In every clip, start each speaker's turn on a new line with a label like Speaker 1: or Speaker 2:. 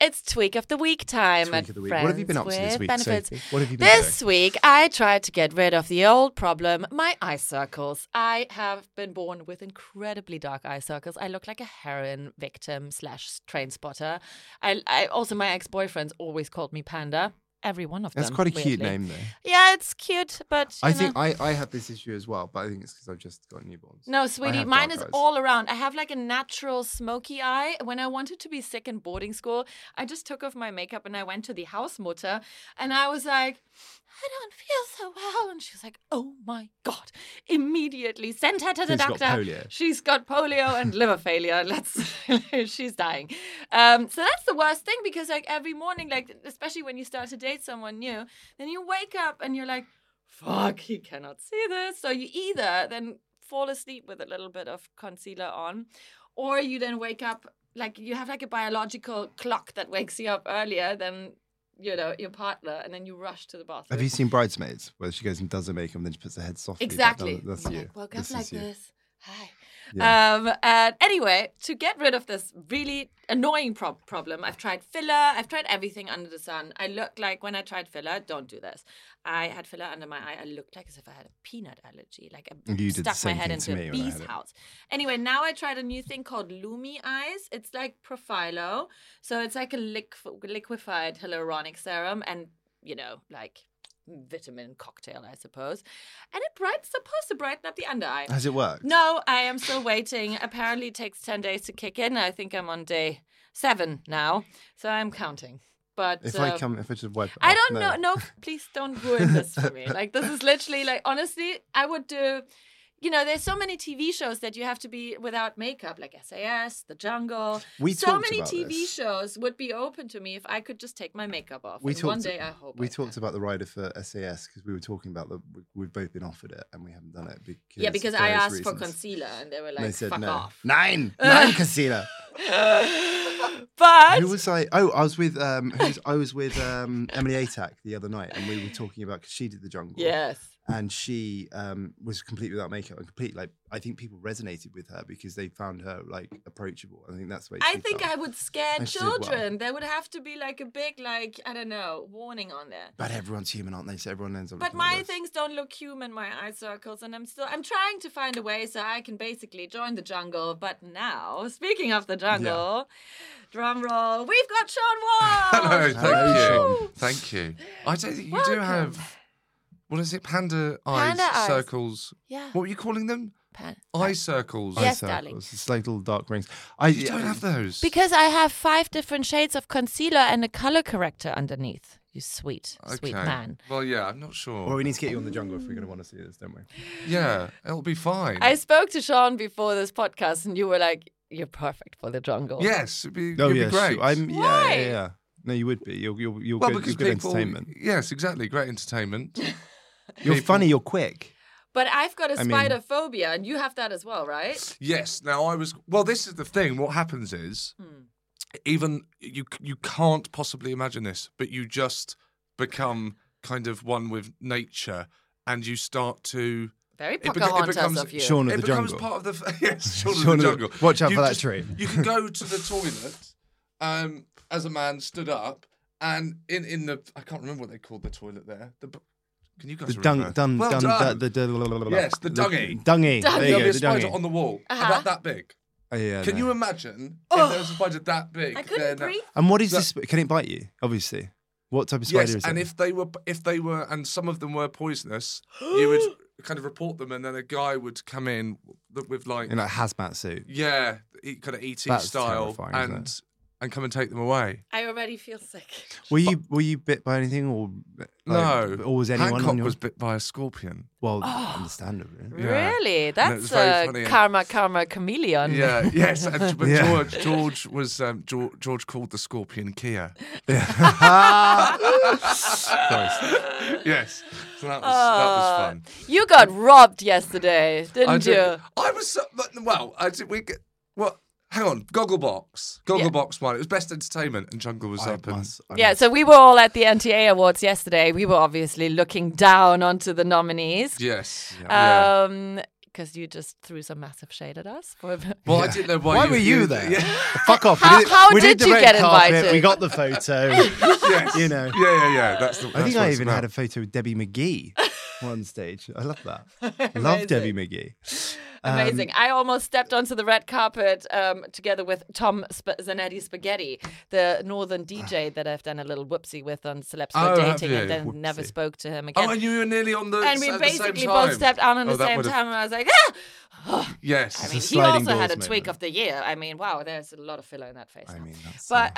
Speaker 1: it's tweak of the week time.
Speaker 2: Tweak
Speaker 1: at
Speaker 2: of the week. What have you been
Speaker 1: Friends
Speaker 2: up to this
Speaker 1: with
Speaker 2: week,
Speaker 1: Benefits.
Speaker 2: Sophie? What have you been
Speaker 1: This week, I tried to get rid of the old problem, my eye circles. I have been born with incredibly dark eye circles. I look like a heroin victim slash train spotter. I, I also my ex boyfriends always called me Panda. Every one of
Speaker 2: That's
Speaker 1: them.
Speaker 2: quite a cute
Speaker 1: weirdly.
Speaker 2: name, though.
Speaker 1: Yeah, it's cute, but
Speaker 2: I
Speaker 1: you know.
Speaker 2: think I, I have this issue as well, but I think it's because I've just got newborns. I
Speaker 1: No, sweetie,
Speaker 2: have
Speaker 1: mine
Speaker 2: dark
Speaker 1: is
Speaker 2: eyes.
Speaker 1: all around. I have like a natural smoky eye. When I wanted to be sick in boarding school, I just took off my makeup and I went to the housemutter and I was like, I don't feel so well. And she was like, Oh my God. Immediately send her to the
Speaker 2: She's got
Speaker 1: doctor.
Speaker 2: polio.
Speaker 1: She's got polio and liver failure. Let's, she's dying. Um, so that's the worst thing because like every morning, like especially when you start to date someone new, then you wake up and you're like, fuck, he cannot see this. So you either then fall asleep with a little bit of concealer on, or you then wake up like you have like a biological clock that wakes you up earlier than you know your partner, and then you rush to the bathroom.
Speaker 2: Have you seen Bridesmaids, where she goes and does her makeup and then she puts her head softly? back
Speaker 1: Exactly.
Speaker 2: down? That's
Speaker 1: I'm
Speaker 2: you.
Speaker 1: like, woke up
Speaker 2: This
Speaker 1: like
Speaker 2: is you.
Speaker 1: this. Hi.
Speaker 2: Yeah.
Speaker 1: Um, and anyway, to get rid of this really annoying prob- problem, I've tried filler. I've tried everything under the sun. I looked like when I tried filler. Don't do this. I had filler under my eye. I looked like as if I had a peanut allergy. Like I
Speaker 2: You did the
Speaker 1: stuck my
Speaker 2: same
Speaker 1: head
Speaker 2: thing to
Speaker 1: into a
Speaker 2: me when I
Speaker 1: bee's
Speaker 2: had it.
Speaker 1: house. Anyway, now I tried a new thing called Lumi Eyes. It's like Profilo, so it's like a liqu- liquefied hyaluronic serum, and you know, like vitamin cocktail, I suppose. And it bright supposed to brighten up the under eye.
Speaker 2: Has it worked?
Speaker 1: No, I am still waiting. Apparently, it takes 10 days to kick in. I think I'm on day seven now. So I'm counting. But
Speaker 2: If
Speaker 1: uh,
Speaker 2: I come, if I just wipe. it
Speaker 1: I
Speaker 2: off,
Speaker 1: don't know. No, please don't ruin this for me. Like, this is literally, like, honestly, I would do. You know, there's so many TV shows that you have to be without makeup, like SAS, The Jungle.
Speaker 2: We
Speaker 1: so
Speaker 2: talked
Speaker 1: many
Speaker 2: about
Speaker 1: TV
Speaker 2: this.
Speaker 1: shows would be open to me if I could just take my makeup off.
Speaker 2: We
Speaker 1: And
Speaker 2: talked.
Speaker 1: one day, I hope.
Speaker 2: we
Speaker 1: I
Speaker 2: talked
Speaker 1: can.
Speaker 2: about the rider for SAS because we were talking about the. we- We've both been offered it and we haven't done it because.
Speaker 1: Yeah, because
Speaker 2: of
Speaker 1: I
Speaker 2: various
Speaker 1: asked for
Speaker 2: reasons.
Speaker 1: concealer, and they were
Speaker 2: And
Speaker 1: like,
Speaker 2: they said
Speaker 1: "Fuck
Speaker 2: no.
Speaker 1: off."
Speaker 2: Nine, nine concealer.
Speaker 1: But
Speaker 2: Who was I? Oh, I was with um, who's, I was with um, Emily Atack the other night, and we were talking about because she did the jungle.
Speaker 1: yes.
Speaker 2: and she um, was complete without makeup and complete like I think people resonated with her because they found her like approachable. I think that's where
Speaker 1: I
Speaker 2: she
Speaker 1: think
Speaker 2: felt.
Speaker 1: I would scare
Speaker 2: And she did well.
Speaker 1: children. There would have to be like a big, like I don't know, warning on there.
Speaker 2: But everyone's human, aren't they? So everyone ends up.
Speaker 1: But
Speaker 2: looking like
Speaker 1: my
Speaker 2: this.
Speaker 1: things don't look human. My eye circles, and I'm still I'm trying to find a way so I can basically join the jungle. But now, speaking of the jungle, drum roll, we've got Sean Wall.
Speaker 3: Hello,
Speaker 2: Hello,
Speaker 3: thank you. Thank you. I don't think you do
Speaker 1: Welcome.
Speaker 3: have. What is it? Panda eyes,
Speaker 1: Panda eyes.
Speaker 3: circles.
Speaker 1: Yeah.
Speaker 3: What were you calling them?
Speaker 1: Pan-
Speaker 3: Eye circles.
Speaker 2: Eye
Speaker 1: Yes,
Speaker 2: circles.
Speaker 1: darling.
Speaker 2: It's like little dark rings. I
Speaker 3: You don't have those.
Speaker 1: Because I have five different shades of concealer and a color corrector underneath. You sweet, sweet
Speaker 3: Okay.
Speaker 1: man.
Speaker 3: Well, yeah, I'm not sure.
Speaker 2: Well, we need to get you on the jungle if we're going to want to see this, don't we?
Speaker 3: yeah, it'll be fine.
Speaker 1: I spoke to Sean before this podcast, and you were like, "You're perfect for the jungle."
Speaker 3: yes, it'd be,
Speaker 2: Oh
Speaker 3: it'd
Speaker 2: yeah,
Speaker 3: be great.
Speaker 2: sure. I'm, yeah,
Speaker 1: Why?
Speaker 2: yeah, yeah. No, you would be. You're you're you're
Speaker 3: well,
Speaker 2: good.
Speaker 3: because
Speaker 2: You're good
Speaker 3: people.
Speaker 2: entertainment.
Speaker 3: Yes, exactly. Great entertainment.
Speaker 2: You're
Speaker 3: people-
Speaker 2: funny. You're quick.
Speaker 1: But I've got a
Speaker 2: I mean-
Speaker 1: spider phobia, and you have that as well, right?
Speaker 3: Yes. Now I was. Well, this is the thing. What happens is, even you you can't possibly imagine this, but you just become kind of one with nature, and you start to.
Speaker 1: Very
Speaker 3: beco- it
Speaker 1: Pocahontas
Speaker 3: becomes-
Speaker 1: of you.
Speaker 2: Sean of
Speaker 3: it
Speaker 2: the
Speaker 3: becomes
Speaker 2: jungle.
Speaker 3: part of the yes, Shaun of
Speaker 2: Shaun
Speaker 3: the
Speaker 2: of the-
Speaker 3: jungle.
Speaker 2: watch out
Speaker 3: You
Speaker 2: for that
Speaker 3: just-
Speaker 2: tree.
Speaker 3: You can go to the toilet. um, as a man, stood up and in, in the I can't remember what they called the toilet there. The b- can you guys
Speaker 4: The
Speaker 3: remember?
Speaker 4: dung, dung,
Speaker 3: well
Speaker 4: dung,
Speaker 3: done.
Speaker 4: the, the, the,
Speaker 3: Yes, the dungy.
Speaker 4: Dungy. There you
Speaker 3: There'll
Speaker 4: go,
Speaker 3: be a
Speaker 4: the
Speaker 3: spider
Speaker 4: dungy.
Speaker 3: on the wall about that big.
Speaker 2: Oh, yeah,
Speaker 3: Can
Speaker 2: no.
Speaker 3: you imagine if there was a spider that big?
Speaker 1: I couldn't
Speaker 3: then- uh,
Speaker 1: breathe.
Speaker 4: And what is
Speaker 3: So-
Speaker 4: this? Can it bite you? Obviously. What type of spider
Speaker 3: Yes,
Speaker 4: is
Speaker 3: and
Speaker 4: it?
Speaker 3: if they were, if they were, and some of them were poisonous, you would kind of report them, and then a guy would come in th- with like,
Speaker 2: in like hazmat suit?
Speaker 3: yeah, e- kind of ET
Speaker 4: That's
Speaker 3: style,
Speaker 4: terrifying, isn't
Speaker 3: and and come and take them away.
Speaker 1: I already feel sick.
Speaker 4: Were you were you bit by anything or like,
Speaker 3: no,
Speaker 4: Or was anyone
Speaker 3: Hancock
Speaker 4: on your?
Speaker 3: was bit by a scorpion.
Speaker 4: well,
Speaker 1: Oh.
Speaker 4: understandably.
Speaker 3: Yeah.
Speaker 1: Really?
Speaker 3: And it
Speaker 1: That's
Speaker 3: was very
Speaker 1: a
Speaker 3: funny.
Speaker 1: karma, karma chameleon.
Speaker 3: Yeah, yes, and, but
Speaker 4: Yeah.
Speaker 3: George George was um, George, George called the scorpion Kia. yes, so that was that was
Speaker 1: Uh,
Speaker 3: fun.
Speaker 1: You got robbed yesterday, didn't
Speaker 3: I
Speaker 1: you?
Speaker 3: did- I was so, but- well. I did, we get, well. Hang on, Gogglebox, Gogglebox won. It was best entertainment, and Jungle was up. And,
Speaker 4: must- I
Speaker 1: Yeah, so we were all at the NTA Awards yesterday. We were obviously looking down onto the nominees.
Speaker 3: yes. yeah.
Speaker 1: Um, because you just threw some massive shade at us. For
Speaker 3: Well, I didn't know why.
Speaker 4: Why
Speaker 3: you,
Speaker 4: were you there? Fuck off.
Speaker 1: How-
Speaker 4: we did,
Speaker 1: how
Speaker 4: we
Speaker 1: did
Speaker 4: the
Speaker 1: you
Speaker 4: red
Speaker 1: get
Speaker 4: carpet,
Speaker 1: invited?
Speaker 4: We got the photo.
Speaker 3: Yes.
Speaker 4: You know.
Speaker 3: Yeah, yeah, yeah. That's the.
Speaker 4: I think
Speaker 3: that's what
Speaker 4: I
Speaker 3: it's
Speaker 4: even
Speaker 3: about.
Speaker 4: had a photo with Debbie McGee one stage. I love that. love Debbie McGee. Um,
Speaker 1: Amazing. I almost stepped onto the red carpet um, together with Tom Sp- Zanetti Spaghetti, the northern DJ that I've done a little whoopsie with on Celebs for
Speaker 3: Oh, have
Speaker 1: Dating and
Speaker 3: you?
Speaker 1: then never spoke to him again.
Speaker 3: Oh, and you were nearly on the.
Speaker 1: and we
Speaker 3: at the same
Speaker 1: basically
Speaker 3: time.
Speaker 1: both stepped out at
Speaker 3: Oh,
Speaker 1: the
Speaker 3: that
Speaker 1: same
Speaker 3: would've-
Speaker 1: time. And I was like, ah!
Speaker 3: Yes.
Speaker 1: I mean, he
Speaker 4: sliding
Speaker 1: also had a
Speaker 4: doors
Speaker 1: tweak
Speaker 4: moment.
Speaker 1: of the year. I mean, wow, there's a lot of filler in that face.
Speaker 2: I
Speaker 1: now.
Speaker 2: mean, that's, uh,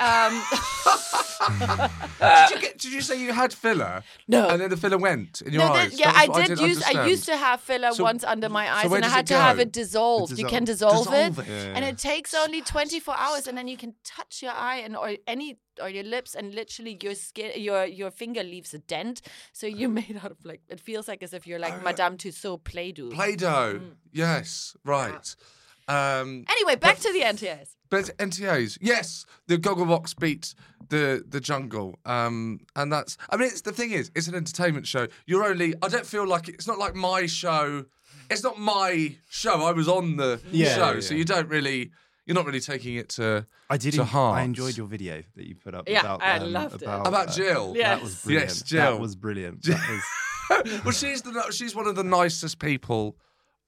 Speaker 1: but um,
Speaker 3: did, you get, did you say you had filler?
Speaker 1: uh, No.
Speaker 3: And then the filler went in your
Speaker 1: no,
Speaker 3: eyes.
Speaker 1: that, yeah,
Speaker 3: That's
Speaker 1: I
Speaker 3: what
Speaker 1: did
Speaker 3: didn't
Speaker 1: use. I
Speaker 3: understand.
Speaker 1: used to have filler
Speaker 3: So-
Speaker 1: once under my
Speaker 3: so
Speaker 1: eyes,
Speaker 3: where
Speaker 1: and I
Speaker 3: does it
Speaker 1: had to have
Speaker 3: go?
Speaker 1: it dissolved. You can dissolve,
Speaker 3: dissolve.
Speaker 1: it,
Speaker 3: Dissolve it.
Speaker 1: and it takes only 24 hours, and then you can touch your eye and or any or your lips, and literally your skin, your your finger leaves a dent. So you're made out of like it feels like as if you're
Speaker 3: Oh.
Speaker 1: like Madame Tussauds Play-Doh.
Speaker 3: Play-Doh.
Speaker 1: Mm.
Speaker 3: Yes. Right. Um,
Speaker 1: anyway, back to the NTAs.
Speaker 3: But NTAs, yes, the Gogglebox beat the the jungle, um, and that's. I mean, it's the thing is, it's an entertainment show. You're only. I don't feel like it's not like my show. It's not my show. I was on the
Speaker 4: Yeah,
Speaker 3: show,
Speaker 4: yeah,
Speaker 3: so
Speaker 4: yeah.
Speaker 3: you don't really. You're not really taking it to.
Speaker 4: I did.
Speaker 3: To
Speaker 4: en-
Speaker 3: heart.
Speaker 4: I enjoyed your video that you put up.
Speaker 1: Yeah,
Speaker 4: about,
Speaker 1: I
Speaker 4: um,
Speaker 1: loved it.
Speaker 4: about,
Speaker 3: About
Speaker 4: uh,
Speaker 3: Jill.
Speaker 1: Yes.
Speaker 4: That was brilliant.
Speaker 3: Yes, Jill.
Speaker 4: That was brilliant. That
Speaker 3: well, she's the she's one of the nicest people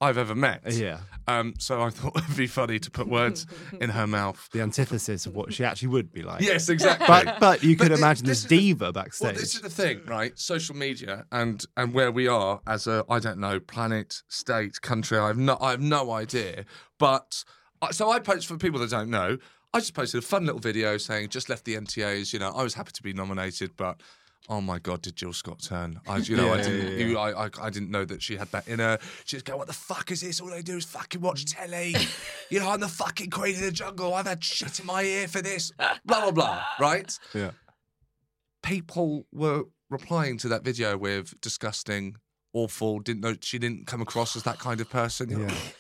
Speaker 3: I've ever met.
Speaker 4: was- yeah.
Speaker 3: Um. So I thought it'd be funny to put words in her mouth.
Speaker 4: The antithesis of what she actually would be like.
Speaker 3: Yes, exactly.
Speaker 4: But but you could
Speaker 3: thi-
Speaker 4: imagine this,
Speaker 3: is the-
Speaker 4: diva
Speaker 3: Well,
Speaker 4: backstage.
Speaker 3: this is the thing, right? Social media and and where we are as a I don't know planet, state, country. I have no I have no idea. But I- so I post for people that don't know. I just posted a fun little video saying just left the NTAs. You know, I was happy to be nominated, but. Oh my God! Did Jill Scott turn? I, you know, I didn't. You, I, I, I didn't know that she had that in her. She's going, "What the fuck is this? All they do is fucking watch telly. you know, I'm the fucking queen of the jungle. I've had shit in my ear for this. Blah blah blah. Right?
Speaker 2: yeah.
Speaker 3: people were replying to that video with disgusting, awful, didn't know she didn't come across as that kind of person. You're like,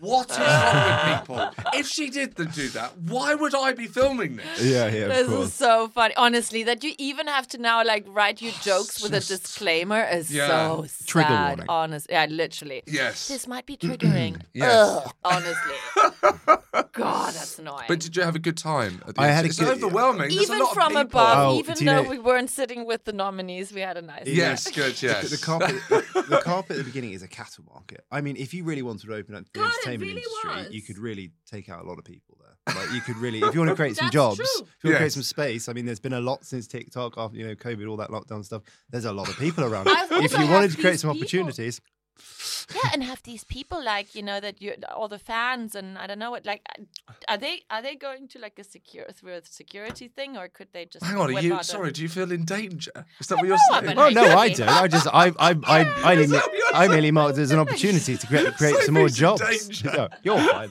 Speaker 3: What is wrong with people? If she did th- do that, why would I be filming this?
Speaker 4: Uh,
Speaker 2: Yeah, yeah, of
Speaker 1: This is
Speaker 2: course.
Speaker 1: so funny. Honestly, that you even have to now like write your jokes with a disclaimer is
Speaker 3: Yeah.
Speaker 1: so
Speaker 4: Trigger
Speaker 1: sad.
Speaker 4: warning.
Speaker 1: Honest, yeah, literally.
Speaker 3: Yes.
Speaker 1: This might be triggering.
Speaker 3: Yes.
Speaker 1: Ugh, honestly. God, that's annoying.
Speaker 3: But did you have a good time? At the
Speaker 4: I
Speaker 3: end?
Speaker 4: had a
Speaker 3: it's
Speaker 4: good-
Speaker 3: overwhelming. There's a
Speaker 1: even
Speaker 3: lot of
Speaker 1: from
Speaker 3: people.
Speaker 1: above,
Speaker 4: Oh,
Speaker 1: even
Speaker 4: do you
Speaker 1: though
Speaker 4: know-
Speaker 1: we weren't sitting with the nominees, we had a nice.
Speaker 3: Yes, good. Yes.
Speaker 2: The carpet, the carpet at the beginning is a cattle market. I mean, if you really wanted to open up the
Speaker 1: God, it
Speaker 2: entertainment
Speaker 1: really
Speaker 2: industry,
Speaker 1: was.
Speaker 2: you could really take out a lot of people there. Like, you could really, if you want to create some
Speaker 1: That's
Speaker 2: jobs,
Speaker 1: true.
Speaker 2: if you want to create
Speaker 3: Yes.
Speaker 2: some space. I mean, there's been a lot since TikTok after you know COVID, all that lockdown stuff. There's a lot of people around.
Speaker 1: I've
Speaker 2: if
Speaker 1: also
Speaker 2: you
Speaker 1: had
Speaker 2: wanted to create
Speaker 1: these
Speaker 2: some
Speaker 1: people-
Speaker 2: opportunities,
Speaker 1: Yeah, and have these people like you know that you all the fans and I don't know what like are they are they going to like a secure through a security thing or could they just
Speaker 3: Hang on, are
Speaker 1: whip
Speaker 3: you
Speaker 1: out a-
Speaker 3: sorry? Do you feel in danger? Is that what you're
Speaker 1: know I'm
Speaker 3: saying?
Speaker 1: an
Speaker 4: Oh no, I
Speaker 1: Exactly.
Speaker 4: don't. I just I I I I, didn't,
Speaker 3: you're
Speaker 4: I merely marked it as an opportunity to create, create some more
Speaker 3: Sophie's in
Speaker 4: jobs.
Speaker 3: danger.
Speaker 4: No, you're fine.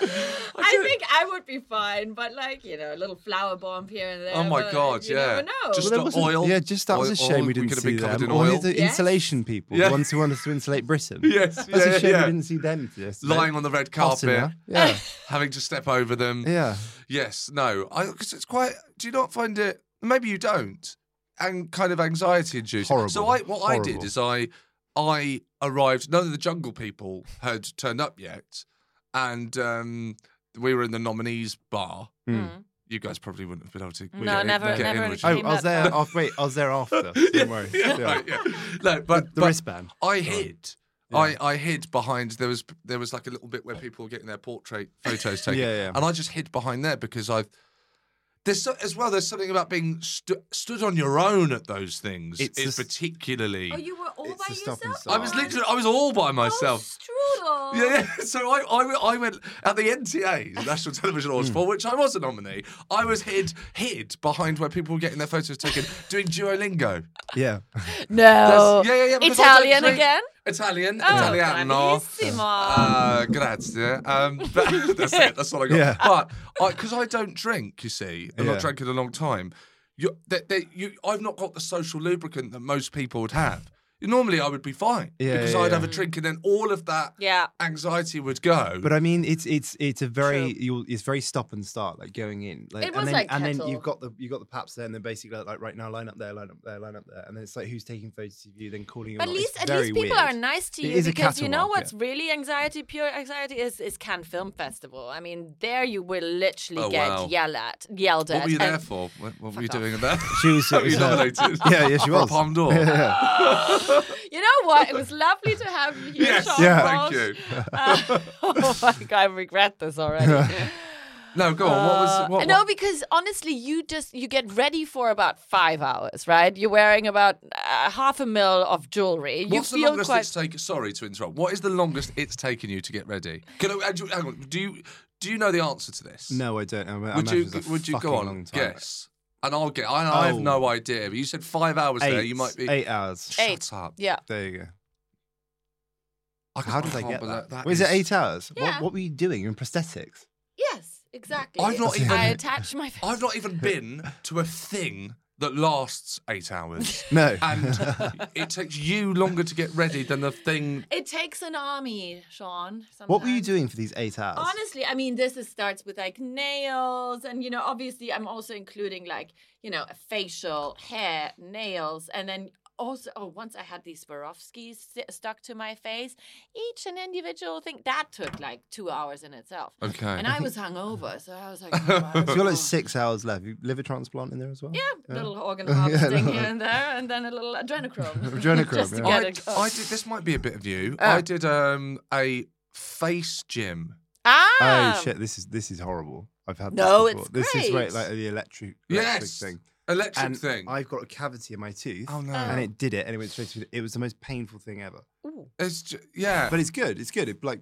Speaker 1: I think I would be fine, but like you know, a little flower bomb here and there.
Speaker 3: Oh my
Speaker 1: but
Speaker 3: God,
Speaker 1: you
Speaker 3: yeah.
Speaker 1: Never know.
Speaker 3: Just-
Speaker 4: Well, there
Speaker 3: the
Speaker 4: wasn't-
Speaker 3: oil-
Speaker 4: Yeah, just that was
Speaker 3: oil-
Speaker 4: a shame
Speaker 3: oil,
Speaker 4: we
Speaker 3: we
Speaker 4: didn't
Speaker 3: could have
Speaker 4: see
Speaker 3: been covered
Speaker 4: them.
Speaker 3: in
Speaker 4: Or
Speaker 3: oil.
Speaker 4: the
Speaker 1: Yes.
Speaker 4: insulation people,
Speaker 3: Yeah.
Speaker 4: the ones who wanted to insulate Britain.
Speaker 3: Yes,
Speaker 4: that's
Speaker 3: yeah,
Speaker 4: a shame
Speaker 3: yeah.
Speaker 4: we didn't see them. for this.
Speaker 3: Lying on the red
Speaker 4: Hot in
Speaker 3: carpet,
Speaker 4: there. Yeah,
Speaker 3: having to step over them.
Speaker 4: yeah.
Speaker 3: Yes, no. I because it's quite. Do you not find it? Maybe you don't. And kind of anxiety inducing. So
Speaker 4: Horrible.
Speaker 3: I, what I did
Speaker 4: Horrible.
Speaker 3: is I, I arrived. None of the jungle people had
Speaker 1: Hmm.
Speaker 3: turned up yet, and um, we were in the nominees bar.
Speaker 4: Mm.
Speaker 3: you guys probably wouldn't have been able to.
Speaker 1: No,
Speaker 3: get in-
Speaker 1: never-
Speaker 3: get in
Speaker 1: never
Speaker 3: with
Speaker 1: Oh,
Speaker 3: you.
Speaker 1: came
Speaker 4: I was
Speaker 1: up-
Speaker 4: there. Off, wait, I was there after. Don't worry.
Speaker 3: yeah,
Speaker 4: Yeah.
Speaker 3: right, yeah. No, but
Speaker 4: the
Speaker 3: but
Speaker 4: wristband.
Speaker 3: I hid. I, I hid behind there was there was like a little bit where people were getting their portrait photos taken.
Speaker 4: Yeah, yeah.
Speaker 3: And I just hid behind there because I there's so, as well there's something about being stu- stood on your own at those things.
Speaker 4: It's
Speaker 3: is
Speaker 4: a s-
Speaker 3: particularly
Speaker 1: Oh, you were all
Speaker 2: It's
Speaker 1: by
Speaker 2: a stop
Speaker 1: yourself.
Speaker 2: and
Speaker 3: I
Speaker 2: start.
Speaker 3: was literally I was all by myself.
Speaker 1: Oh, strudel.
Speaker 3: Yeah, yeah. So I, I, went- I went at the NTA, the National Television
Speaker 4: Hmm.
Speaker 3: Awards, for which I was a nominee. I was hid, hid behind where people were getting their photos taken, doing Duolingo.
Speaker 4: Yeah.
Speaker 1: No.
Speaker 3: That's- yeah, yeah, yeah. because I don't
Speaker 1: Oh, Italian
Speaker 3: drink-
Speaker 1: again.
Speaker 3: Italian,
Speaker 1: Oh,
Speaker 3: Italiano.
Speaker 1: bravissimo.
Speaker 3: Uh, grazie. Um, but that's it. That's all I got.
Speaker 4: Yeah.
Speaker 3: But because I, don't drink, you see, I've
Speaker 4: Yeah.
Speaker 3: not drank in a long time. You, that that you, I've not got the social lubricant that most people would have. Normally, I would be fine
Speaker 4: Yeah,
Speaker 3: because
Speaker 4: yeah,
Speaker 3: I'd
Speaker 4: yeah.
Speaker 3: have a drink, and then all of that
Speaker 1: Yeah.
Speaker 3: anxiety would go.
Speaker 4: But I mean, it's it's it's a very
Speaker 1: True.
Speaker 4: you'll, it's very stop and start, like going in, like,
Speaker 1: It was
Speaker 4: and then
Speaker 1: like
Speaker 4: and then
Speaker 1: kettle.
Speaker 4: you've got the you've got the paps there, and then basically like, like, right now line up there, line up there, line up there, and then it's like who's taking photos of you, then calling you.
Speaker 1: But at least, at least people are nice to
Speaker 4: It
Speaker 1: you
Speaker 4: is a
Speaker 1: because you know
Speaker 4: cattle
Speaker 1: what's
Speaker 4: market.
Speaker 1: really anxiety, pure anxiety is is Cannes Film Festival. I mean, there you will literally
Speaker 3: Oh,
Speaker 1: get
Speaker 3: wow.
Speaker 1: yelled at, yelled
Speaker 3: what
Speaker 1: at.
Speaker 3: were you there
Speaker 1: and-
Speaker 3: for? What, what were you doing in there?
Speaker 4: She was,
Speaker 3: Were
Speaker 4: it was
Speaker 3: you
Speaker 4: her.
Speaker 3: nominated?
Speaker 4: Yeah, yeah, she
Speaker 3: For a
Speaker 4: was.
Speaker 3: Palme d'Or.
Speaker 4: Yeah.
Speaker 1: You know what? It was lovely to have you here,
Speaker 3: Yes,
Speaker 1: Sean
Speaker 4: yeah.
Speaker 3: thank
Speaker 1: Ross.
Speaker 3: you.
Speaker 1: Uh, oh my god, I regret this already.
Speaker 3: No, go on. What was what?
Speaker 1: Uh, no,
Speaker 3: what-
Speaker 1: because honestly, you just you get ready for about five hours, right? You're wearing about uh, half a mil of jewelry.
Speaker 3: What's
Speaker 1: you
Speaker 3: the
Speaker 1: feel
Speaker 3: longest
Speaker 1: quite.
Speaker 3: it's taken? Sorry to interrupt. What is the longest it's taken you to get ready? Can I, and you- hang on. Do you do you know the answer to this?
Speaker 4: No, I don't. know. I
Speaker 3: Would
Speaker 4: imagine
Speaker 3: you
Speaker 4: it was a
Speaker 3: Would you go
Speaker 4: fucking
Speaker 3: on?
Speaker 4: long time.
Speaker 3: Guess. And I'll get. I, I have
Speaker 4: Oh.
Speaker 3: no idea. But you said five hours there.
Speaker 4: Eight,
Speaker 3: You might be.
Speaker 4: eight hours.
Speaker 3: Shut
Speaker 1: Eight.
Speaker 3: up.
Speaker 1: Yeah.
Speaker 4: There you go.
Speaker 3: I
Speaker 4: How did I
Speaker 3: can't
Speaker 4: get
Speaker 3: believe
Speaker 4: that?
Speaker 3: that
Speaker 4: Was it eight hours?
Speaker 1: Yeah.
Speaker 4: What, what were you doing in prosthetics?
Speaker 1: Yes, exactly.
Speaker 3: I've not
Speaker 1: I
Speaker 3: even-
Speaker 1: attach my.
Speaker 3: I've not even been to a thing that lasts eight hours.
Speaker 4: No.
Speaker 3: and it takes you longer to get ready than the thing.
Speaker 1: It takes an army, Sean.
Speaker 4: what were you
Speaker 1: sometimes.
Speaker 4: doing for these eight hours?
Speaker 1: Honestly, I mean, this is, starts with like nails, and you know, obviously, I'm also including like you know, a facial, hair, nails, and then also, oh, once I had these Swarovskis st- stuck to my face, each an individual thing that took like two hours in itself.
Speaker 3: Okay.
Speaker 1: And I was hungover, so I was like, oh,
Speaker 4: So you got like six hours left. You liver transplant in there as well?
Speaker 1: Yeah, little organ harvesting here and there, and then a little adrenochrome.
Speaker 4: Adrenochrome,
Speaker 1: Just to
Speaker 4: yeah.
Speaker 1: get
Speaker 3: I,
Speaker 1: it
Speaker 3: I
Speaker 1: going.
Speaker 3: did. This might be a bit of you.
Speaker 1: Oh.
Speaker 3: I did um a face gym.
Speaker 1: Ah,
Speaker 4: Oh shit! This is this is horrible. I've had
Speaker 1: No,
Speaker 4: This before.
Speaker 1: it's
Speaker 4: this is
Speaker 1: great.
Speaker 4: right, like the electric, electric
Speaker 3: Yes.
Speaker 4: thing.
Speaker 3: Electric
Speaker 4: and
Speaker 3: thing.
Speaker 4: I've got a cavity in my tooth.
Speaker 3: Oh, no.
Speaker 4: And it did it, and it went straight to. It was the most painful thing ever.
Speaker 3: It's ju- yeah.
Speaker 4: But it's good. It's good. It like.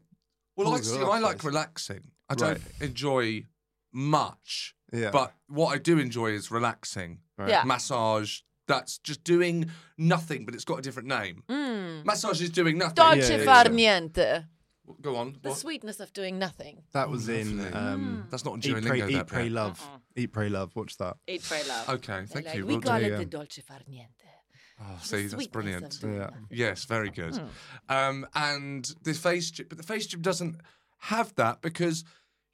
Speaker 3: well, I,
Speaker 4: pulls it
Speaker 3: see, I
Speaker 4: off
Speaker 3: like
Speaker 4: nice.
Speaker 3: relaxing. I don't
Speaker 4: Right.
Speaker 3: enjoy much,
Speaker 4: Yeah.
Speaker 3: but what I do enjoy is relaxing.
Speaker 4: Right.
Speaker 1: Yeah.
Speaker 3: Massage. That's just doing nothing, but it's got a different name. Massage is doing nothing.
Speaker 1: Mm. dolce
Speaker 4: yeah,
Speaker 1: far
Speaker 4: yeah.
Speaker 1: niente.
Speaker 3: Go on.
Speaker 1: The
Speaker 3: What?
Speaker 1: sweetness of doing nothing.
Speaker 4: that was in.
Speaker 3: Lovely.
Speaker 4: Um,
Speaker 3: That's not
Speaker 4: Eat,
Speaker 3: during
Speaker 4: pray,
Speaker 3: lingo.
Speaker 4: eat,
Speaker 3: that
Speaker 4: pray,
Speaker 3: bit.
Speaker 4: love. Eat, pray, love. Watch that.
Speaker 1: Eat, pray, love.
Speaker 3: Okay,
Speaker 1: They're
Speaker 3: thank you.
Speaker 1: We
Speaker 3: Will do.
Speaker 1: call it
Speaker 4: yeah.
Speaker 1: the dolce far niente.
Speaker 3: Oh, see, that's
Speaker 1: sweetness
Speaker 3: brilliant.
Speaker 1: of doing
Speaker 4: Yeah.
Speaker 1: nothing.
Speaker 3: Yes, very good.
Speaker 1: Hmm.
Speaker 3: Um, and the face gym, but the face gym doesn't have that because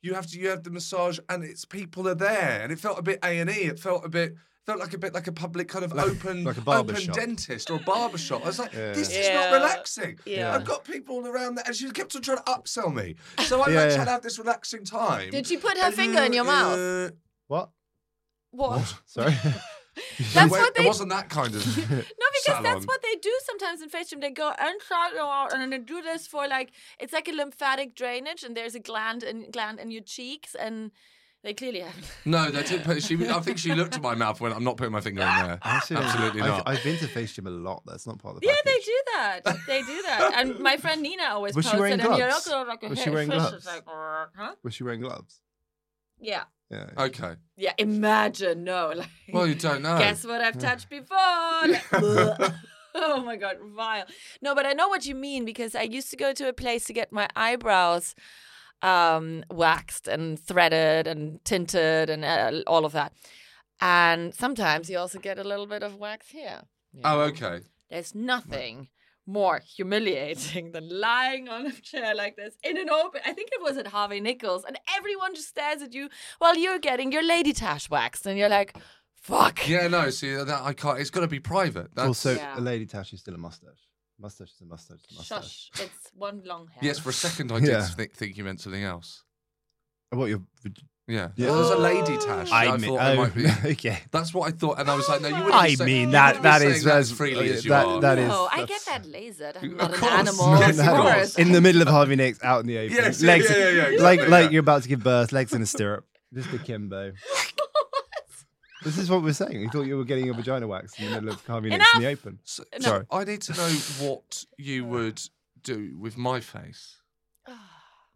Speaker 3: you have to you have the massage and it's people are there, and it felt a bit A and E. It felt a bit felt like a bit like a public kind of open
Speaker 4: like a barber
Speaker 3: open
Speaker 4: shop.
Speaker 3: dentist or a barber shop. I was like, this is
Speaker 1: Yeah.
Speaker 3: not relaxing.
Speaker 1: Yeah.
Speaker 3: I've got people around there, and she kept on trying to upsell me. So I
Speaker 4: Yeah,
Speaker 3: am
Speaker 4: yeah.
Speaker 3: trying to have this relaxing time.
Speaker 1: Did she put her finger in your mouth?
Speaker 3: Uh,
Speaker 4: What?
Speaker 1: What?
Speaker 4: Sorry.
Speaker 1: That's
Speaker 3: wait,
Speaker 1: what
Speaker 3: It
Speaker 1: they.
Speaker 3: wasn't that kind of.
Speaker 1: No, because that's
Speaker 3: salon.
Speaker 1: what they do sometimes in face gym. They go inside or out, and then they do this for like it's like a lymphatic drainage, and there's a gland in gland in your cheeks, and they clearly have.
Speaker 3: No, they did put, she. I think she looked at my mouth when I'm not putting my finger in there. Absolutely
Speaker 4: I've,
Speaker 3: not.
Speaker 4: I've been to face gym a lot. That's not part of the.
Speaker 1: Yeah, they
Speaker 4: package.
Speaker 1: do that. They do that. And my friend Nina always
Speaker 4: Was she
Speaker 1: posted,
Speaker 4: wearing
Speaker 1: and you're
Speaker 4: gloves?
Speaker 1: also like "Oh, a
Speaker 4: Was she
Speaker 1: hit
Speaker 4: wearing
Speaker 1: fish.
Speaker 4: gloves?
Speaker 1: It's like, huh?
Speaker 4: Was she wearing gloves?
Speaker 1: Yeah.
Speaker 4: Yeah.
Speaker 3: okay.
Speaker 1: Yeah, imagine. No. Like,
Speaker 3: Well, you don't know.
Speaker 1: Guess what I've touched before? Like, oh my god, vile. No, but I know what you mean because I used to go to a place to get my eyebrows um, waxed and threaded and tinted and uh, all of that. And sometimes you also get a little bit of wax here. you
Speaker 3: Oh,
Speaker 1: know?
Speaker 3: okay.
Speaker 1: There's nothing more humiliating than lying on a chair like this in an open. I think it was at Harvey Nichols, and everyone just stares at you while you're getting your lady tash waxed, and you're like, "Fuck."
Speaker 3: Yeah, no. See, that I can't. It's got to be private. That's,
Speaker 4: also,
Speaker 1: Yeah.
Speaker 4: a lady tash is still a mustache. Mustache is a mustache. Is a mustache.
Speaker 1: Shush! It's one long hair.
Speaker 3: yes. For a second, I did
Speaker 4: Yeah.
Speaker 3: thi- think you meant something else.
Speaker 4: Oh, What your v-
Speaker 3: Yeah. Well, there's a lady Tash. I,
Speaker 4: I mean,
Speaker 3: thought
Speaker 4: oh,
Speaker 3: it might be.
Speaker 4: okay.
Speaker 3: That's what I thought, and I was like, no, you wouldn't.
Speaker 4: I
Speaker 3: be saying-
Speaker 4: mean
Speaker 3: you
Speaker 4: that
Speaker 3: wouldn't be
Speaker 4: that
Speaker 3: saying
Speaker 4: is
Speaker 3: that
Speaker 4: as
Speaker 3: as freely as you
Speaker 4: that,
Speaker 3: are.
Speaker 4: that is
Speaker 1: oh, I get
Speaker 4: that's-
Speaker 1: that lasered. I'm
Speaker 3: Of
Speaker 1: not
Speaker 3: course,
Speaker 1: an animal.
Speaker 3: yes,
Speaker 1: of
Speaker 3: of course.
Speaker 1: course.
Speaker 4: in the middle of Harvey Nicks, out in the open,
Speaker 3: Yes, yeah,
Speaker 4: legs,
Speaker 3: yeah, yeah, yeah,
Speaker 4: like
Speaker 3: exactly,
Speaker 4: like
Speaker 3: yeah.
Speaker 4: you're about to give birth, legs in a stirrup, just a kimbo. This is what we're saying. We thought you were getting your vagina waxed in the middle of Harvey Nicks in the open.
Speaker 3: So-
Speaker 4: No. Sorry.
Speaker 3: I need to know what you would do with my face.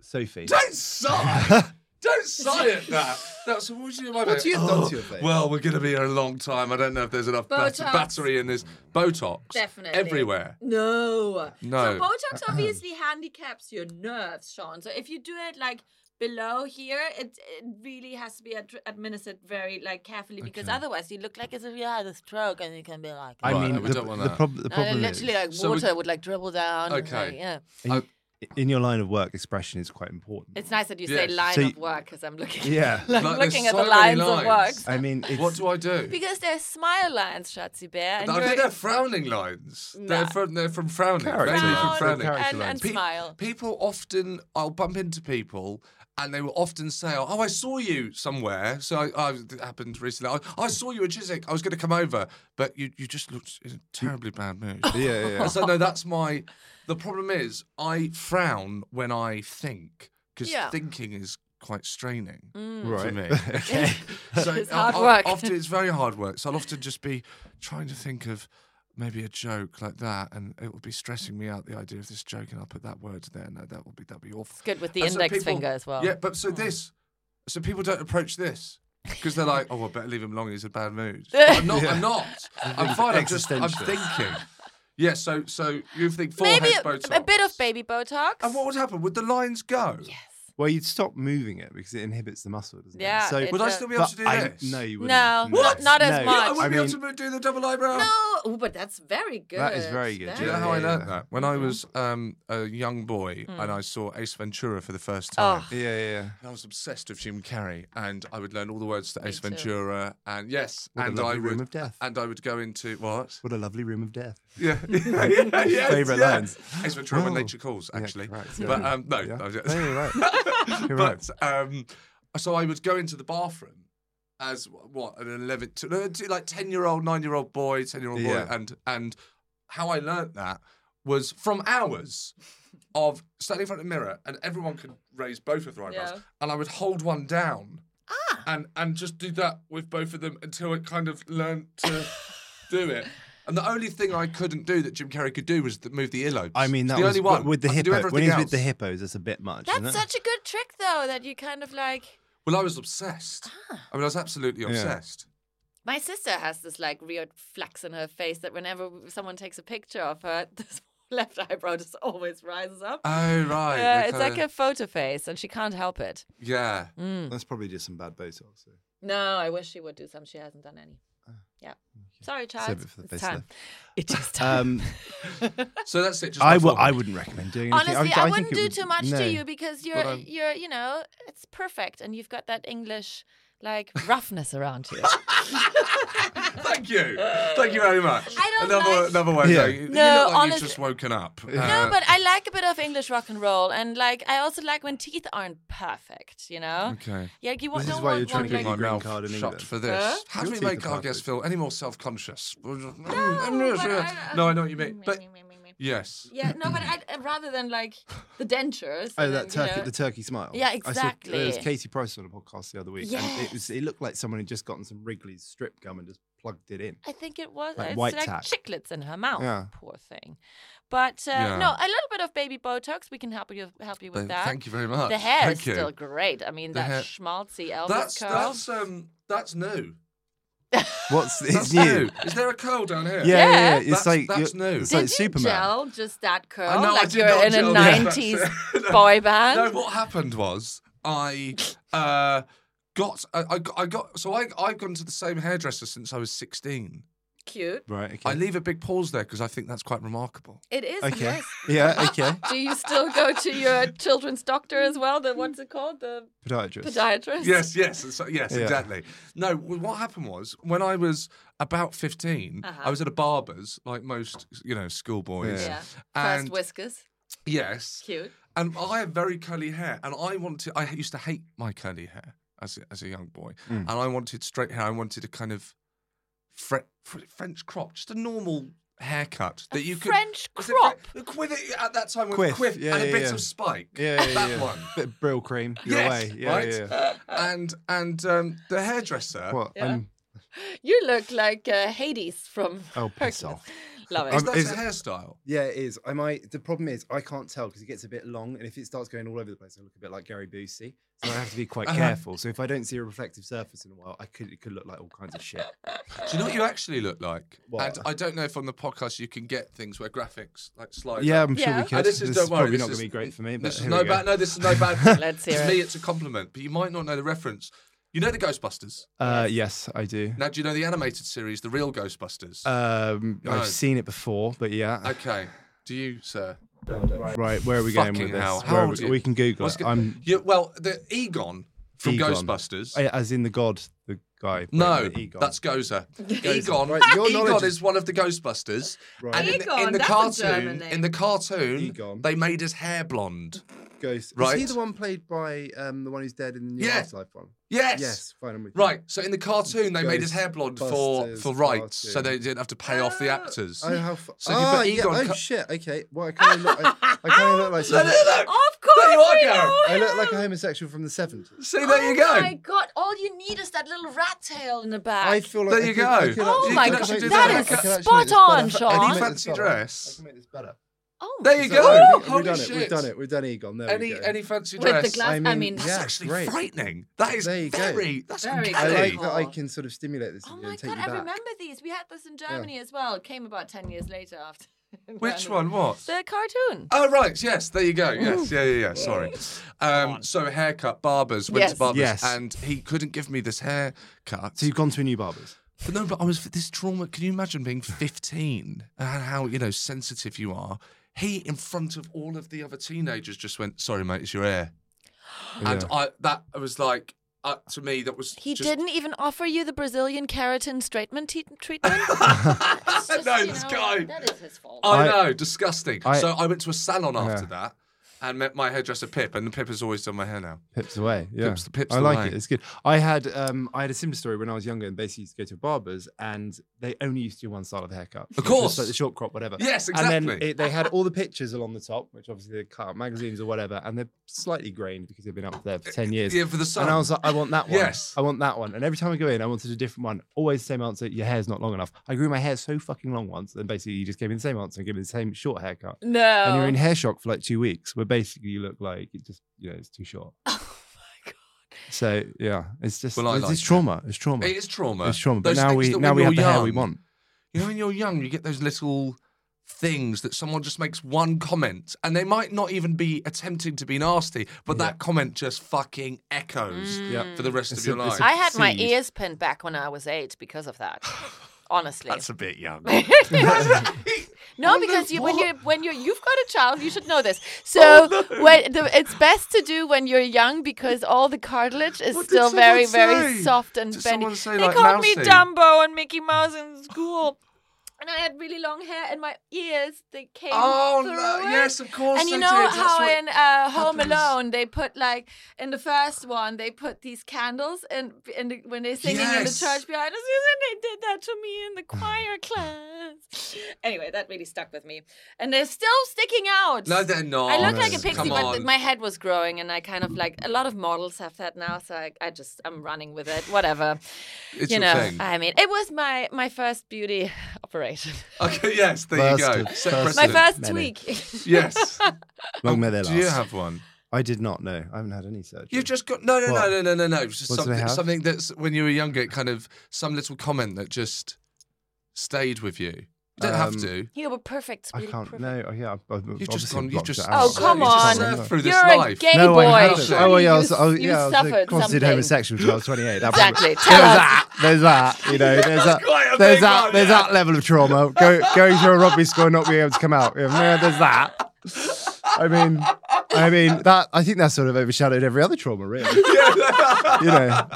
Speaker 4: Sophie,
Speaker 3: Don't sigh. Don't sigh at that. That's what would you do with my
Speaker 4: What
Speaker 3: face?
Speaker 4: do you have done to your face?
Speaker 3: Oh, Well, we're going to be here a long time. I don't know if there's enough bat-
Speaker 1: Botox.
Speaker 3: battery in this. Botox.
Speaker 1: Definitely.
Speaker 3: Everywhere.
Speaker 1: No.
Speaker 3: No.
Speaker 1: So Botox obviously handicaps your nerves, Sean. So if you do it like below here, it, it really has to be ad- administered very like carefully because otherwise you look like as if you had a stroke and you can be like.
Speaker 4: I
Speaker 3: Right,
Speaker 4: mean,
Speaker 3: no, we
Speaker 4: the,
Speaker 3: don't want
Speaker 4: the
Speaker 3: that.
Speaker 4: prob- the
Speaker 1: And then
Speaker 4: problem is,
Speaker 1: Uh, literally like
Speaker 3: So we-
Speaker 1: water would like dribble down. and,
Speaker 3: Okay.
Speaker 1: like, yeah.
Speaker 4: in your line of work, expression is quite important.
Speaker 1: It's nice that you
Speaker 3: Yes.
Speaker 1: say line
Speaker 4: So
Speaker 1: of
Speaker 4: you-
Speaker 1: work because I'm looking.
Speaker 4: Yeah.
Speaker 3: Like,
Speaker 1: like,
Speaker 3: there's
Speaker 1: looking at
Speaker 3: so
Speaker 1: the
Speaker 3: many
Speaker 1: lines, of
Speaker 3: lines.
Speaker 1: work.
Speaker 4: I mean, it's,
Speaker 3: What do I do?
Speaker 1: Because there's smile lines, Shotzi Bear. And
Speaker 3: I
Speaker 1: you're-
Speaker 3: think they're frowning lines. They're
Speaker 1: Nah.
Speaker 3: from they're from frowning.
Speaker 4: Character
Speaker 3: Maybe
Speaker 4: lines.
Speaker 3: from
Speaker 1: Frown
Speaker 3: frowning.
Speaker 4: Character
Speaker 1: and, and
Speaker 4: lines.
Speaker 3: Pe-
Speaker 1: smile.
Speaker 3: People often, I'll bump into people and they will often say, Oh, I saw you somewhere. So I, I it happened recently. I, I saw you at Chiswick. I was going to come over, but you, you just looked in a terribly bad mood.
Speaker 4: yeah, yeah.
Speaker 3: I said, No, that's my. The problem is, I frown when I think because
Speaker 1: Yeah. Mm.
Speaker 3: thinking is quite straining for
Speaker 4: Right.
Speaker 3: me. so
Speaker 1: It's
Speaker 3: I'll-
Speaker 1: hard
Speaker 3: I'll-
Speaker 1: work.
Speaker 3: Often it's very hard work. So I'll often just be trying to think of maybe a joke like that, and it would be stressing me out the idea of this joke, and I'll put that word there, and that would be that'd be awful.
Speaker 1: It's good with the
Speaker 3: And so
Speaker 1: index
Speaker 3: people-
Speaker 1: finger as well. Oh.
Speaker 3: Yeah, but so this, so people don't approach this. Because they're like, oh, I better leave him alone. He's in a bad mood. But I'm not. I'm not. I'm fine. I'm just. I'm
Speaker 4: Existential.
Speaker 3: thinking. Yeah. So, so you think forehead
Speaker 1: Maybe a,
Speaker 3: Botox.
Speaker 1: a bit of baby Botox.
Speaker 3: And what would happen? Would the lines go?
Speaker 4: well, you'd stop moving it because it inhibits the muscle, doesn't
Speaker 1: Yeah,
Speaker 4: it? So
Speaker 1: it
Speaker 3: Would I
Speaker 1: does.
Speaker 3: still be able
Speaker 4: but
Speaker 3: to do
Speaker 4: I,
Speaker 3: this?
Speaker 4: no, you wouldn't.
Speaker 1: No, What? not as
Speaker 4: No,
Speaker 1: much.
Speaker 3: I wouldn't
Speaker 4: I
Speaker 3: be
Speaker 4: mean,
Speaker 3: able to do the double eyebrow.
Speaker 1: No, oh, but that's very good.
Speaker 4: That is very good.
Speaker 3: Do you know
Speaker 4: Yeah,
Speaker 3: how I
Speaker 4: yeah,
Speaker 3: learned
Speaker 4: yeah.
Speaker 3: that? When I was um, a young boy and I saw Ace Ventura for the first time.
Speaker 1: Hmm. Oh.
Speaker 4: yeah, yeah, yeah.
Speaker 3: I was obsessed with Jim Carrey, and I would learn all the words to Ace
Speaker 1: too.
Speaker 3: Ventura, and yes,
Speaker 4: What a
Speaker 3: and I
Speaker 4: lovely
Speaker 3: would,
Speaker 4: room of death.
Speaker 3: and I would go into what?
Speaker 4: What a lovely room of death.
Speaker 3: Yeah, yeah, yeah, yes,
Speaker 4: Favourite
Speaker 3: yeah.
Speaker 4: lines.
Speaker 3: Ace Ventura: When
Speaker 4: Wow.
Speaker 3: Nature Calls,
Speaker 4: Yeah,
Speaker 3: actually.
Speaker 4: correct, yeah.
Speaker 3: But um, no,
Speaker 4: Yeah.
Speaker 3: I was-
Speaker 4: No, you're right. You're right.
Speaker 3: but um, so I would go into the bathroom as what an eleven, to, no, to, like ten year old, nine year old boy, ten year old boy,
Speaker 4: Yeah.
Speaker 3: and and how I learnt that was from hours of standing in front of the mirror, and everyone could raise both of their eyebrows,
Speaker 1: Yeah.
Speaker 3: and I would hold one down, ah. and and just do that with both of them until it kind of learnt to do it. And the only thing I couldn't do that Jim Carrey could do was th- move the earlobes.
Speaker 4: I mean,
Speaker 3: It's
Speaker 4: that
Speaker 3: the
Speaker 4: was
Speaker 3: only one
Speaker 4: with the
Speaker 3: I could do
Speaker 4: hippo. When
Speaker 3: everything
Speaker 4: he's with the
Speaker 3: else.
Speaker 4: hippos, that's a bit much.
Speaker 1: That's
Speaker 4: isn't it?
Speaker 1: such a good trick, though, that you kind of like.
Speaker 3: Well, I was obsessed.
Speaker 4: Ah.
Speaker 3: I mean, I was absolutely obsessed.
Speaker 1: My sister has this like weird flex in her face that whenever someone takes a picture of her, this left eyebrow just always rises up.
Speaker 3: Oh right.
Speaker 1: yeah,
Speaker 3: they
Speaker 1: it's
Speaker 3: kinda-
Speaker 1: like a Mm. photo face, and she can't help it.
Speaker 3: yeah.
Speaker 4: That's probably just some bad Botox. So.
Speaker 1: No, I wish she would do some. She hasn't done any. Yeah. Sorry, child.
Speaker 4: Ah, Save it for the
Speaker 1: it's time.
Speaker 4: facelift.
Speaker 1: It is time.
Speaker 4: Um,
Speaker 3: So that's it. Just
Speaker 4: I
Speaker 3: my
Speaker 4: w-
Speaker 3: forehead.
Speaker 4: I wouldn't recommend doing anything.
Speaker 1: Honestly,
Speaker 4: would-
Speaker 1: I,
Speaker 4: think
Speaker 1: wouldn't
Speaker 4: it
Speaker 1: do
Speaker 4: would-
Speaker 1: too much
Speaker 4: no.
Speaker 1: to you because you're
Speaker 3: I'm-
Speaker 1: you're you know it's perfect, and you've got that English like roughness around you.
Speaker 3: Thank you. Thank you very much.
Speaker 1: I don't
Speaker 3: another
Speaker 1: like-
Speaker 3: another way.
Speaker 4: Yeah.
Speaker 3: No, you
Speaker 1: No,
Speaker 3: look like you've
Speaker 1: honest-
Speaker 3: just woken up.
Speaker 1: No,
Speaker 3: Uh,
Speaker 1: but I like a bit of English rock and roll, and like I also like when teeth aren't perfect. You know.
Speaker 3: Okay.
Speaker 1: Yeah, you
Speaker 4: This
Speaker 1: don't
Speaker 4: is why
Speaker 1: want one
Speaker 4: you're trying
Speaker 3: trying to
Speaker 4: to get
Speaker 3: keep
Speaker 1: like,
Speaker 4: your
Speaker 3: my
Speaker 4: green
Speaker 3: mouth
Speaker 4: card in
Speaker 3: shut
Speaker 4: England.
Speaker 3: for this.
Speaker 1: Huh?
Speaker 3: How do
Speaker 4: Your
Speaker 3: we
Speaker 4: teeth
Speaker 3: make
Speaker 4: are
Speaker 3: our guests
Speaker 4: perfect.
Speaker 3: feel any more self-conscious? mm, No,
Speaker 1: I-
Speaker 3: I know what you mean. But yes,
Speaker 1: Yeah, no, but I'd, uh, rather than like the dentures.
Speaker 4: Oh,
Speaker 1: and
Speaker 4: that
Speaker 1: then, you
Speaker 4: turkey,
Speaker 1: know-
Speaker 4: the turkey smile.
Speaker 1: Yeah,
Speaker 4: I saw, there was
Speaker 1: exactly.
Speaker 4: Katie Price on a podcast the other week, and it, was, it looked like someone had just gotten some Wrigley's strip gum and just plugged it in.
Speaker 1: I think it was
Speaker 4: Like
Speaker 1: it's
Speaker 4: white
Speaker 1: like
Speaker 4: tack.
Speaker 1: chiclets in her mouth.
Speaker 4: Yeah.
Speaker 1: Poor thing. But uh,
Speaker 3: Yeah.
Speaker 1: no, a little bit of baby Botox. We can help you help you
Speaker 3: But
Speaker 1: with that.
Speaker 3: thank you very much.
Speaker 1: The hair
Speaker 3: Thank
Speaker 1: is
Speaker 3: you.
Speaker 1: still great. I mean,
Speaker 3: The hair-
Speaker 1: that schmaltzy Elvis
Speaker 3: that's
Speaker 1: curl.
Speaker 3: that's um that's new.
Speaker 4: What's
Speaker 3: That's
Speaker 4: it's new?
Speaker 3: Is there a curl down here?
Speaker 4: Yeah, yeah, yeah.
Speaker 3: That's-
Speaker 4: It's like
Speaker 3: that's
Speaker 4: you're-
Speaker 3: new.
Speaker 4: It's
Speaker 1: did
Speaker 4: like
Speaker 1: you
Speaker 4: Superman.
Speaker 1: gel just that curl?
Speaker 3: know I
Speaker 1: like
Speaker 3: did
Speaker 1: you're
Speaker 3: not
Speaker 1: in a
Speaker 3: gel, yeah, that's it.
Speaker 1: '90s boy band.
Speaker 3: No, what happened was I uh, got I, I got- I got so I I've gone to the same hairdresser since I was sixteen.
Speaker 1: Cute.
Speaker 4: Right. Okay.
Speaker 3: I leave a big pause there because I think that's quite remarkable.
Speaker 1: It is.
Speaker 4: okay.
Speaker 1: Yes.
Speaker 4: yeah. Okay.
Speaker 1: Do you still go to your children's doctor as well? The what's it called? The
Speaker 4: Podiatrist.
Speaker 1: podiatrist.
Speaker 3: Yes, yes, and so- yes,
Speaker 4: Yeah.
Speaker 3: exactly. No, w- what happened was when I was about 15 I was at a barber's, like most you know schoolboys.
Speaker 1: Uh-huh. Yeah.
Speaker 3: And
Speaker 1: First whiskers.
Speaker 3: yes,
Speaker 1: Cute.
Speaker 3: and I have very curly hair, and I wanted. I used to hate my curly hair. as a, as a young boy,
Speaker 2: Mm.
Speaker 3: and I wanted straight hair. I wanted a kind of Fre- Fr- French crop, just a normal haircut that you could
Speaker 1: French
Speaker 3: was it Fre-
Speaker 1: crop?
Speaker 3: the quiff it- at that time with
Speaker 2: Quiff,
Speaker 3: quiff
Speaker 2: yeah,
Speaker 3: and a
Speaker 2: yeah,
Speaker 3: bit
Speaker 2: yeah.
Speaker 3: of spike.
Speaker 2: Yeah, yeah,
Speaker 3: that
Speaker 2: yeah.
Speaker 3: one.
Speaker 2: Bit of brill cream. Your
Speaker 3: Yes,
Speaker 2: way. Yeah,
Speaker 3: right?
Speaker 2: yeah, yeah.
Speaker 3: And and um, the hairdresser.
Speaker 2: What?
Speaker 1: Yeah.
Speaker 2: I'm-
Speaker 1: You look like uh, Hades from.
Speaker 2: Oh, piss
Speaker 1: Hercules.
Speaker 2: off.
Speaker 1: Love it.
Speaker 3: Is that
Speaker 2: Um, is-
Speaker 3: a hairstyle?
Speaker 4: Yeah, it is. I might. The problem is I can't tell because it gets a bit long, and if it starts going all over the place, I look a bit like Gary Busey. So I have to be quite
Speaker 3: Uh-huh.
Speaker 4: careful. So if I don't see a reflective surface in a while, I could it could look like all kinds of shit.
Speaker 3: Do you know what you actually look like?
Speaker 4: What?
Speaker 3: And I don't know if on the podcast you can get things where graphics like slide.
Speaker 2: Yeah,
Speaker 3: up.
Speaker 2: I'm sure
Speaker 1: Yeah.
Speaker 2: we
Speaker 1: And
Speaker 2: could.
Speaker 3: And this is, don't worry,
Speaker 4: probably
Speaker 3: this
Speaker 4: not gonna
Speaker 3: is-
Speaker 4: be great for me, but
Speaker 3: this is
Speaker 4: here
Speaker 3: no
Speaker 4: we go.
Speaker 3: bad. No, this is no bad.
Speaker 1: Let's hear
Speaker 3: to
Speaker 1: it.
Speaker 3: me, it's a compliment, but you might not know the reference. You know the Ghostbusters.
Speaker 4: Uh, yes, I do.
Speaker 3: Now, do you know the animated series, the real Ghostbusters?
Speaker 4: Um,
Speaker 3: No.
Speaker 4: I've seen it before, but yeah.
Speaker 3: okay. Do you, sir?
Speaker 4: Right, where are we going
Speaker 3: Fucking
Speaker 4: with this?
Speaker 3: hell, how
Speaker 4: Where are
Speaker 3: old are
Speaker 4: we,
Speaker 3: you?
Speaker 4: we can Google
Speaker 3: What's
Speaker 4: it.
Speaker 3: go-
Speaker 4: I'm
Speaker 3: you, well, the Egon from
Speaker 4: Egon.
Speaker 3: Ghostbusters.
Speaker 4: I- as in the god, the guy. Wait,
Speaker 3: no,
Speaker 4: Egon.
Speaker 3: that's Gozer. Egon,
Speaker 4: Right, your
Speaker 3: Egon
Speaker 4: knowledge
Speaker 3: is one of the Ghostbusters.
Speaker 4: Right.
Speaker 3: And in, the- in
Speaker 1: Egon,
Speaker 3: the
Speaker 1: that's a German
Speaker 3: cartoon,
Speaker 1: name.
Speaker 3: in the cartoon,
Speaker 4: Egon.
Speaker 3: they made his hair blonde.
Speaker 4: Ghost. Is he
Speaker 3: Right.
Speaker 4: the one played by um, the one who's dead in the new
Speaker 3: Yeah.
Speaker 4: Afterlife one?
Speaker 3: Yes.
Speaker 4: Yes, fine. I'm with you.
Speaker 3: Right, so in the cartoon, they made his hair blonde for,
Speaker 4: Ghostbusters
Speaker 3: for rights, so
Speaker 4: cartoon.
Speaker 3: they didn't have to pay off
Speaker 1: Ah!
Speaker 3: the actors.
Speaker 4: Oh, how fu-
Speaker 3: So if you
Speaker 4: Ah,
Speaker 3: put
Speaker 4: yeah.
Speaker 3: Egon
Speaker 4: Oh
Speaker 3: co-
Speaker 4: shit. Okay. Well, I kind of look. I, I kind of look like.
Speaker 3: No, no, no.
Speaker 1: Of course,
Speaker 3: There you are,
Speaker 1: we
Speaker 3: Gareth.
Speaker 1: know
Speaker 4: I look
Speaker 1: him.
Speaker 4: like a homosexual from the seventies.
Speaker 3: See, there you
Speaker 1: Oh
Speaker 3: go.
Speaker 1: my god! All you need is that little rat tail in the back.
Speaker 4: I feel like
Speaker 3: There
Speaker 4: I
Speaker 3: you
Speaker 4: could-
Speaker 3: go.
Speaker 4: I could
Speaker 1: Oh
Speaker 4: actually-
Speaker 1: my
Speaker 4: I could
Speaker 1: God,
Speaker 4: actually do
Speaker 1: that
Speaker 4: I
Speaker 1: is
Speaker 4: could actually make
Speaker 1: spot
Speaker 4: this better.
Speaker 1: on,
Speaker 4: I can
Speaker 1: Sean.
Speaker 4: make
Speaker 3: Any
Speaker 4: this
Speaker 3: fancy
Speaker 4: better.
Speaker 3: dress?
Speaker 4: I can make this better.
Speaker 1: oh,
Speaker 3: There you
Speaker 4: So
Speaker 3: go.
Speaker 4: I think
Speaker 3: Holy
Speaker 4: We've done
Speaker 3: shit.
Speaker 4: it. We've done it. We've done Egon. There we
Speaker 3: Any
Speaker 4: go.
Speaker 3: any fancy
Speaker 1: with
Speaker 3: dress?
Speaker 1: the glass. I mean,
Speaker 4: I mean,
Speaker 3: That's
Speaker 4: yeah,
Speaker 3: actually
Speaker 4: great.
Speaker 3: frightening. That is
Speaker 4: There you go.
Speaker 3: very. That's
Speaker 1: Very
Speaker 4: I
Speaker 3: uncanny.
Speaker 4: like that I can sort of stimulate this.
Speaker 1: oh
Speaker 4: in you
Speaker 1: my
Speaker 4: and take
Speaker 1: god!
Speaker 4: you
Speaker 1: I
Speaker 4: back.
Speaker 1: remember these. We had this in Germany as well. It came about ten years later after.
Speaker 3: Which one? What?
Speaker 1: The cartoon.
Speaker 3: Oh right, yes, there you go. Yes, yeah, yeah, yeah. Sorry. Um, so haircut, barbers, went
Speaker 1: Yes.
Speaker 3: to barbers,
Speaker 4: Yes.
Speaker 3: and he couldn't give me this haircut.
Speaker 4: So you've gone to a new barber's.
Speaker 3: But no, but I was this trauma. Can you imagine being 15 and how you know sensitive you are? He, in front of all of the other teenagers, just went, "Sorry, mate, it's your hair," and I that was like, uh, to me, that was
Speaker 1: He
Speaker 3: just-
Speaker 1: didn't even offer you the Brazilian keratin straightment te- treatment. It's just,
Speaker 3: No,
Speaker 1: you
Speaker 3: this
Speaker 1: know,
Speaker 3: guy. Oh.
Speaker 1: That is his fault.
Speaker 3: I,
Speaker 4: I-
Speaker 3: know, disgusting.
Speaker 4: I-
Speaker 3: so I went to a salon after
Speaker 4: Yeah.
Speaker 3: that and met my hairdresser Pip, and Pip has always done my hair now.
Speaker 4: Pips away. Yeah,
Speaker 3: Pips- pips
Speaker 4: I like
Speaker 3: away.
Speaker 4: it. It's good. I had um, I had a similar story when I was younger, and basically used to go to a barber's, and they only used to do one style of haircut. which was
Speaker 3: course.
Speaker 4: like the short crop, whatever.
Speaker 3: Yes,
Speaker 4: And then
Speaker 3: exactly.
Speaker 4: it, they had all the pictures along the top, which obviously they cut out magazines or whatever, and they're slightly grained because they've been up there for ten years.
Speaker 3: Eh, Yeah, for the sun.
Speaker 4: And I was like, I want that one.
Speaker 3: Yes.
Speaker 4: I want that one. And every time I go in, I wanted a different one. Always the same answer. Your hair's not long enough. I grew my hair so fucking long once, and basically you just gave me the same answer and gave me the same short haircut.
Speaker 1: no.
Speaker 4: And you're in hair shock for like two weeks, where basically you look like it just, you know, it's too short.
Speaker 1: oh my god.
Speaker 4: So yeah, it's just
Speaker 3: Well, I
Speaker 4: it's,
Speaker 3: like
Speaker 4: it's
Speaker 3: it.
Speaker 4: trauma. It's trauma.
Speaker 3: it is trauma.
Speaker 4: It's trauma. But
Speaker 3: Those
Speaker 4: now
Speaker 3: things
Speaker 4: we
Speaker 3: that
Speaker 4: now
Speaker 3: when
Speaker 4: we have the
Speaker 3: you're
Speaker 4: hair we
Speaker 3: young-
Speaker 4: want.
Speaker 3: You know, when you're young, you get those little things that someone just makes one comment, and they might not even be attempting to be nasty, but that comment just fucking echoes
Speaker 4: Yeah.
Speaker 3: for the rest
Speaker 4: It's
Speaker 3: of your
Speaker 4: a-
Speaker 3: life.
Speaker 4: it's a-
Speaker 1: Mm. I had my
Speaker 4: seed.
Speaker 1: ears pinned back when I was eight because of that. Honestly,
Speaker 3: That's a bit young.
Speaker 1: no, because you, when you when you you've got a child, you should know this. So when the, it's best to do when you're young because all the cartilage is
Speaker 3: What did
Speaker 1: still
Speaker 3: someone
Speaker 1: very very
Speaker 3: say?
Speaker 1: soft and
Speaker 3: Did
Speaker 1: bendy.
Speaker 3: someone say,
Speaker 1: they
Speaker 3: like,
Speaker 1: called me
Speaker 3: mousy?
Speaker 1: Dumbo and Mickey Mouse in school. And I had really long hair, and my ears they came.
Speaker 3: Oh,
Speaker 1: through
Speaker 3: no,
Speaker 1: it.
Speaker 3: yes, of course
Speaker 1: And you
Speaker 3: they
Speaker 1: know
Speaker 3: did, that's
Speaker 1: how
Speaker 3: what
Speaker 1: in uh, Home
Speaker 3: happens.
Speaker 1: Alone they put like in the first one they put these candles and in, the when they're singing in the
Speaker 3: Yes.
Speaker 1: church behind us, and they did that to me in the choir class. Anyway, that really stuck with me, and they're still sticking out.
Speaker 3: no, they're not.
Speaker 1: I look like a
Speaker 4: Yes.
Speaker 1: pixie,
Speaker 3: Come
Speaker 1: but
Speaker 3: on.
Speaker 1: my head was growing, and I kind of like a lot of models have that now, so I, I just I'm running with it. Whatever,
Speaker 3: It's your
Speaker 1: you know.
Speaker 3: thing.
Speaker 1: I mean, it was my my first beauty operation,
Speaker 3: Okay, yes, there you go.
Speaker 4: First of-
Speaker 3: Set
Speaker 4: first
Speaker 1: my
Speaker 4: Absolutely.
Speaker 3: precedent.
Speaker 1: first
Speaker 4: Many.
Speaker 1: tweak.
Speaker 3: Yes.
Speaker 4: Long may they last.
Speaker 3: Do you have one?
Speaker 4: I did not know. I haven't had any surgery.
Speaker 3: You've just got no, no,
Speaker 4: What?
Speaker 3: no, no, no, no, no. It's Just
Speaker 4: What do they
Speaker 3: something,
Speaker 4: have?
Speaker 3: something that's when you were younger, it kind of some little comment that just stayed with you. You don't have
Speaker 4: Um,
Speaker 3: to.
Speaker 1: you were perfect.
Speaker 4: I
Speaker 1: really
Speaker 4: can't.
Speaker 1: perfect.
Speaker 4: No. I- Yeah. I've, I've
Speaker 3: You've just
Speaker 4: obviously
Speaker 3: gone. You've
Speaker 4: blocked
Speaker 3: just.
Speaker 4: it
Speaker 1: Oh,
Speaker 4: out.
Speaker 3: surfed-
Speaker 1: come
Speaker 3: you've just
Speaker 1: on.
Speaker 3: surfed through this
Speaker 1: You're a
Speaker 3: life.
Speaker 1: gay
Speaker 4: no, I
Speaker 1: boy.
Speaker 4: haven't.
Speaker 3: Surely
Speaker 4: Oh, well, yeah, I
Speaker 1: you
Speaker 4: was, oh,
Speaker 1: s- you
Speaker 4: yeah, I was uh,
Speaker 1: suffered
Speaker 4: considered
Speaker 1: something.
Speaker 4: homosexual till I was 28. That
Speaker 1: Exactly.
Speaker 4: Was,
Speaker 1: Tell
Speaker 4: there's
Speaker 1: us.
Speaker 4: that. There's that. You know, there's that.
Speaker 3: quite a
Speaker 4: There's
Speaker 3: big
Speaker 4: that.
Speaker 3: one,
Speaker 4: there's
Speaker 3: yeah.
Speaker 4: that level of trauma. Go, going through a rugby school and not being able to come out. Yeah, no, there's that. I mean, I mean that. I think that sort of overshadowed every other trauma, really. you know,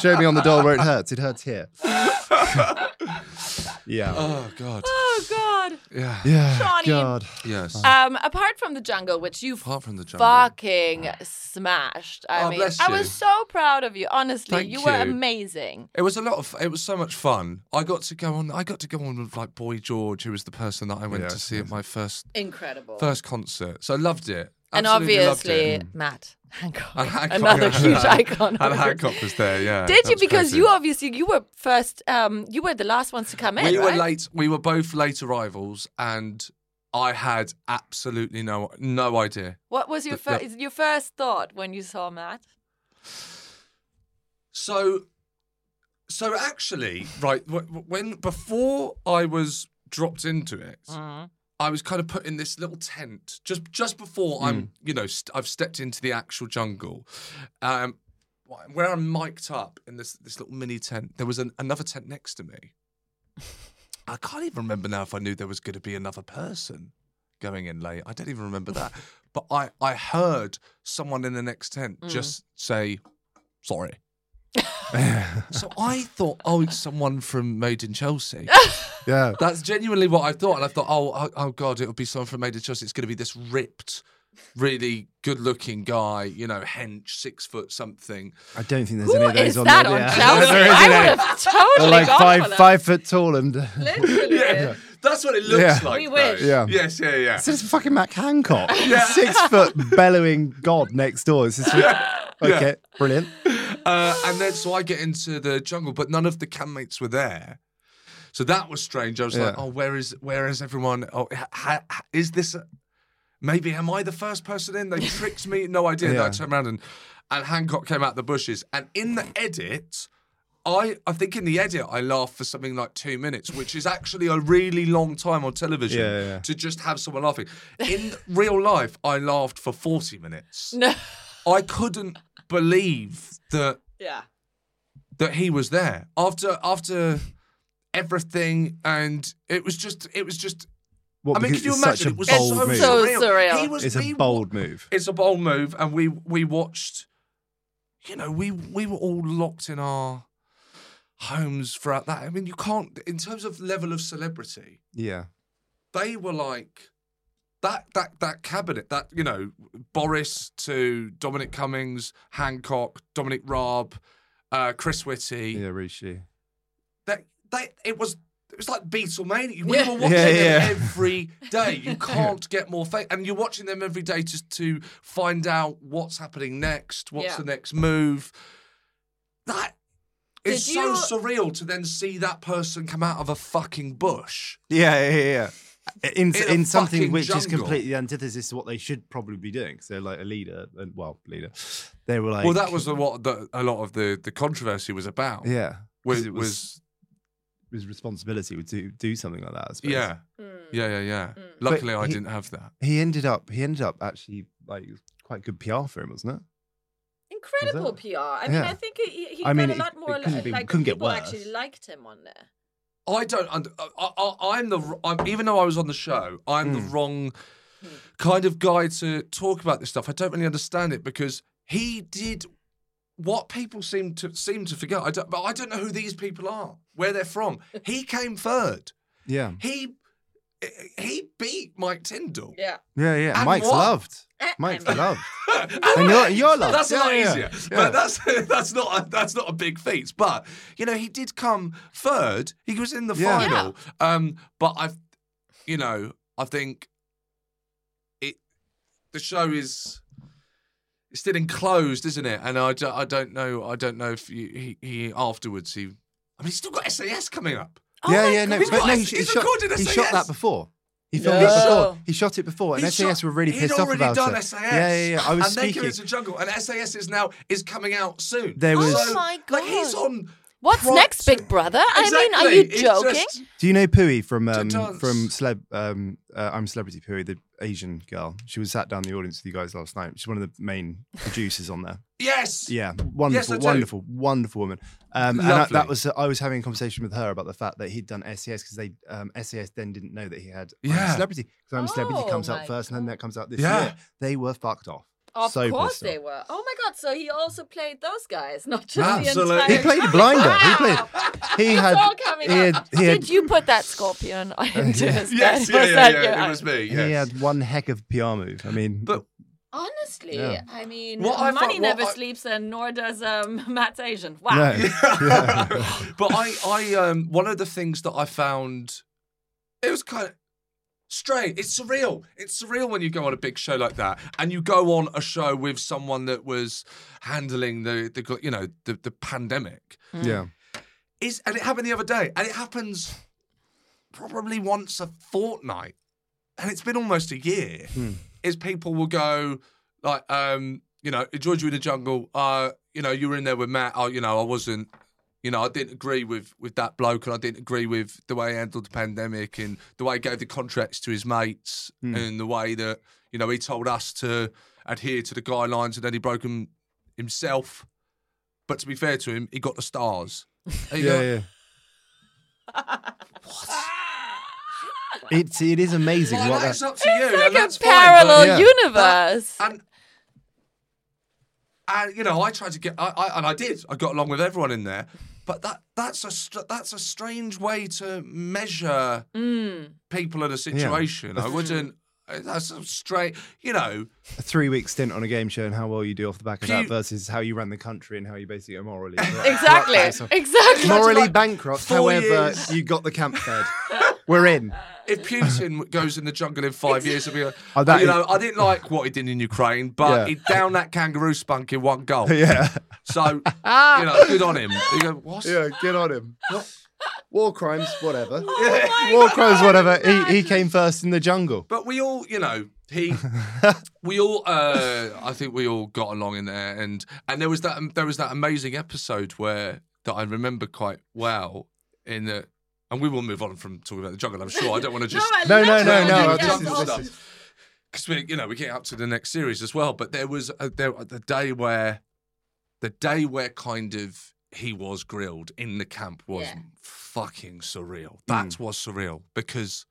Speaker 4: show me on the doll where it hurts. It hurts here. Yeah.
Speaker 3: Oh God.
Speaker 1: Oh God.
Speaker 3: Yeah.
Speaker 4: yeah.
Speaker 1: Uh, Shawnee.
Speaker 4: God.
Speaker 3: Yes.
Speaker 1: Um, apart from the jungle, which you
Speaker 3: Apart from the jungle.
Speaker 1: fucking smashed. I
Speaker 3: Oh,
Speaker 1: mean,
Speaker 3: bless
Speaker 1: I
Speaker 3: you.
Speaker 1: was so proud of you. Honestly,
Speaker 3: Thank
Speaker 1: you were
Speaker 3: you.
Speaker 1: amazing.
Speaker 3: It was a lot of. It was so much fun. I got to go on. I got to go on with like Boy George, who was the person that I went
Speaker 2: Yeah,
Speaker 3: to see at my first
Speaker 1: Incredible.
Speaker 3: first concert. So I loved it.
Speaker 1: and
Speaker 3: Absolutely loved
Speaker 1: obviously,
Speaker 3: it.
Speaker 1: Matt Hancock,
Speaker 3: And Hancock
Speaker 1: another
Speaker 3: was
Speaker 1: huge
Speaker 3: there.
Speaker 1: icon.
Speaker 3: And Hancock was there. Yeah.
Speaker 1: Did
Speaker 3: That
Speaker 1: you?
Speaker 3: was
Speaker 1: Because
Speaker 3: crazy.
Speaker 1: you obviously you were first. Um, you were the last ones to come in.
Speaker 3: We were
Speaker 1: right?
Speaker 3: late. We were both late arrivals, and I had absolutely no no idea.
Speaker 1: What was your
Speaker 3: The- the-
Speaker 1: first your first thought when you saw Matt?
Speaker 3: So, so actually, right wh- wh- when before I was dropped into it, I was kind of put in this little tent just just before I'm you know st- I've stepped into the actual jungle, um, wh- where I'm mic'd up in this this little mini tent. There was an, another tent next to me. I can't even remember now if I knew there was going to be another person going in late. I don't even remember that. But I, I heard someone in the next tent just say, sorry. so I thought, oh, it's someone from Made in Chelsea.
Speaker 4: Yeah.
Speaker 3: That's genuinely what I thought. And I thought, oh, oh, oh God, it'll be someone from Made in Chelsea. It's going to be this ripped, really good looking guy, you know, hench, six foot something.
Speaker 4: I don't think there's
Speaker 1: Who
Speaker 4: any of those
Speaker 1: is
Speaker 4: on
Speaker 1: that
Speaker 4: there.
Speaker 1: on
Speaker 4: Yeah.
Speaker 1: Chelsea?
Speaker 4: There isn't
Speaker 1: I
Speaker 4: any.
Speaker 1: would have totally
Speaker 4: They're like
Speaker 1: gone
Speaker 4: five
Speaker 1: for that.
Speaker 4: five foot tall and
Speaker 1: Literally.
Speaker 3: That's what it looks
Speaker 4: Yeah.
Speaker 3: like.
Speaker 1: We
Speaker 3: though.
Speaker 1: wish.
Speaker 4: Yeah.
Speaker 3: Yes, yeah, yeah.
Speaker 4: It's just fucking Mac Hancock, six foot bellowing god next door. It's just, okay, brilliant.
Speaker 3: Uh, and then so I get into the jungle, but none of the campmates were there. So that was strange. I was like,
Speaker 4: Yeah.
Speaker 3: oh, where is where is everyone? Oh, ha, ha, ha- is this? a- maybe am I the first person in? They tricked me. No idea. Then I
Speaker 4: Yeah.
Speaker 3: turned around and and Hancock came out the bushes. And in the edit, I I think in the edit I laughed for something like two minutes, which is actually a really long time on television
Speaker 4: Yeah, yeah, yeah.
Speaker 3: to just have someone laughing. In real life, I laughed for forty minutes. No, I couldn't believe that
Speaker 1: Yeah.
Speaker 3: that he was there after after everything and it was just it was just
Speaker 4: What,
Speaker 3: I mean
Speaker 4: because
Speaker 3: can you
Speaker 4: it's
Speaker 3: imagine
Speaker 4: Such a
Speaker 3: it was
Speaker 4: bold
Speaker 3: so
Speaker 4: move.
Speaker 1: So
Speaker 3: surreal.
Speaker 1: surreal.
Speaker 3: He was
Speaker 4: it's a
Speaker 3: we-
Speaker 4: bold move.
Speaker 3: it's a bold move and we we watched you know we we were all locked in our homes throughout that I mean you can't in terms of level of celebrity
Speaker 4: Yeah.
Speaker 3: they were like that that that cabinet that you know Boris to Dominic Cummings Hancock Dominic Raab uh, Chris Whitty
Speaker 4: Yeah, Rishi.
Speaker 3: that they it was it was like Beatlemania. We
Speaker 1: Yeah.
Speaker 3: were watching
Speaker 4: Yeah, yeah.
Speaker 3: them every day. You can't get more fake, and you're watching them every day just to find out what's happening next, what's
Speaker 1: Yeah.
Speaker 3: the next move. That is
Speaker 1: Did
Speaker 3: so
Speaker 1: you-
Speaker 3: surreal to then see that person come out of a fucking bush.
Speaker 4: Yeah, yeah, yeah.
Speaker 3: In
Speaker 4: In, in,
Speaker 3: a
Speaker 4: something
Speaker 3: fucking
Speaker 4: which is
Speaker 3: jungle.
Speaker 4: completely the antithesis to what they should probably be doing. So, like a leader, and well, leader, they were like,
Speaker 3: well, that was the, what the, a lot of the the controversy was about.
Speaker 4: yeah,
Speaker 3: was
Speaker 4: 'Cause
Speaker 3: was,
Speaker 4: it his responsibility would do do something like that. I suppose.
Speaker 3: yeah.
Speaker 1: Hmm.
Speaker 3: yeah, yeah, yeah, Luckily, I
Speaker 4: he-
Speaker 3: didn't have that.
Speaker 4: he ended up he ended up actually like it was quite good PR for him, wasn't it?
Speaker 1: Incredible
Speaker 4: Is it?
Speaker 1: PR. I mean,
Speaker 4: Yeah.
Speaker 1: I think he, he
Speaker 4: I mean,
Speaker 1: got a
Speaker 4: it-
Speaker 1: lot
Speaker 4: it
Speaker 1: more.
Speaker 4: couldn't be-
Speaker 1: like
Speaker 4: couldn't get
Speaker 1: people
Speaker 4: worse.
Speaker 1: actually liked him on there.
Speaker 3: I don't. und- uh, I, I, I'm the. I'm even though I was on the show, I'm the wrong kind of guy to talk about this stuff. I don't really understand it because he did what people seem to seem to forget. I don't. But I don't know who these people are, where they're from. He came third.
Speaker 4: Yeah,
Speaker 3: He he beat Mike Tyndall.
Speaker 1: Yeah.
Speaker 4: yeah, yeah.
Speaker 3: And
Speaker 4: Mike's
Speaker 3: what?
Speaker 4: loved. Mike's loved. and you're, you're loved.
Speaker 3: That's a
Speaker 4: yeah,
Speaker 3: lot
Speaker 4: yeah,
Speaker 3: easier,
Speaker 4: yeah.
Speaker 3: but that's that's not a, that's not a big feat. But you know, he did come third. He was in the
Speaker 4: Yeah.
Speaker 3: final. Um, but I, you know, I think it the show is it's still enclosed, isn't it? And I, do, I don't know I don't know if you, he, he afterwards he. I mean, he's still got SAS coming up.
Speaker 1: Oh
Speaker 4: yeah, yeah, no,
Speaker 3: He's
Speaker 4: but
Speaker 3: got
Speaker 4: no,
Speaker 3: it.
Speaker 4: he, sh- he
Speaker 3: oh He's
Speaker 4: shot,
Speaker 3: recorded
Speaker 4: he
Speaker 3: SAS.
Speaker 4: shot that before. He filmed
Speaker 1: No.
Speaker 4: it before. He shot it before, and
Speaker 3: He
Speaker 4: SAS
Speaker 3: shot-
Speaker 4: were really
Speaker 3: he'd
Speaker 4: pissed off
Speaker 3: already
Speaker 4: about
Speaker 3: done
Speaker 4: it.
Speaker 3: SAS.
Speaker 4: Yeah, yeah, yeah. I was
Speaker 3: and then
Speaker 4: speaking.
Speaker 3: came into Jungle, and SAS is now is coming out soon.
Speaker 4: There was-
Speaker 3: So,
Speaker 1: Oh my
Speaker 3: Like he's
Speaker 1: God.
Speaker 3: on.
Speaker 1: What's
Speaker 3: prompt-
Speaker 1: next, Big Brother? I mean, are
Speaker 3: Exactly.
Speaker 1: you
Speaker 3: It's
Speaker 1: joking?
Speaker 3: just-
Speaker 4: Do you know Pui from
Speaker 3: To
Speaker 4: um,
Speaker 3: dance.
Speaker 4: from celeb? Um, uh, I'm celebrity Pui, the Asian girl. She was sat down in the audience with you guys last night. She's one of the main producers on there.
Speaker 3: yes.
Speaker 4: Yeah, wonderful,
Speaker 3: I do.
Speaker 4: wonderful, wonderful woman. Um, and I,
Speaker 3: Lovely.
Speaker 4: that was I was having a conversation with her about the fact that he'd done SES because they um, SES then didn't know that he had I'm
Speaker 3: Yeah.
Speaker 4: celebrity because I'm
Speaker 1: Oh
Speaker 4: celebrity comes
Speaker 1: my
Speaker 4: out first and then that comes out this
Speaker 3: Yeah.
Speaker 4: year. They were fucked off.
Speaker 1: Of
Speaker 4: so
Speaker 1: course
Speaker 4: pissed
Speaker 1: they
Speaker 4: off.
Speaker 1: were. Oh my god! So he also played those guys, not just
Speaker 3: Absolutely.
Speaker 1: the
Speaker 4: He
Speaker 1: entire.
Speaker 4: played a blinder. He played. He
Speaker 1: It's
Speaker 4: had.
Speaker 1: all coming
Speaker 4: He had.
Speaker 1: up.
Speaker 4: He
Speaker 1: Did
Speaker 4: had,
Speaker 1: you put that scorpion on into his
Speaker 3: Yes,
Speaker 1: bed?
Speaker 3: yeah,
Speaker 1: Was
Speaker 3: yeah,
Speaker 1: that
Speaker 3: yeah,
Speaker 1: your-
Speaker 3: It was me.
Speaker 4: he
Speaker 3: Yes.
Speaker 4: had one heck of PR move. I mean,
Speaker 3: But
Speaker 1: Honestly,
Speaker 4: Yeah.
Speaker 1: I mean,
Speaker 3: What I
Speaker 1: money
Speaker 3: thought- what
Speaker 1: never
Speaker 3: I-
Speaker 1: sleeps, and nor does um, Matt Asian. Wow.
Speaker 4: no.
Speaker 3: but I, I, um, one of the things that I found, it was kind of strange. It's surreal. It's surreal when you go on a big show like that, and you go on a show with someone that was handling the, the, you know, the, the pandemic.
Speaker 4: yeah.
Speaker 3: Is and it happened the other day, and it happens probably once a fortnight, and it's been almost a year. Is people will go like, um, you know, George, you in the jungle. Uh, you know, you were in there with Matt. Oh, you know, I wasn't. You know, I didn't agree with with that bloke, and I didn't agree with the way he handled the pandemic, and the way he gave the contracts to his mates, and the way that you know he told us to adhere to the guidelines, and then he broke them himself. But to be fair to him, he got the stars. And you
Speaker 4: Yeah,
Speaker 3: go,
Speaker 4: yeah. It's it is amazing
Speaker 3: Well,
Speaker 4: what
Speaker 3: that's
Speaker 4: that.
Speaker 3: up to you.
Speaker 1: Like
Speaker 3: and that's
Speaker 1: a
Speaker 3: fine, but-
Speaker 1: parallel
Speaker 4: Yeah.
Speaker 1: universe.
Speaker 3: and and you know, I tried to get, I, I and I did. I got along with everyone in there, but that that's a str- that's a strange way to measure
Speaker 1: Mm.
Speaker 3: people in a situation. I wouldn't. That's a straight, you know.
Speaker 4: A three week stint on a game show and how well you do off the back of that
Speaker 3: Pu-
Speaker 4: versus how you ran the country and how you basically are morally
Speaker 1: uh, exactly. Exactly.
Speaker 4: morally
Speaker 3: like
Speaker 4: bankrupt.
Speaker 3: four
Speaker 4: However,
Speaker 3: years.
Speaker 4: you got the camp fed. We're in.
Speaker 3: If Putin goes in the jungle in five years, it'll be. like,
Speaker 4: Oh, that
Speaker 3: you
Speaker 4: is-
Speaker 3: know, I didn't like what he did in Ukraine, but
Speaker 4: Yeah.
Speaker 3: he downed that kangaroo spunk in one goal.
Speaker 4: Yeah,
Speaker 3: So, you
Speaker 1: Ah.
Speaker 3: know, good on him. You go, what?
Speaker 4: yeah. Get on him. War crimes, whatever.
Speaker 3: my
Speaker 4: War crimes, whatever. He, he came first in the jungle.
Speaker 3: But we all, you know, he, we all, uh, I think we all got along in there, and and there was that um, there was that amazing episode where that I remember quite well in the, and we will move on from talking about the jungle. I'm sure I don't want to just
Speaker 4: No, no, no,
Speaker 3: no,
Speaker 4: no.
Speaker 3: no,
Speaker 4: This
Speaker 3: no,
Speaker 4: is,
Speaker 3: no.
Speaker 4: this is,
Speaker 3: because we, you know, we get up to the next series as well. But there was a, there the day where, the day where kind of he was grilled in the camp was
Speaker 1: Yeah.
Speaker 3: fucking surreal.
Speaker 4: Mm.
Speaker 3: That was surreal because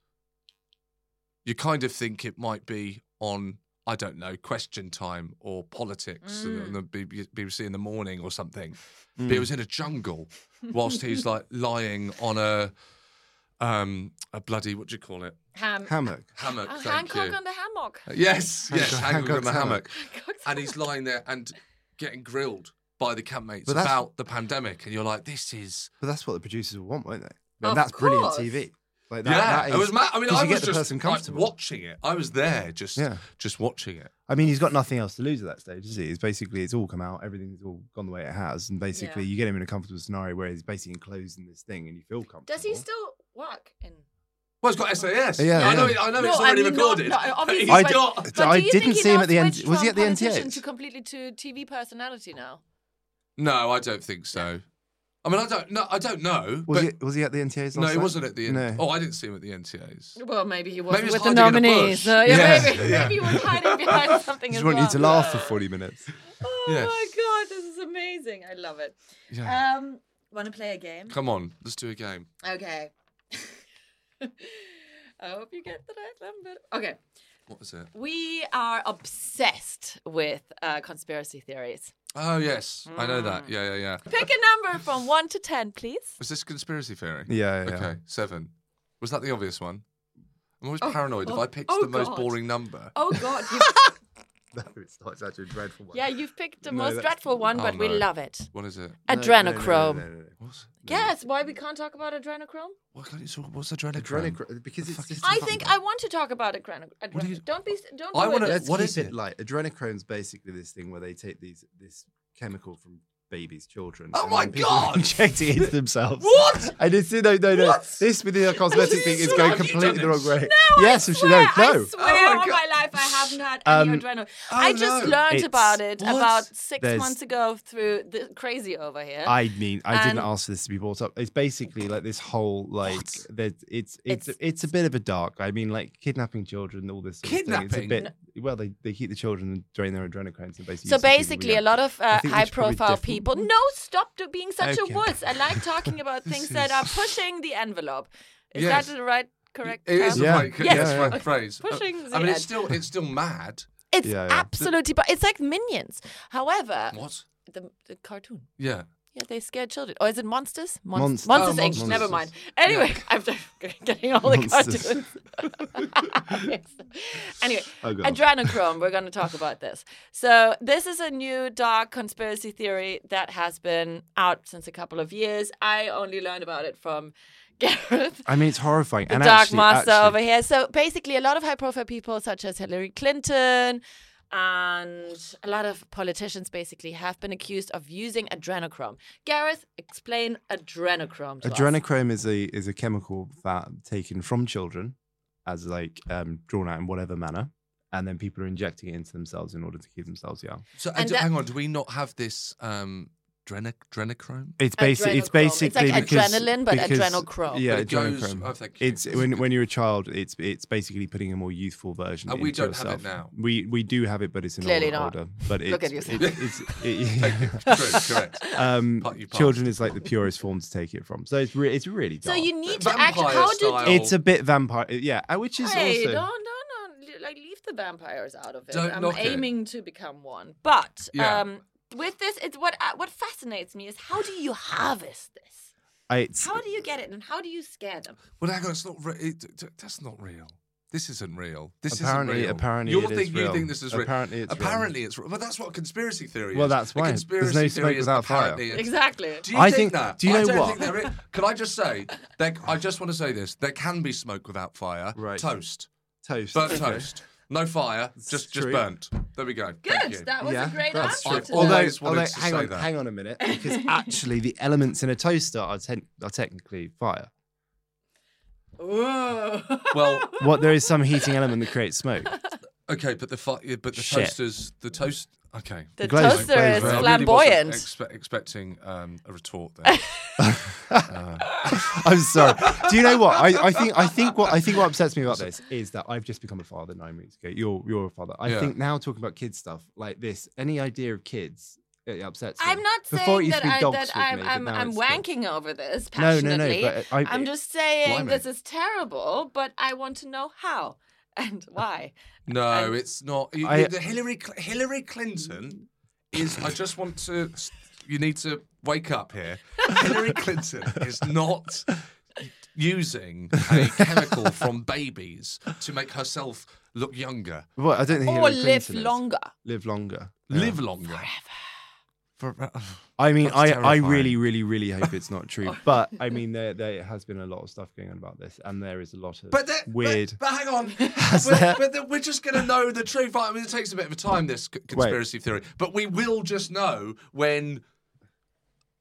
Speaker 3: you kind of think it might be on. I don't know, question time or politics on the B- BBC in the morning or something. But
Speaker 4: Mm.
Speaker 3: he was in a jungle whilst he's like lying on a um a bloody what do you call it
Speaker 1: Ham-
Speaker 4: hammock.
Speaker 3: hammock?
Speaker 1: Oh,
Speaker 3: thank
Speaker 1: Hancock
Speaker 3: you. Uh,
Speaker 1: on the hammock.
Speaker 3: Yes, yes,
Speaker 4: Hancock-
Speaker 3: Hancock on the hammock.
Speaker 4: Hancock's
Speaker 1: Hancock's
Speaker 3: And he's lying there and getting grilled by the campmates
Speaker 4: But that's-
Speaker 3: about the pandemic. And you're like, this is.
Speaker 4: But that's what the producers will want, won't they?
Speaker 1: Of
Speaker 4: And that's brilliant
Speaker 1: course.
Speaker 4: TV. Like
Speaker 3: yeah,
Speaker 4: that
Speaker 3: it was. Ma- I mean,
Speaker 4: 'cause
Speaker 3: I
Speaker 4: you
Speaker 3: was
Speaker 4: get the
Speaker 3: just
Speaker 4: person
Speaker 3: like,
Speaker 4: comfortable.
Speaker 3: watching it. I was there, just
Speaker 4: Yeah.
Speaker 3: just watching it.
Speaker 4: I mean, he's got nothing else to lose at that stage, is he? It's basically it's all come out, everything's all gone the way it has, and basically
Speaker 1: Yeah.
Speaker 4: you get him in a comfortable scenario where he's basically enclosed in this thing, and you feel comfortable.
Speaker 1: Does
Speaker 3: Oh.
Speaker 1: he still work in?
Speaker 3: Well, it's got SAS.
Speaker 4: Yeah,
Speaker 3: I know.
Speaker 4: yeah.
Speaker 3: I know
Speaker 1: No,
Speaker 3: it's
Speaker 1: I
Speaker 3: already
Speaker 1: mean, not-
Speaker 3: recorded.
Speaker 1: no, obviously,
Speaker 3: He's
Speaker 4: but-
Speaker 3: got.
Speaker 4: So
Speaker 1: do
Speaker 4: I
Speaker 1: you
Speaker 4: didn't
Speaker 1: think
Speaker 4: see him
Speaker 1: now
Speaker 4: at the end-
Speaker 1: switched
Speaker 4: was
Speaker 1: from
Speaker 4: he at the NTAs?
Speaker 1: politician To completely to TV personality now.
Speaker 3: No, I don't think so. I mean, I don't. No, I don't know. but
Speaker 4: Was he? Was he at the NTAs? Last
Speaker 3: no, he
Speaker 4: night?
Speaker 3: wasn't at the. N-
Speaker 4: No.
Speaker 3: Oh, I didn't see him at the NTAs.
Speaker 1: Well, maybe he
Speaker 3: he
Speaker 1: wasn't
Speaker 3: was
Speaker 1: with the
Speaker 3: hiding in a
Speaker 1: nominees.
Speaker 3: bush.
Speaker 1: Uh, yeah,
Speaker 4: Yeah.
Speaker 1: Maybe, maybe he was hiding behind something
Speaker 4: just
Speaker 1: as
Speaker 4: want
Speaker 1: well.
Speaker 4: you to laugh for forty minutes.
Speaker 1: Oh
Speaker 3: Yes.
Speaker 1: my god, this is amazing. I love it.
Speaker 3: Yeah.
Speaker 1: Um, Want to play a game?
Speaker 3: Come on, let's do a game.
Speaker 1: Okay. I hope you get the right number. Okay.
Speaker 3: What was it?
Speaker 1: We are obsessed with uh, conspiracy theories.
Speaker 3: Oh yes, I know
Speaker 1: Hmm.
Speaker 3: that. Yeah, yeah, yeah.
Speaker 1: Pick a number from one to ten, please.
Speaker 3: Was this conspiracy theory?
Speaker 4: Yeah, yeah, yeah.
Speaker 3: Okay, seven. Was that the obvious one? I'm always paranoid if
Speaker 1: oh,
Speaker 3: I picked
Speaker 1: oh
Speaker 3: the most
Speaker 1: God.
Speaker 3: boring number.
Speaker 1: Oh God! You,
Speaker 4: no, it's not. It's actually a dreadful one.
Speaker 1: yeah, you've picked the
Speaker 4: No,
Speaker 1: most
Speaker 4: that's-
Speaker 1: dreadful one,
Speaker 3: Oh,
Speaker 1: but we
Speaker 3: no.
Speaker 1: love it.
Speaker 3: What is it?
Speaker 1: Adrenochrome.
Speaker 3: What's,
Speaker 1: Yes. Why we can't talk about adrenochrome?
Speaker 3: what can you talk, what's adrenochrome?
Speaker 4: Adrenochrome because it's just.
Speaker 1: I think I want to talk about adrenochrome.
Speaker 3: do you-
Speaker 1: don't be. Don't.
Speaker 3: I
Speaker 1: do
Speaker 3: wanna-
Speaker 1: it.
Speaker 4: Let's
Speaker 3: What
Speaker 4: keep
Speaker 3: is
Speaker 4: it
Speaker 3: it?
Speaker 4: light. Adrenochrome's basically this thing where they take these this chemical from babies, children.
Speaker 3: Oh
Speaker 4: and
Speaker 3: my
Speaker 4: then people
Speaker 3: God!
Speaker 4: Inject it into themselves.
Speaker 3: What?
Speaker 4: I did see no, no, no.
Speaker 3: What?
Speaker 4: This with the cosmetic thing is
Speaker 3: sure
Speaker 4: going
Speaker 3: have you
Speaker 4: completely the
Speaker 3: done
Speaker 4: wrong
Speaker 3: this?
Speaker 4: way.
Speaker 1: No,
Speaker 4: yes,
Speaker 1: I
Speaker 4: if she-
Speaker 1: swear,
Speaker 4: no, no.
Speaker 1: I swear
Speaker 3: Oh, my
Speaker 1: on
Speaker 3: God.
Speaker 1: my life I haven't had any
Speaker 4: Um,
Speaker 1: adrenaline. I just
Speaker 3: no.
Speaker 1: learned
Speaker 4: It's-
Speaker 1: about it
Speaker 3: What?
Speaker 1: about six
Speaker 4: There's-
Speaker 1: months ago through the crazy over here.
Speaker 4: I mean, I didn't
Speaker 1: And-
Speaker 4: ask for this to be brought up. It's basically like this whole like that. It's it's
Speaker 1: It's-
Speaker 4: it's a bit of a dark. I mean, like kidnapping children, all this sort Of thing. It's
Speaker 3: Kidnapping?
Speaker 4: a bit. Well, they, they keep the children and drain their adrenochrome. So
Speaker 1: so
Speaker 4: basically, you see people
Speaker 1: basically, a
Speaker 4: react.
Speaker 1: lot of
Speaker 4: I
Speaker 1: uh,
Speaker 4: think we should probably
Speaker 1: high-profile
Speaker 4: diff-
Speaker 1: people. No, stop to being such
Speaker 4: Okay.
Speaker 1: a wuss. I like talking about things that are pushing the envelope. Is
Speaker 3: Yes.
Speaker 1: that the right correct?
Speaker 3: It is
Speaker 1: term?
Speaker 3: the
Speaker 4: Yeah.
Speaker 3: right,
Speaker 4: Yeah.
Speaker 3: yes,
Speaker 4: Yeah.
Speaker 3: right phrase. Uh,
Speaker 1: Pushing
Speaker 3: I mean,
Speaker 1: the
Speaker 3: it's still it's still mad.
Speaker 1: It's
Speaker 4: Yeah, yeah.
Speaker 1: absolutely, but it's like Minions. However,
Speaker 3: What?
Speaker 1: the, the cartoon.
Speaker 3: Yeah.
Speaker 1: Yeah, they scare children. Or is it Monsters? Mon-
Speaker 4: Monsters.
Speaker 1: Monsters
Speaker 3: Oh,
Speaker 1: Inc.
Speaker 3: Monsters.
Speaker 1: Never mind. Anyway, I'm getting all the
Speaker 4: Monsters.
Speaker 1: cartoons. anyway,
Speaker 4: Oh, God.
Speaker 1: Adrenochrome. We're going to talk about this. So this is a new dark conspiracy theory that has been out since a couple of years. I only learned about it from Gareth.
Speaker 4: I mean, it's horrifying.
Speaker 1: The
Speaker 4: and
Speaker 1: Dark
Speaker 4: actually,
Speaker 1: Master
Speaker 4: actually,
Speaker 1: over here. So basically, a lot of high profile people, such as Hillary Clinton and a lot of politicians, basically have been accused of using adrenochrome. Gareth, explain adrenochrome. To us.
Speaker 4: Adrenochrome is a is a chemical that taken from children as like um, drawn out in whatever manner, and then people are injecting it into themselves in order to keep themselves young.
Speaker 3: So
Speaker 1: And
Speaker 3: and
Speaker 1: that-
Speaker 3: hang on, do we not have this um drenic- drenochrome?
Speaker 4: It's basic. It's
Speaker 1: Adrenochrome. It's like
Speaker 4: basically because-
Speaker 1: adrenaline, but
Speaker 4: because-
Speaker 1: adrenochrome.
Speaker 4: Yeah,
Speaker 3: But it goes-
Speaker 4: adrenochrome.
Speaker 3: oh, thank you.
Speaker 4: it's when when you're a child. It's it's basically putting a more youthful version.
Speaker 3: And Uh, we
Speaker 4: into
Speaker 3: don't have it
Speaker 4: yourself.
Speaker 3: now.
Speaker 4: We we do have it, but it's in
Speaker 1: Clearly
Speaker 4: older,
Speaker 1: not.
Speaker 4: older. But it's,
Speaker 1: Look at yourself.
Speaker 4: It, it's,
Speaker 3: Thank you.
Speaker 4: it,
Speaker 3: True, correct.
Speaker 4: um,
Speaker 3: Part you passed.
Speaker 4: children is like the purest form to take it from. So it's re- it's really
Speaker 1: So
Speaker 4: dark.
Speaker 1: you need to
Speaker 3: Vampire
Speaker 1: actually. How do
Speaker 3: style.
Speaker 4: it's a bit vampire. Yeah, uh, which is
Speaker 1: Hey,
Speaker 4: also.
Speaker 1: don't, don't, don't. Like, leave the vampires out of it.
Speaker 3: Don't
Speaker 1: I'm
Speaker 3: knock it.
Speaker 1: aiming to become one. But
Speaker 3: Yeah.
Speaker 1: um, with this, it's what uh, what fascinates me is how do you harvest this?
Speaker 4: I- it's
Speaker 1: How do you get it, and how do you scare them?
Speaker 3: Well, hang on, it's not. Re- it, t- that's not real. This isn't real. This
Speaker 4: Apparently-
Speaker 3: isn't real.
Speaker 4: apparently
Speaker 3: You're
Speaker 4: it is
Speaker 3: think, you
Speaker 4: real.
Speaker 3: think this is real.
Speaker 4: Apparently it's real.
Speaker 3: apparently it's real. But that's what a conspiracy theory
Speaker 4: Well,
Speaker 3: is.
Speaker 4: that's
Speaker 3: A
Speaker 4: why. There's
Speaker 3: conspiracy
Speaker 4: no
Speaker 3: theory
Speaker 4: smoke
Speaker 3: is
Speaker 4: without fire.
Speaker 3: apparently it's-
Speaker 1: Exactly.
Speaker 3: Do you
Speaker 4: I
Speaker 3: think,
Speaker 4: think-
Speaker 3: that?
Speaker 4: do you
Speaker 3: I
Speaker 4: know
Speaker 3: don't
Speaker 4: what?
Speaker 3: Think there is. Can I just say that I just want to say this? There can be smoke without fire.
Speaker 4: Right.
Speaker 3: Toast.
Speaker 4: toast.
Speaker 3: Burnt toast. No fire. Just just
Speaker 4: true.
Speaker 3: burnt. There we go. Thank you.
Speaker 1: Good. That was a great
Speaker 4: that's
Speaker 1: answer.
Speaker 3: true.
Speaker 4: true.
Speaker 1: to
Speaker 3: Although- always
Speaker 1: that.
Speaker 3: wanted to
Speaker 4: hang
Speaker 3: say
Speaker 4: on,
Speaker 3: that.
Speaker 4: hang on a minute, because actually the elements in a toaster are, ten- are technically fire.
Speaker 1: Ooh.
Speaker 3: well,
Speaker 4: What there is some heating element that creates smoke.
Speaker 3: okay, but the fi- yeah, but the
Speaker 4: Shit.
Speaker 3: toasters, the toast. Okay.
Speaker 1: the
Speaker 4: glaze-
Speaker 1: toaster
Speaker 4: glaze
Speaker 1: is
Speaker 4: around.
Speaker 3: I really wasn't
Speaker 1: flamboyant.
Speaker 3: expe- expecting um, a retort there.
Speaker 4: I'm sorry. Do you know what? I, I think I think what I think what upsets me about this is that I've just become a father nine weeks ago. You're you're a father. I
Speaker 3: Yeah.
Speaker 4: think now talking about kids stuff like this, any idea of kids, it upsets me.
Speaker 1: I'm not
Speaker 4: Before it
Speaker 1: saying
Speaker 4: used
Speaker 1: that,
Speaker 4: to be
Speaker 1: I,
Speaker 4: dogs
Speaker 1: that
Speaker 4: with
Speaker 1: I'm
Speaker 4: me, but
Speaker 1: I'm,
Speaker 4: now
Speaker 1: I'm
Speaker 4: it's
Speaker 1: wanking over this
Speaker 4: No, no, no,
Speaker 1: passionately.
Speaker 4: but I-
Speaker 1: am just saying
Speaker 3: Blimey.
Speaker 1: this is terrible, but I want to know how and why.
Speaker 3: No, it's not. You,
Speaker 4: I-
Speaker 3: the Hillary Cl- Hillary Clinton is. I just want to. You need to wake up here. Hillary Clinton is not using a chemical from babies to make herself look younger,
Speaker 4: Still. Well, I don't think
Speaker 1: or
Speaker 4: Hillary
Speaker 1: live
Speaker 4: Clinton is.
Speaker 1: longer.
Speaker 4: Live longer.
Speaker 3: live longer. Forever.
Speaker 4: I mean,
Speaker 3: That's
Speaker 4: I, I
Speaker 3: terrifying.
Speaker 4: really, really, really hope it's not true. but I mean, there there has been a lot of stuff going on about this, and there is a lot of
Speaker 3: But that,
Speaker 4: weird.
Speaker 3: But, but hang on. we're, but the- we're just going to know the truth. I mean, it takes a bit of a time, this c- conspiracy theory. But we will just know when,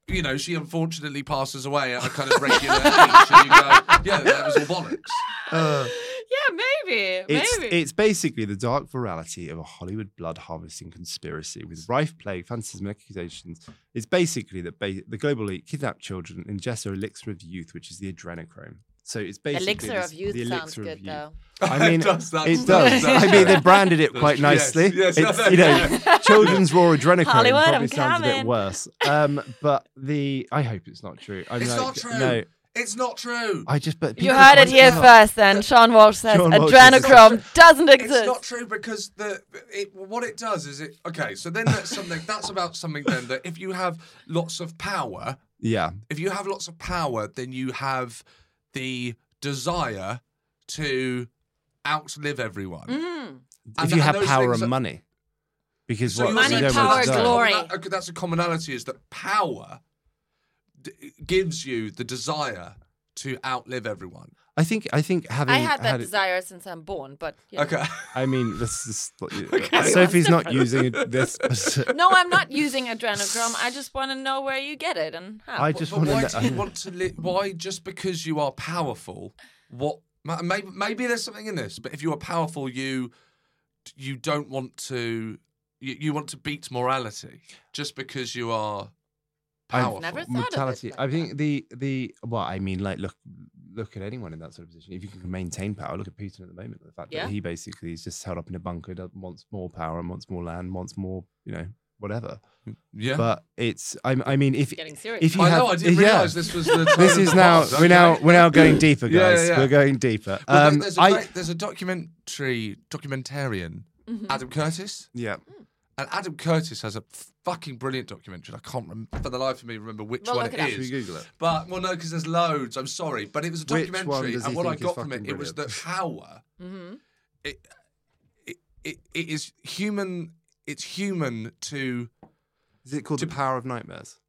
Speaker 3: you know, she unfortunately passes away at a kind of regular age. And you go, yeah, that was all bollocks.
Speaker 1: Yeah, maybe.
Speaker 4: It's
Speaker 1: maybe.
Speaker 4: it's basically the dark virality of a Hollywood blood harvesting conspiracy with rife plague, fantasies, and accusations. It's basically that ba- the global elite kidnap children, ingest their elixir of youth, which is the adrenochrome. So it's basically
Speaker 1: elixir
Speaker 4: this-
Speaker 1: of youth
Speaker 4: the
Speaker 1: sounds
Speaker 4: elixir of
Speaker 1: good
Speaker 4: youth.
Speaker 1: though.
Speaker 4: I mean,
Speaker 3: It does, that
Speaker 4: it
Speaker 3: sounds-
Speaker 4: does.
Speaker 3: that
Speaker 4: I mean,
Speaker 3: sounds
Speaker 4: they
Speaker 3: good.
Speaker 4: branded it quite
Speaker 3: Yes,
Speaker 4: nicely.
Speaker 3: yes,
Speaker 4: it's,
Speaker 3: no,
Speaker 4: you know,
Speaker 3: no,
Speaker 4: children's raw adrenochrome
Speaker 1: Hollywood,
Speaker 4: probably
Speaker 1: I'm
Speaker 4: sounds a
Speaker 1: coming.
Speaker 4: bit worse. Um, but the I hope it's not true. I'm
Speaker 3: It's
Speaker 4: like,
Speaker 3: not true.
Speaker 4: No,
Speaker 3: It's not true.
Speaker 4: I just but
Speaker 1: You
Speaker 4: people
Speaker 1: heard it
Speaker 4: find
Speaker 1: here
Speaker 4: out.
Speaker 1: first. Then Sean Walsh says
Speaker 4: Sean Walsh says it's
Speaker 1: adrenochrome doesn't
Speaker 3: It's
Speaker 1: exist.
Speaker 3: not true because the it, what it does is it okay. So then that's something that's about something then that if you have lots of power,
Speaker 4: Yeah,
Speaker 3: if you have lots of power, then you have the desire to outlive everyone.
Speaker 1: Mm.
Speaker 3: And-
Speaker 4: if you
Speaker 3: and
Speaker 4: have
Speaker 3: those
Speaker 4: power
Speaker 3: things
Speaker 4: and
Speaker 3: are-
Speaker 4: money, because
Speaker 3: so
Speaker 4: what
Speaker 3: you're
Speaker 4: we
Speaker 1: Money,
Speaker 3: saying
Speaker 4: don't
Speaker 3: that's
Speaker 1: power,
Speaker 4: want to
Speaker 3: a
Speaker 4: die.
Speaker 1: glory.
Speaker 3: commona- okay, that's a commonality is that power d- gives you the desire to outlive everyone.
Speaker 4: I think I think having
Speaker 1: I had that
Speaker 4: it-
Speaker 1: desire since I'm born, but yeah.
Speaker 3: Okay.
Speaker 4: I mean, this is uh, Sophie's not using it- this.
Speaker 1: No, I'm not using adrenochrome. I just want to know where you get it and how.
Speaker 4: I just
Speaker 3: But
Speaker 4: want to.
Speaker 3: why
Speaker 4: know.
Speaker 3: do you want to live? Why just because you are powerful? What? ma- Maybe, maybe there's something in this. But if you are powerful, you you don't want to. You, you want to beat morality just because you are
Speaker 4: I've
Speaker 3: powerful.
Speaker 1: Never thought
Speaker 4: mortality.
Speaker 1: of it.
Speaker 4: I think the the well, I mean, like look look at anyone in that sort of position. If you can maintain power, look at Putin at the moment. The fact
Speaker 1: Yeah.
Speaker 4: that he basically is just held up in a bunker, does- wants more power and wants more land, wants more, you know, whatever.
Speaker 3: Yeah.
Speaker 4: But it's I, I mean, if
Speaker 1: Getting serious.
Speaker 4: if you
Speaker 3: I
Speaker 4: have,
Speaker 3: know. I didn't
Speaker 4: yeah.
Speaker 3: realise this was the. tone
Speaker 4: This
Speaker 3: of
Speaker 4: is
Speaker 3: the
Speaker 4: now
Speaker 3: podcast.
Speaker 4: we're now
Speaker 3: Okay.
Speaker 4: we're now going deeper,
Speaker 3: Yeah,
Speaker 4: guys.
Speaker 3: yeah, yeah.
Speaker 4: We're going deeper.
Speaker 3: Well, there-
Speaker 4: Um,
Speaker 3: there's, a
Speaker 4: I
Speaker 3: great- there's a documentary documentarian
Speaker 1: Mm-hmm.
Speaker 3: Adam Curtis.
Speaker 4: Yeah.
Speaker 1: Hmm.
Speaker 3: And Adam Curtis has a fucking brilliant documentary. I can't rem- for the life of me remember which
Speaker 1: Well,
Speaker 3: one
Speaker 1: look
Speaker 3: it
Speaker 1: it up.
Speaker 3: is.
Speaker 4: Should we Google it?
Speaker 3: But well, no, because there's loads. I'm sorry, but it was a
Speaker 4: Which one
Speaker 3: documentary,
Speaker 4: does he
Speaker 3: and what I
Speaker 4: think is
Speaker 3: got from it,
Speaker 4: fucking
Speaker 3: it was that power. It, it, it, it is human. It's human to.
Speaker 4: Is it called The Power of Nightmares?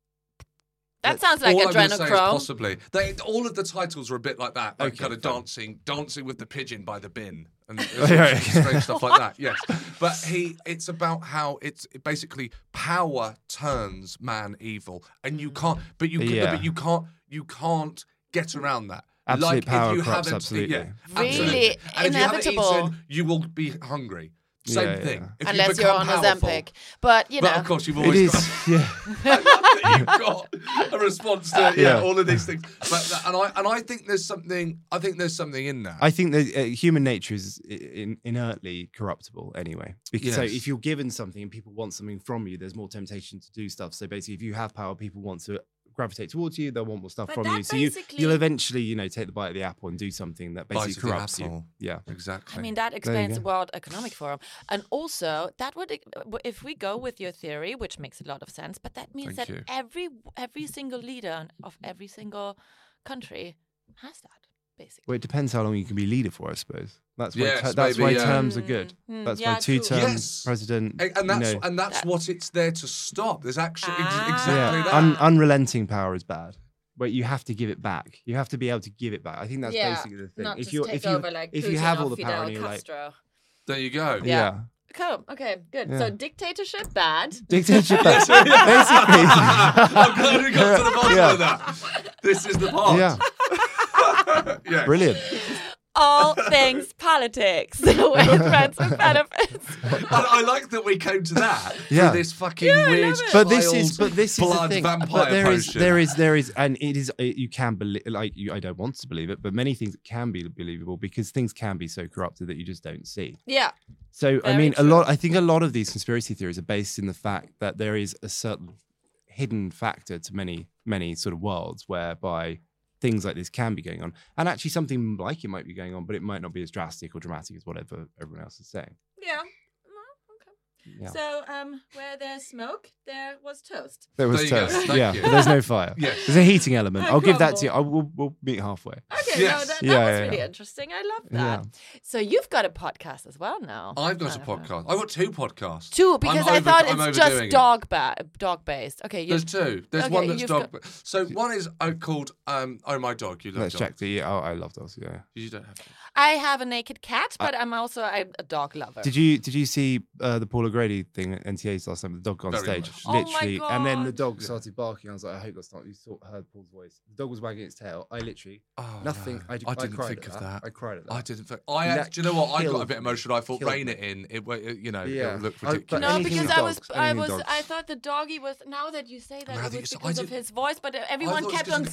Speaker 1: That sounds like
Speaker 3: all I'm gonna say is
Speaker 1: adrenochrome.
Speaker 3: possibly. They, all of the titles are a bit like that. Like
Speaker 4: Okay,
Speaker 3: kind of
Speaker 4: fine.
Speaker 3: dancing, dancing with the pigeon by the bin, and
Speaker 4: yeah,
Speaker 3: strange stuff like that. Yes, but he. It's about how it's it basically power turns man evil, and you can't. But you.
Speaker 4: Yeah.
Speaker 3: But you can't. You can't get around that.
Speaker 4: Absolute
Speaker 3: like
Speaker 4: power
Speaker 3: if you
Speaker 4: corrupts,
Speaker 3: haven't,
Speaker 4: absolutely.
Speaker 3: Yeah,
Speaker 1: Really
Speaker 3: absolutely. And If you,
Speaker 1: inevitable.
Speaker 3: haven't eaten, you will be hungry. Same
Speaker 4: Yeah,
Speaker 3: thing.
Speaker 4: yeah.
Speaker 3: If
Speaker 1: Unless
Speaker 3: you
Speaker 1: you're on
Speaker 3: become powerful-
Speaker 1: Ozempic. But, you know.
Speaker 3: But of course, you've
Speaker 4: It
Speaker 3: always Oh, got-
Speaker 4: is. Yeah.
Speaker 3: that you've got a response to yeah,
Speaker 4: Yeah.
Speaker 3: all of these things. But that- and I and I think there's something I think there's something in that.
Speaker 4: I think that uh, human nature is i- in, inertly corruptible anyway. Because so
Speaker 3: Yes.
Speaker 4: if you're given something and people want something from you, there's more temptation to do stuff. So basically, if you have power, people want to gravitate towards you. They'll want more stuff
Speaker 1: But
Speaker 4: from
Speaker 1: that
Speaker 4: you. So you, you'll
Speaker 1: basically-
Speaker 4: eventually, you know, take the bite of the apple and do something that
Speaker 3: Bite of
Speaker 4: basically
Speaker 3: the
Speaker 4: corrupts you.
Speaker 3: apple.
Speaker 4: Yeah.
Speaker 3: exactly.
Speaker 1: I mean, that explains
Speaker 4: go.
Speaker 1: World Economic Forum. And also, that would, e, if we go with your theory, which makes a lot of sense, but that means
Speaker 3: Thank
Speaker 1: that
Speaker 3: you.
Speaker 1: every every single leader of every single country has that, basically.
Speaker 4: Well, it depends how long you can be leader for, I suppose. That's why,
Speaker 3: Yes,
Speaker 4: ter- that's
Speaker 3: maybe,
Speaker 4: why
Speaker 3: yeah.
Speaker 4: terms are good.
Speaker 1: Mm, mm,
Speaker 4: That's
Speaker 1: yeah,
Speaker 4: why two term
Speaker 3: true. Yes.
Speaker 4: president.
Speaker 3: A- and
Speaker 4: you
Speaker 3: that's
Speaker 4: know,
Speaker 3: and that's
Speaker 1: That-
Speaker 3: what it's there to stop. There's actually ex-
Speaker 1: Ah.
Speaker 3: exactly
Speaker 4: yeah,
Speaker 3: that.
Speaker 4: un- unrelenting power is bad. But you have to give it back. You have to be able to give it back. I think that's
Speaker 1: Yeah,
Speaker 4: basically the thing.
Speaker 1: Not just
Speaker 4: you're-
Speaker 1: take
Speaker 4: you
Speaker 1: over like
Speaker 4: if
Speaker 1: Putin
Speaker 4: you have
Speaker 1: or
Speaker 4: all the
Speaker 1: Fidel
Speaker 4: power and you're like
Speaker 1: Castro.
Speaker 3: there you go.
Speaker 1: Yeah. Cool. Okay. Good. So dictatorship bad.
Speaker 4: Dictatorship. that's- Basically.
Speaker 3: I'm glad we got to the bottom
Speaker 4: Yeah.
Speaker 3: of that. This is the part.
Speaker 4: yeah.
Speaker 3: Yeah.
Speaker 4: Brilliant.
Speaker 1: All things politics with friends with benefits.
Speaker 3: And I like that we came to that.
Speaker 4: Yeah.
Speaker 3: Through this fucking weird.
Speaker 4: But this is
Speaker 3: child
Speaker 4: but this is the
Speaker 3: blood
Speaker 4: thing.
Speaker 3: vampire
Speaker 4: But there is
Speaker 3: potion.
Speaker 4: there is there is and it is it, you can believe like you, I don't want to believe it, but many things can be believable because things can be so corrupted that you just don't see.
Speaker 1: Yeah.
Speaker 4: So I
Speaker 1: Very
Speaker 4: mean,
Speaker 1: true.
Speaker 4: a lot. I think a lot of these conspiracy theories are based in the fact that there is a certain hidden factor to many many sort of worlds whereby things like this can be going on, and actually something like it might be going on, but it might not be as drastic or dramatic as whatever everyone else is saying.
Speaker 1: Yeah. Well,
Speaker 4: Yeah.
Speaker 1: okay. So, um, where there's smoke, there was toast.
Speaker 4: There
Speaker 3: was
Speaker 4: was
Speaker 3: There you go.
Speaker 4: toast.
Speaker 3: toast, Thank
Speaker 4: Yeah,
Speaker 3: you.
Speaker 4: but there's no fire.
Speaker 3: Yes.
Speaker 4: There's a heating element.
Speaker 1: Oh,
Speaker 4: I'll give that to you. I
Speaker 1: cool.
Speaker 4: will we'll meet halfway.
Speaker 3: Yes.
Speaker 1: Okay, no, that, that
Speaker 4: Yeah,
Speaker 1: was
Speaker 4: yeah,
Speaker 1: really
Speaker 4: yeah.
Speaker 1: interesting. I love
Speaker 4: Yeah.
Speaker 1: that. So you've got a podcast as well now.
Speaker 3: I've got a
Speaker 1: I don't know.
Speaker 3: podcast. I've got two podcasts.
Speaker 1: Two,
Speaker 3: I'm
Speaker 1: because i
Speaker 3: over-
Speaker 1: thought
Speaker 3: I'm
Speaker 1: it's
Speaker 3: overdoing
Speaker 1: just
Speaker 3: it.
Speaker 1: dog ba- dog based. Okay, you,
Speaker 3: There's two. There's
Speaker 1: Okay,
Speaker 3: one that's
Speaker 1: you've
Speaker 3: dog. So one is uh, called um, "Oh My Dog." You love
Speaker 4: Let's
Speaker 3: dogs.
Speaker 4: check the. Oh, I love those. Yeah.
Speaker 3: You don't have. To.
Speaker 1: I have a naked cat, but I'm also I'm a dog lover.
Speaker 4: Did you did you see uh, the Paul O'Grady thing at NTA's last time? The dog on
Speaker 3: Very
Speaker 4: stage,
Speaker 3: much.
Speaker 1: Oh my
Speaker 4: literally, and then the
Speaker 1: God.
Speaker 4: dog started barking. I was like, I hope that's not. You saw, heard Paul's voice. The dog was wagging its tail. I literally
Speaker 3: Oh,
Speaker 4: nothing.
Speaker 3: no.
Speaker 4: I, d-
Speaker 3: I didn't
Speaker 4: cried
Speaker 3: think
Speaker 4: at
Speaker 3: of
Speaker 4: that.
Speaker 3: that.
Speaker 4: I cried at that.
Speaker 3: I didn't. Think, I.
Speaker 4: That
Speaker 3: do you know what? I got a
Speaker 4: killed
Speaker 3: bit
Speaker 4: me.
Speaker 3: emotional. I thought,
Speaker 4: Killed
Speaker 3: rein
Speaker 4: me.
Speaker 3: it in. It. wa- You know.
Speaker 4: Yeah.
Speaker 3: It'll look
Speaker 4: I- but
Speaker 3: ridiculous.
Speaker 1: no,
Speaker 4: anything
Speaker 1: because
Speaker 4: with
Speaker 1: I was,
Speaker 4: dogs,
Speaker 1: I
Speaker 4: anything with
Speaker 1: was, I
Speaker 4: dogs.
Speaker 1: thought the doggy was. Now that you say that,
Speaker 3: Now
Speaker 1: it
Speaker 3: that
Speaker 1: was
Speaker 3: you s- I
Speaker 1: because of
Speaker 3: did-
Speaker 1: his voice, but everyone
Speaker 3: thought it
Speaker 1: kept
Speaker 3: was
Speaker 1: on.
Speaker 3: 'cause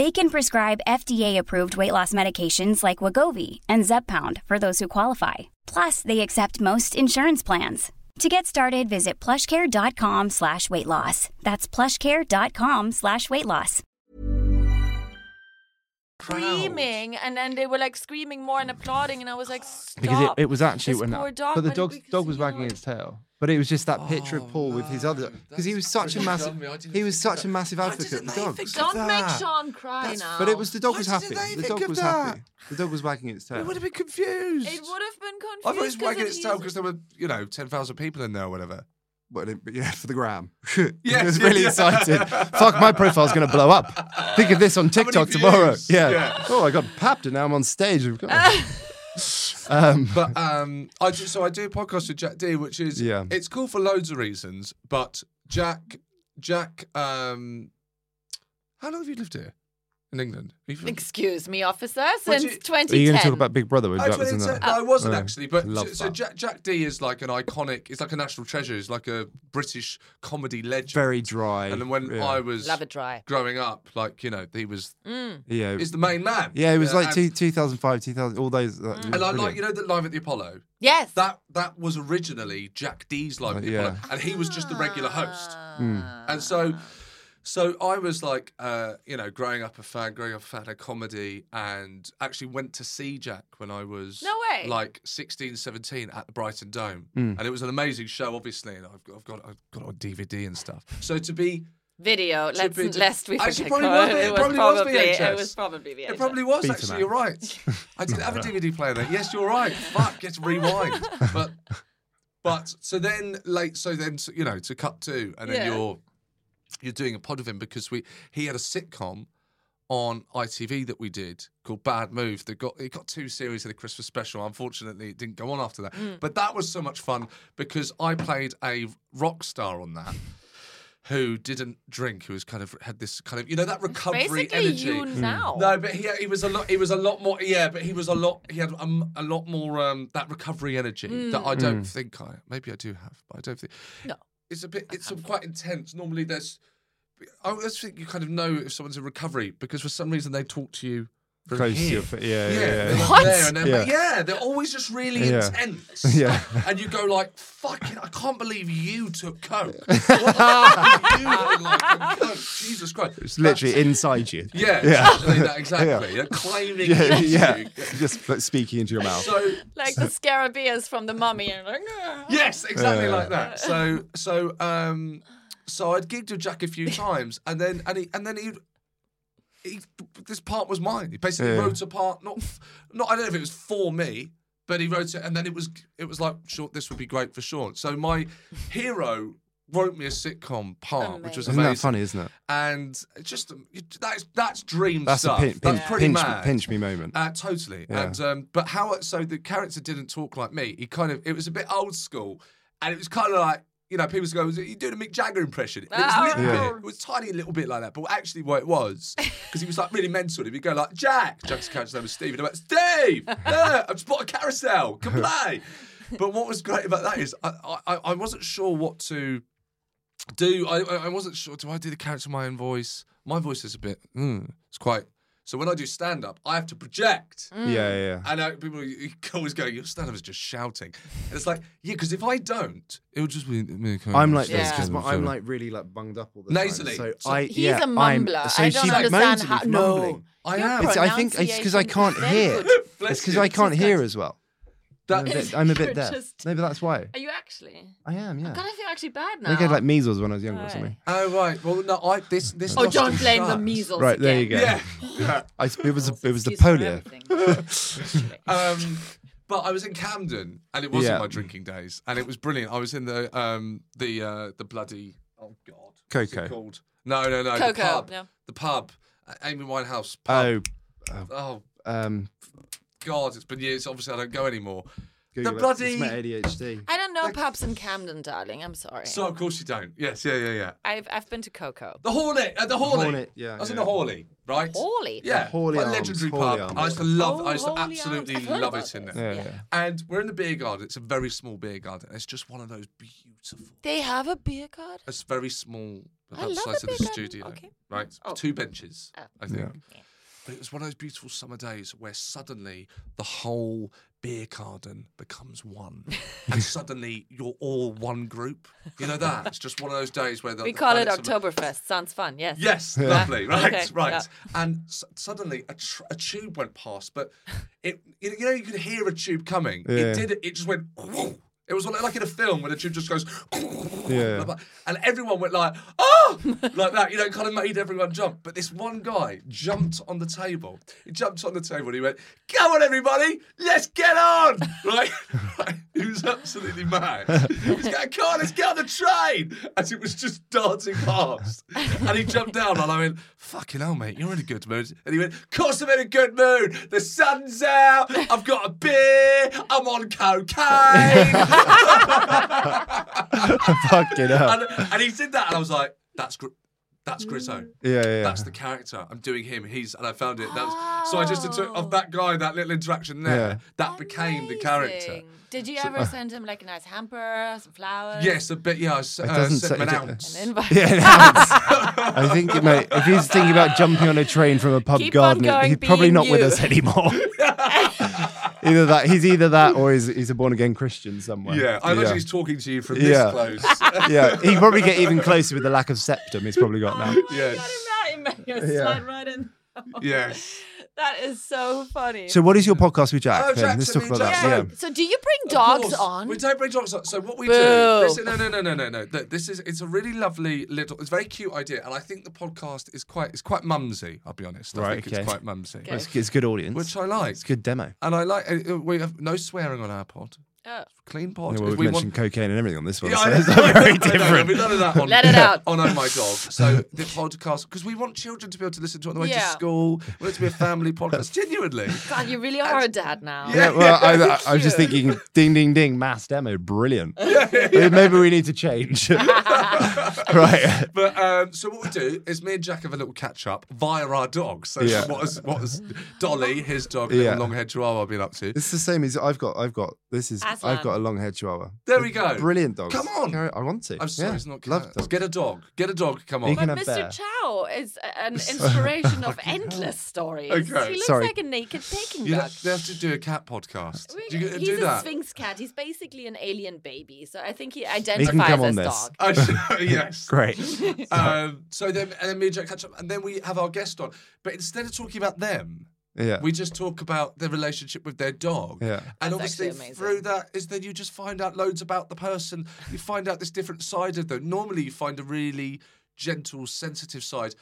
Speaker 5: They can prescribe FDA-approved weight loss medications like Wagovi and Zepbound for those who qualify. Plus, they accept most insurance plans. To get started, visit plushcare.com slash weight loss. That's plushcare.com slash weight loss.
Speaker 1: screaming, and then they were like screaming more and applauding, and I was like, stop.
Speaker 2: because it, it was actually
Speaker 1: this
Speaker 2: when
Speaker 1: poor dog,
Speaker 2: but the
Speaker 1: it-
Speaker 2: dog
Speaker 1: because,
Speaker 2: dog was
Speaker 1: you know,
Speaker 2: wagging its tail. But it was just that picture
Speaker 3: Oh,
Speaker 2: of Paul with his other because he was such a massive he was such a massive advocate of the dogs.
Speaker 1: Don't make Sean cry now.
Speaker 2: But it was the dog
Speaker 3: Why
Speaker 2: was
Speaker 3: didn't
Speaker 2: happy.
Speaker 3: they
Speaker 2: The
Speaker 3: think
Speaker 2: dog
Speaker 3: of
Speaker 2: was
Speaker 3: that?
Speaker 2: happy. The dog was wagging its
Speaker 3: It
Speaker 2: tail.
Speaker 3: would have been confused.
Speaker 1: It would have been confused.
Speaker 3: I thought it was
Speaker 1: 'cause
Speaker 3: wagging its tail
Speaker 1: used-
Speaker 3: because there were, you know, 10,000 people in there or whatever.
Speaker 2: But it- but yeah, for the gram. Yes,
Speaker 4: I
Speaker 3: Yes,
Speaker 4: was really
Speaker 3: yeah.
Speaker 4: excited. Fuck, my profile's going to blow up. Think of this on
Speaker 3: many
Speaker 4: TikTok tomorrow.
Speaker 3: views?
Speaker 4: Yeah.
Speaker 3: Yeah.
Speaker 2: Oh, I got papped and now I'm on stage. We've got- um,
Speaker 3: But um, I do, so I do a podcast with Jack D, which is
Speaker 2: Yeah.
Speaker 3: it's cool for loads of reasons. But Jack, Jack, um, how long have you lived here in England? Have you-
Speaker 1: Excuse me, officer.
Speaker 3: Would
Speaker 1: Since
Speaker 3: you-
Speaker 2: are
Speaker 1: 2010.
Speaker 2: you going to talk about Big Brother? With
Speaker 3: I,
Speaker 2: Jack was in
Speaker 3: it's- uh,
Speaker 2: that?
Speaker 3: no, I wasn't
Speaker 2: Oh,
Speaker 3: actually, but
Speaker 2: love
Speaker 3: so, so
Speaker 2: that.
Speaker 3: Jack, Jack D is like an iconic. It's like a national treasure. It's like a British comedy legend.
Speaker 2: very dry.
Speaker 3: And then when
Speaker 2: yeah.
Speaker 3: I was
Speaker 1: Love it dry. Mm.
Speaker 3: growing up, like you know, he was
Speaker 2: yeah,
Speaker 3: is the main man.
Speaker 2: yeah, it was like
Speaker 3: and-
Speaker 2: two, 2005, 2000, all those. Like, it was
Speaker 3: And I like
Speaker 2: brilliant.
Speaker 3: you know that live at the Apollo.
Speaker 1: Yes.
Speaker 3: That that was originally Jack D's live at the
Speaker 2: Yeah.
Speaker 3: Apollo, and he was just the regular host.
Speaker 1: Ah.
Speaker 3: And so, so I was like, uh, you know, growing up a fan, growing up a fan of comedy, and actually went to see Jack when I was
Speaker 1: No way.
Speaker 3: like 16, 17 at the Brighton Dome, and it was an amazing show, obviously, and I've got I've got I've got it on DVD and stuff. So to be
Speaker 1: Video. Let's,
Speaker 3: be-
Speaker 1: lest we
Speaker 3: Actually,
Speaker 1: forget.
Speaker 3: probably
Speaker 1: God,
Speaker 3: was- it probably
Speaker 1: was
Speaker 3: was
Speaker 1: It
Speaker 3: VHS.
Speaker 1: was probably VHS.
Speaker 3: It probably was
Speaker 2: Beta
Speaker 3: actually.
Speaker 2: man.
Speaker 3: You're right. I didn't have a DVD player then. Yes, you're right. Fuck, get to rewind. But but so then late. So then so, you know to cut to, and then
Speaker 1: Yeah.
Speaker 3: you're you're doing a pod of him because we he had a sitcom on ITV that we did called Bad Move that got it got two series in a Christmas special. Unfortunately, it didn't go on after that.
Speaker 1: Mm.
Speaker 3: But that was so much fun because I played a rock star on that. Who didn't drink? Who was kind of had this kind of you know that recovery
Speaker 1: Basically,
Speaker 3: energy. Mm.
Speaker 1: you now.
Speaker 3: No, but he he was a lot. He was a lot more. Yeah, but he was a lot. He had um, a lot more um, that recovery energy that
Speaker 1: Mm.
Speaker 3: I don't think I. Maybe I do have, but I don't think.
Speaker 1: No.
Speaker 3: it's a bit. It's a quite intense. Normally, there's. I always think you kind of know if someone's in recovery because for some reason they talk to you. From
Speaker 2: Close to
Speaker 3: here.
Speaker 2: your fa- yeah, yeah, yeah.
Speaker 3: they're not
Speaker 2: What?
Speaker 3: there and they're,
Speaker 2: Yeah.
Speaker 3: yeah. they're always just really
Speaker 2: Yeah.
Speaker 3: intense.
Speaker 2: Yeah.
Speaker 3: and you go like, "Fucking, I can't believe you took coke." What the fuck are you doing, like, on coke? Jesus Christ!
Speaker 2: It's literally inside you.
Speaker 3: Yeah,
Speaker 2: Yeah.
Speaker 3: exactly. That, exactly. They're claiming
Speaker 2: yeah,
Speaker 3: it is
Speaker 2: yeah.
Speaker 3: you.
Speaker 2: Just like, speaking into your mouth.
Speaker 3: So
Speaker 1: Like the Scarabeus from the Mummy, and like, "Ah."
Speaker 3: yes, exactly like that. So so um so I'd gigged with Jack a few times, and then and he and then he. He, this part was mine. He basically
Speaker 2: Yeah.
Speaker 3: wrote a part, not, f- not. I don't know if it was for me, but he wrote it, and then it was, it was like, sure, this would be great for Sean. So my hero wrote me a sitcom part, which was
Speaker 2: Isn't
Speaker 3: amazing.
Speaker 2: that funny? Isn't it?
Speaker 3: And it's just that's that's dream
Speaker 2: That's
Speaker 3: stuff.
Speaker 2: a pin, pin,
Speaker 3: that's pretty
Speaker 2: pinch,
Speaker 3: mad.
Speaker 2: pinch me moment.
Speaker 3: Uh, totally. And um, but how? So the character didn't talk like me. He kind of it was a bit old school, and it was kind of like you know people go, "You doing a Mick Jagger impression?" It was, a little
Speaker 2: Yeah.
Speaker 3: bit, it was a tiny little bit like that, but actually what it was because he was like really mental. He'd go like, "Jack," Jack's character's name was Steve, and I went, "Steve, yeah, I've spotted a carousel. Come play." But what was great about that is I, I, I wasn't sure what to do I, I I wasn't sure. Do I do the character in my own voice? My voice is a bit. Mm, it's quite. So when I do stand up, I have to project.
Speaker 2: yeah,
Speaker 4: Mm.
Speaker 2: yeah, yeah.
Speaker 3: And I, people you always go, "Your stand up is just shouting." And it's like, yeah, because if I don't, it would just be me. kind
Speaker 2: I'm
Speaker 3: of
Speaker 2: like this
Speaker 1: Yeah.
Speaker 2: because
Speaker 3: standing
Speaker 2: I'm
Speaker 3: there.
Speaker 2: like really like bunged up all the
Speaker 3: Nasally.
Speaker 2: time. So
Speaker 3: So
Speaker 2: I,
Speaker 1: He's
Speaker 2: yeah,
Speaker 1: a mumbler.
Speaker 2: I'm, so
Speaker 1: I don't
Speaker 2: she like
Speaker 1: understand
Speaker 2: moans at me
Speaker 1: how.
Speaker 2: for
Speaker 1: No.
Speaker 2: mumbling.
Speaker 3: I
Speaker 1: Your
Speaker 3: am.
Speaker 2: It's, I think it's because I
Speaker 1: pronunciation is
Speaker 2: can't
Speaker 1: very
Speaker 2: hear.
Speaker 1: good.
Speaker 3: Bless
Speaker 2: It's because
Speaker 3: you.
Speaker 2: I can't hear as well. I'm a
Speaker 3: That-
Speaker 2: bit, I'm a bit
Speaker 1: You're
Speaker 2: deaf.
Speaker 1: just-
Speaker 2: Maybe that's why.
Speaker 1: Are you actually?
Speaker 2: I am. Yeah.
Speaker 1: I kind of feel actually bad
Speaker 2: I
Speaker 1: now.
Speaker 2: think I had like measles when I was younger or
Speaker 1: Right.
Speaker 2: something.
Speaker 3: Oh right. Well, no. I this this.
Speaker 1: oh, don't
Speaker 3: nostril
Speaker 1: blame the
Speaker 3: shut.
Speaker 1: measles.
Speaker 2: Right there you
Speaker 1: again.
Speaker 2: go.
Speaker 3: Yeah. yeah.
Speaker 2: I, it was it was the
Speaker 1: Excuse for
Speaker 2: polio.
Speaker 1: everything.
Speaker 3: Um, but I was in Camden, and it wasn't
Speaker 2: Yeah.
Speaker 3: my drinking days, and it was brilliant. I was in the um the uh, the bloody oh god, what's it
Speaker 2: Coco.
Speaker 3: called no no no the
Speaker 1: Coco,
Speaker 3: pub
Speaker 1: no.
Speaker 3: the pub uh, Amy Winehouse
Speaker 2: Oh,
Speaker 3: pub. Oh,
Speaker 2: um,
Speaker 3: god, it's been years. Obviously, I don't go anymore.
Speaker 2: Google
Speaker 3: the
Speaker 2: it.
Speaker 3: bloody
Speaker 2: It's my ADHD.
Speaker 1: I don't know pubs in Camden, darling. I'm sorry.
Speaker 3: so of course you don't. Yes, yeah, yeah, yeah.
Speaker 1: I've I've been to Coco.
Speaker 3: The Hawley, uh, the Hawley.
Speaker 2: Hornet, yeah,
Speaker 3: I was in
Speaker 2: yeah.
Speaker 3: the Hawley, right?
Speaker 1: Hawley?
Speaker 3: yeah,
Speaker 2: The Hawley
Speaker 3: my
Speaker 2: Arms,
Speaker 3: legendary
Speaker 2: Hawley
Speaker 3: pub.
Speaker 2: Arms.
Speaker 3: I used to love,
Speaker 1: Oh,
Speaker 3: I used to
Speaker 1: Hawley Arms.
Speaker 3: absolutely
Speaker 1: I've heard
Speaker 3: love
Speaker 1: about
Speaker 3: it in
Speaker 1: this.
Speaker 3: there.
Speaker 2: Yeah, yeah.
Speaker 3: And we're in the beer garden. It's a very small beer garden. It's just one of those beautiful
Speaker 1: They have a beer garden.
Speaker 3: a s- very small
Speaker 1: I love
Speaker 3: size
Speaker 1: a
Speaker 3: of the
Speaker 1: big garden.
Speaker 3: studio,
Speaker 1: Okay.
Speaker 3: right?
Speaker 1: Oh.
Speaker 3: Two benches, I think. But it was one of those beautiful summer days where suddenly the whole beer garden becomes one. and suddenly you're all one group. You know that? It's just one of those days where the,
Speaker 1: We
Speaker 3: the
Speaker 1: call it
Speaker 3: planets are-
Speaker 1: Oktoberfest. Sounds fun. Yes.
Speaker 3: Yes, lovely. Right,
Speaker 1: Okay,
Speaker 3: right.
Speaker 1: yeah.
Speaker 3: And s- suddenly a, tr- a tube went past, but it you know- you know you could hear a tube coming.
Speaker 4: Yeah.
Speaker 3: It did. It just went. It was like in a film when a tube just goes.
Speaker 4: Yeah.
Speaker 3: And everyone went like, oh, like that. You know, it kind of made everyone jump. But this one guy jumped on the table. He jumped on the table and he went, come on, everybody, let's get on. Right? right. He was absolutely mad. He was going, come on, let's get on the train. As it was just darting past. And he jumped down and I went, fucking hell, mate, you're in a good mood. And he went, of course I'm in a good mood. The sun's out. I've got a beer. I'm on cocaine.
Speaker 4: Fucking hell.
Speaker 3: and, and he did that, and I was like, "That's gr- that's Grizzo.
Speaker 4: Yeah, yeah.
Speaker 3: That's the character. I'm doing him. He's." And I found it. That was, so I just took of that guy, that little interaction there,
Speaker 4: Yeah.
Speaker 3: that became the character. uh,
Speaker 1: Amazing. Did you ever send him like a nice hamper, some flowers?
Speaker 3: Yes, a bit. Yeah, I s-
Speaker 4: It
Speaker 3: uh,
Speaker 4: doesn't
Speaker 3: sent
Speaker 4: say-
Speaker 3: him an
Speaker 4: it-
Speaker 3: ounce.
Speaker 1: An invite.
Speaker 4: Yeah, that's- I think, mate, if he's thinking about jumping on a train from a pub
Speaker 1: Keep on
Speaker 4: garden,
Speaker 1: going,
Speaker 4: he's probably
Speaker 1: being
Speaker 4: not with
Speaker 1: you.
Speaker 4: us anymore. either that, he's either that, or he's, he's a born again Christian somewhere.
Speaker 3: Yeah, I imagine
Speaker 4: yeah.
Speaker 3: he's talking to you from
Speaker 4: Yeah.
Speaker 3: this
Speaker 1: Oh
Speaker 3: close.
Speaker 4: yeah, he'd probably get even closer with the lack of septum he's probably got now.
Speaker 3: yes,
Speaker 4: Yeah.
Speaker 1: slide right in.
Speaker 3: yes.
Speaker 1: That is so funny.
Speaker 4: So, what is your podcast with Jack?
Speaker 3: Oh,
Speaker 4: then?
Speaker 3: Jack
Speaker 4: Let's
Speaker 3: to
Speaker 4: talk
Speaker 3: me,
Speaker 4: about
Speaker 3: Jack.
Speaker 4: that.
Speaker 1: So do you bring
Speaker 3: Of
Speaker 1: dogs
Speaker 3: course,
Speaker 1: on?
Speaker 3: We don't bring dogs on. So what we
Speaker 1: Boo.
Speaker 3: do? This, no, no, no, no, no, no. Th- This is it's a really lovely little. It's a very cute idea, and I think the podcast is quite it's quite mumsy. I'll be honest. I
Speaker 4: Right,
Speaker 3: think
Speaker 4: okay.
Speaker 3: it's quite mumsy.
Speaker 4: Yeah, it's, it's good audience.
Speaker 3: Which I like.
Speaker 4: It's good demo.
Speaker 3: And I like uh, uh, we have no swearing on our pod.
Speaker 1: Oh.
Speaker 3: Clean pod.
Speaker 4: Yeah,
Speaker 3: If
Speaker 4: well, we've
Speaker 3: we want-
Speaker 4: mentioned cocaine and everything on this one,
Speaker 3: Yeah,
Speaker 4: so
Speaker 3: I-
Speaker 4: it's not very
Speaker 3: No, no, there'll be
Speaker 4: different.
Speaker 3: none of that on,
Speaker 1: Let it out.
Speaker 3: on Oh My Dog. So the podcast, because we want children to be able to listen to it on the way
Speaker 1: Yeah.
Speaker 3: to school. We want it to be a family podcast, genuinely.
Speaker 1: God, you really are a dad now.
Speaker 4: Yeah, well, I, I, I was just thinking, ding, ding, ding, mass demo, brilliant. Maybe we need to change. right.
Speaker 3: But um, so what we do is me and Jack have a little catch up via our dogs. So
Speaker 4: Yeah.
Speaker 3: what has what has Dolly, his dog,
Speaker 4: Yeah.
Speaker 3: little long haired chihuahua, been up to?
Speaker 4: It's the same as I've got. I've got this is. I've
Speaker 1: Aslan.
Speaker 4: got a long haired chihuahua.
Speaker 3: There we go.
Speaker 4: Brilliant dog.
Speaker 3: Come on.
Speaker 4: I want to.
Speaker 3: I'm sorry,
Speaker 4: Yeah,
Speaker 3: it's not
Speaker 4: Love
Speaker 3: cats. Get a dog. Get a dog. Come
Speaker 4: He
Speaker 3: on.
Speaker 1: But
Speaker 4: can have
Speaker 1: Mr.
Speaker 4: bear.
Speaker 1: Chow is a- an inspiration of endless stories.
Speaker 3: Okay.
Speaker 1: He looks
Speaker 4: Sorry.
Speaker 1: like a naked Peking
Speaker 3: You
Speaker 1: duck.
Speaker 3: have they have to do a cat podcast.
Speaker 1: We-
Speaker 3: Do you
Speaker 1: he's
Speaker 3: do
Speaker 1: a
Speaker 3: that?
Speaker 1: sphinx cat. He's basically an alien baby. So I think he
Speaker 4: He
Speaker 1: identifies
Speaker 4: can come on
Speaker 1: as
Speaker 4: this.
Speaker 1: dog.
Speaker 3: I should- yes.
Speaker 4: Great.
Speaker 3: Um, so then, and then me and Jack catch up, and then we have our guest on. But instead of talking about them,
Speaker 4: Yeah.
Speaker 3: we just talk about their relationship with their dog.
Speaker 4: Yeah.
Speaker 3: And
Speaker 1: That's
Speaker 3: obviously,
Speaker 1: actually amazing.
Speaker 3: through that, is then you just find out loads about the person. You find out this different side of them. Normally, you find a really gentle, sensitive side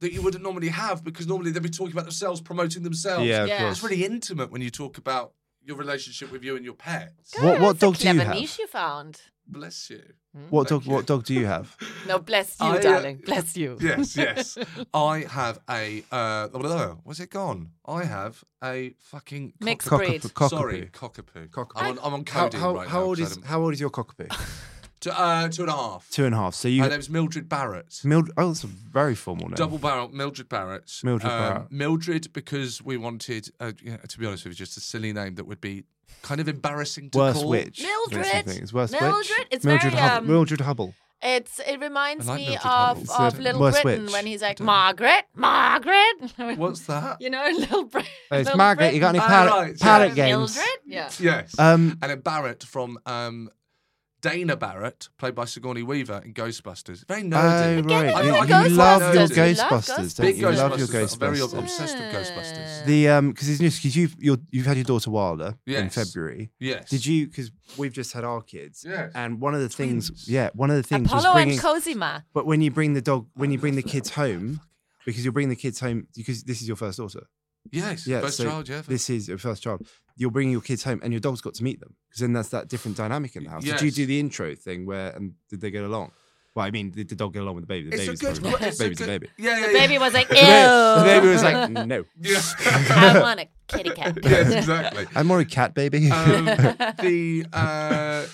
Speaker 3: that you wouldn't normally have because normally they'd be talking about themselves, promoting themselves.
Speaker 4: yeah, of
Speaker 1: Yeah.
Speaker 4: course.
Speaker 3: It's really intimate when you talk about your relationship with you and your pet.
Speaker 4: What what
Speaker 1: That's a
Speaker 4: dog do you
Speaker 1: clever
Speaker 4: have?
Speaker 1: niche you found.
Speaker 3: Bless you.
Speaker 4: What dog what dog do you have?
Speaker 1: No, bless you,
Speaker 3: I, uh,
Speaker 1: darling. Bless you.
Speaker 3: Yes, yes. I have a. Uh, was it gone? I have a fucking
Speaker 1: Mixed
Speaker 3: cock-
Speaker 1: breed.
Speaker 4: Cockapoo.
Speaker 3: Sorry, cockapoo.
Speaker 4: Cockapoo.
Speaker 3: I'm on, I'm on
Speaker 4: How,
Speaker 3: codeine
Speaker 4: how,
Speaker 3: right
Speaker 4: how
Speaker 3: now,
Speaker 4: old
Speaker 3: 'cause
Speaker 4: is
Speaker 3: I
Speaker 4: how old is your cockapoo?
Speaker 3: don't- To, uh, two and a half.
Speaker 4: Two and a half. So you
Speaker 3: Her name's Mildred Barrett.
Speaker 4: Mild- oh, that's a very formal name.
Speaker 3: Double barrel, Mildred Barrett. Um,
Speaker 4: Mildred Barrett.
Speaker 3: Mildred, because we wanted, uh, you know, to be honest with you, just a silly name that would be kind of embarrassing to
Speaker 4: Worst
Speaker 3: call.
Speaker 4: witch.
Speaker 1: Mildred.
Speaker 4: That's the thing, It's worst
Speaker 1: Mildred,
Speaker 4: witch.
Speaker 1: it's
Speaker 4: Mildred
Speaker 1: very, um,
Speaker 4: Hubble. Mildred Hubble.
Speaker 1: It's it reminds
Speaker 3: I like
Speaker 1: me
Speaker 3: Mildred
Speaker 1: of,
Speaker 3: Hubble.
Speaker 1: of
Speaker 3: It's a
Speaker 1: Little
Speaker 4: worst
Speaker 1: Britain
Speaker 4: witch.
Speaker 1: when he's like Margaret, Margaret.
Speaker 3: What's that?
Speaker 1: you know, Little Brit.
Speaker 4: Oh, it's
Speaker 1: Little
Speaker 4: Margaret. You got
Speaker 1: Britain.
Speaker 4: any
Speaker 3: Oh,
Speaker 4: parrot,
Speaker 3: right, yeah.
Speaker 4: parrot games?
Speaker 1: Mildred. Yeah.
Speaker 3: Yes.
Speaker 4: Um,
Speaker 3: and then Barrett from um, Dana Barrett, played by Sigourney Weaver in Ghostbusters. Very
Speaker 4: Oh,
Speaker 3: nerdy.
Speaker 4: right.
Speaker 3: I
Speaker 4: You
Speaker 3: like
Speaker 4: you love
Speaker 3: Ghostbusters.
Speaker 4: your
Speaker 3: You
Speaker 1: love
Speaker 4: Ghostbusters, don't
Speaker 3: Big
Speaker 4: you? You love your
Speaker 3: Ghostbusters. Very ob-
Speaker 4: Ghostbusters.
Speaker 3: obsessed with Ghostbusters.
Speaker 4: The um, because it's because you've you're, you've had your daughter Wilder in
Speaker 3: Yes.
Speaker 4: February.
Speaker 3: Yes.
Speaker 4: Did you? Because we've just had our kids.
Speaker 3: Yes.
Speaker 4: And one of the things,
Speaker 3: Twins.
Speaker 4: yeah, one of the things was
Speaker 1: Apollo
Speaker 4: bringing.
Speaker 1: and Cosima.
Speaker 4: but when you bring the dog, when you bring the kids home, because you'll bring the kids home because this is your first daughter.
Speaker 3: Yes.
Speaker 4: Yeah.
Speaker 3: First
Speaker 4: so
Speaker 3: child, yeah.
Speaker 4: This is your first child. You're bringing your kids home, and your dog's got to meet them because then that's that different dynamic in the house. Did you
Speaker 3: Yes.
Speaker 4: do the intro thing where and did they get along? Well, I mean, did the dog get along with the baby? The
Speaker 3: it's a
Speaker 4: baby's
Speaker 3: good.
Speaker 4: probably-
Speaker 3: It's
Speaker 4: baby's
Speaker 3: a
Speaker 4: a
Speaker 3: good,
Speaker 4: baby.
Speaker 3: Yeah, yeah,
Speaker 1: The
Speaker 3: yeah.
Speaker 1: baby was like, ew.
Speaker 4: The baby was like, no.
Speaker 3: Yeah.
Speaker 1: I want a kitty cat.
Speaker 3: yes, exactly.
Speaker 4: I'm more a cat baby.
Speaker 3: Um, the uh,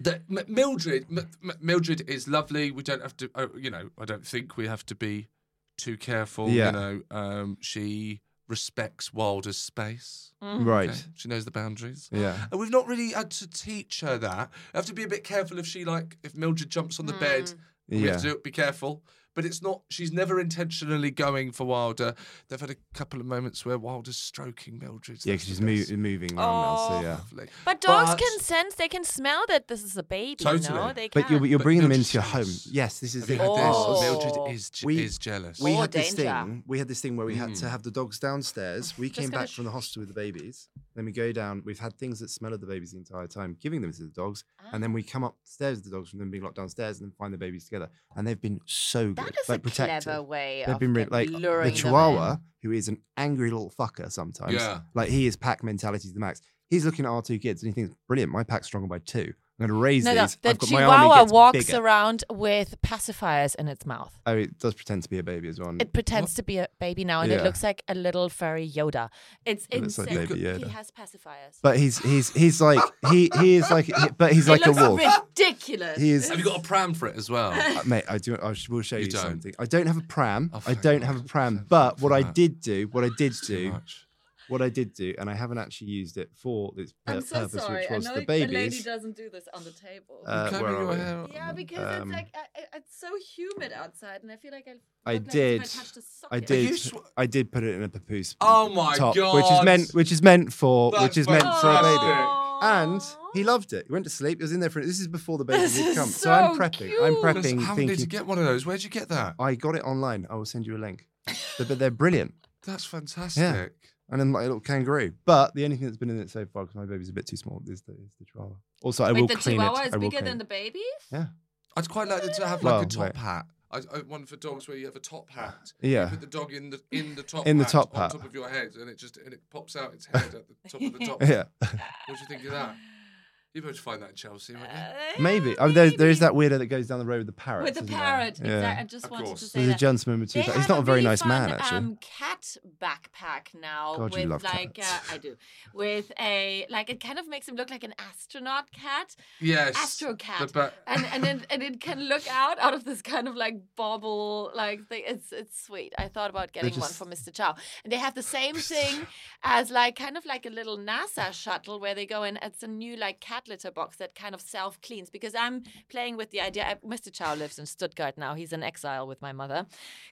Speaker 3: the M- Mildred, M- M- Mildred is lovely. We don't have to, uh, you know. I don't think we have to be too careful.
Speaker 4: Yeah.
Speaker 3: You know, um, she respects Wilder's space.
Speaker 4: right.
Speaker 3: Okay? She knows the boundaries.
Speaker 4: Mm. Yeah.
Speaker 3: And we've not really had to teach her that. I have to be a bit careful if she like if Mildred jumps on the bed. We
Speaker 4: Mm. Yeah.
Speaker 3: have to do, be careful. but it's not. She's never intentionally going for Wilder. They've had a couple of moments where Wilder's stroking Mildred's.
Speaker 4: Yeah,
Speaker 3: that's
Speaker 4: because she's
Speaker 3: the best.
Speaker 4: mo- moving around now.
Speaker 1: Oh.
Speaker 4: So yeah.
Speaker 3: Lovely.
Speaker 1: But dogs
Speaker 3: But-
Speaker 1: can sense, they can smell that this is a baby, you
Speaker 3: Totally.
Speaker 1: know? They
Speaker 4: But
Speaker 1: can.
Speaker 4: you're, you're
Speaker 3: But
Speaker 4: bringing them
Speaker 3: Mildred's
Speaker 4: into your home.
Speaker 3: jealous.
Speaker 4: Yes, this is
Speaker 3: Have you
Speaker 4: the
Speaker 3: had
Speaker 4: idea.
Speaker 3: this?
Speaker 1: Oh.
Speaker 3: Mildred is, je-
Speaker 4: We-
Speaker 3: is jealous.
Speaker 4: We
Speaker 1: Or
Speaker 4: had this
Speaker 1: danger.
Speaker 4: thing. We had this thing where we had to have the dogs downstairs. We
Speaker 1: Just
Speaker 4: came
Speaker 1: gonna
Speaker 4: back from the
Speaker 1: sh-
Speaker 4: hostel with the babies. Then we go down. We've had things that smell of the babies the entire time, giving them to the dogs, and then we
Speaker 1: Ah.
Speaker 4: come upstairs with the dogs from them being locked downstairs, and then find the babies together. And they've been so good,
Speaker 1: That is
Speaker 4: like
Speaker 1: a
Speaker 4: protective.
Speaker 1: clever way
Speaker 4: They've
Speaker 1: of
Speaker 4: been re-
Speaker 1: get-
Speaker 4: like
Speaker 1: luring
Speaker 4: the
Speaker 1: them in.
Speaker 4: Chihuahua, who is an angry little fucker sometimes.
Speaker 3: Yeah.
Speaker 4: like he is pack mentality to the max. He's looking at our two kids and he thinks, "Brilliant, my pack's stronger by two. I'm going to raise
Speaker 6: No, no,
Speaker 4: these.
Speaker 6: the
Speaker 4: I've got my army
Speaker 6: chihuahua
Speaker 4: gets
Speaker 6: walks
Speaker 4: bigger."
Speaker 6: around with pacifiers in its mouth.
Speaker 4: Oh, it does pretend to be a baby as well. and-
Speaker 6: It pretends to be a baby now, and it
Speaker 4: Yeah.
Speaker 6: looks like a little furry Yoda.
Speaker 1: It's
Speaker 4: It looks like
Speaker 1: insane.
Speaker 4: Baby
Speaker 1: He
Speaker 4: Yoda.
Speaker 1: has pacifiers.
Speaker 4: But he's he's he's like he he is like he- but he's
Speaker 1: It
Speaker 4: like a
Speaker 1: looks
Speaker 4: wolf.
Speaker 1: ridiculous.
Speaker 4: He is
Speaker 3: Have you got a pram for it as well?
Speaker 4: Uh, mate. I do. I sh- will show you,
Speaker 3: You don't.
Speaker 4: something. I don't have a pram.
Speaker 3: Oh,
Speaker 4: I
Speaker 3: thank
Speaker 4: don't
Speaker 3: God.
Speaker 4: have a pram.
Speaker 3: Thank
Speaker 4: But
Speaker 3: God
Speaker 4: what
Speaker 3: for
Speaker 4: I
Speaker 3: that.
Speaker 4: did do, what I did do,
Speaker 3: much.
Speaker 4: what I did do, and I haven't actually used it for its pur-
Speaker 1: I'm so
Speaker 4: purpose,
Speaker 1: sorry.
Speaker 4: which
Speaker 1: I
Speaker 4: was
Speaker 1: know
Speaker 4: the
Speaker 1: it- the lady
Speaker 4: babies.
Speaker 1: doesn't do this on the table.
Speaker 4: Uh,
Speaker 3: Cover
Speaker 4: where are
Speaker 3: your
Speaker 4: we?
Speaker 3: hair.
Speaker 1: yeah, because
Speaker 4: um,
Speaker 1: it's like I, I, it's so humid outside, and I feel like I.
Speaker 4: I
Speaker 1: look like
Speaker 4: did.
Speaker 1: If I, touched a socket.
Speaker 4: I
Speaker 3: you
Speaker 4: did.
Speaker 3: sw-
Speaker 4: I did put it in a papoose.
Speaker 3: Oh my
Speaker 4: top,
Speaker 3: God.
Speaker 4: Which is meant. Which is meant for.
Speaker 3: That's
Speaker 4: which is meant for a baby.
Speaker 3: fantastic.
Speaker 4: And he loved it. He went to sleep. He was in there for. This is before the baby
Speaker 1: This
Speaker 4: had
Speaker 1: is
Speaker 4: come. I'm
Speaker 1: so
Speaker 4: prepping. I'm
Speaker 1: cute.
Speaker 4: prepping.
Speaker 3: How
Speaker 4: thinking,
Speaker 3: did you get one of those? Where'd you get that?
Speaker 4: I got it online. I will send you a link. They're- But they're brilliant.
Speaker 3: That's fantastic.
Speaker 4: And then like a little kangaroo. But the only thing that's been in it so far, because my baby's a bit too small, is the, is the chihuahua. Also, I
Speaker 1: Wait,
Speaker 4: will
Speaker 1: the
Speaker 4: clean
Speaker 1: chihuahua
Speaker 4: it.
Speaker 1: is
Speaker 4: I will
Speaker 1: bigger
Speaker 4: clean
Speaker 1: than the
Speaker 4: it.
Speaker 1: baby.
Speaker 4: Yeah.
Speaker 3: I'd quite like it to have
Speaker 4: Well,
Speaker 3: like a top
Speaker 4: wait.
Speaker 3: hat. I, I one for dogs where you have a top hat.
Speaker 4: Yeah.
Speaker 3: You put the dog in the in the top
Speaker 4: In the
Speaker 3: hat,
Speaker 4: top
Speaker 3: on
Speaker 4: hat.
Speaker 3: top of your head, and it just and it pops out its head at the top of the top.
Speaker 4: Yeah.
Speaker 3: hat. What do you think of that? You're about to find that in Chelsea, won't
Speaker 1: Uh,
Speaker 3: you?
Speaker 4: Maybe. I mean, there, there is that weirdo that goes down the road with the parrot.
Speaker 1: Ah, With the parrot,
Speaker 4: Yeah.
Speaker 1: exactly. I just
Speaker 3: Of
Speaker 1: wanted
Speaker 3: course.
Speaker 1: to say
Speaker 4: There's a
Speaker 1: that.
Speaker 4: gentleman with two.
Speaker 1: They
Speaker 4: pa- He's
Speaker 1: have
Speaker 4: not a very
Speaker 1: really
Speaker 4: nice man,
Speaker 1: fun,
Speaker 4: actually.
Speaker 1: Um, cat backpack now
Speaker 4: God, you
Speaker 1: with
Speaker 4: love
Speaker 1: like
Speaker 4: cats.
Speaker 1: Uh, I do with a like it kind of makes him look like an astronaut cat,
Speaker 3: Yes.
Speaker 1: astro cat,
Speaker 3: The ba-
Speaker 1: and and it, and it can look out out of this kind of like bobble like thing. It's it's sweet. I thought about getting
Speaker 4: just-
Speaker 1: one for Mr. Chow, and they have the same thing as like kind of like a little NASA shuttle where they go in. It's a new like cat litter box that kind of self cleans because I'm playing with the idea. I, Mr. Chow lives in Stuttgart now. He's in exile with my mother.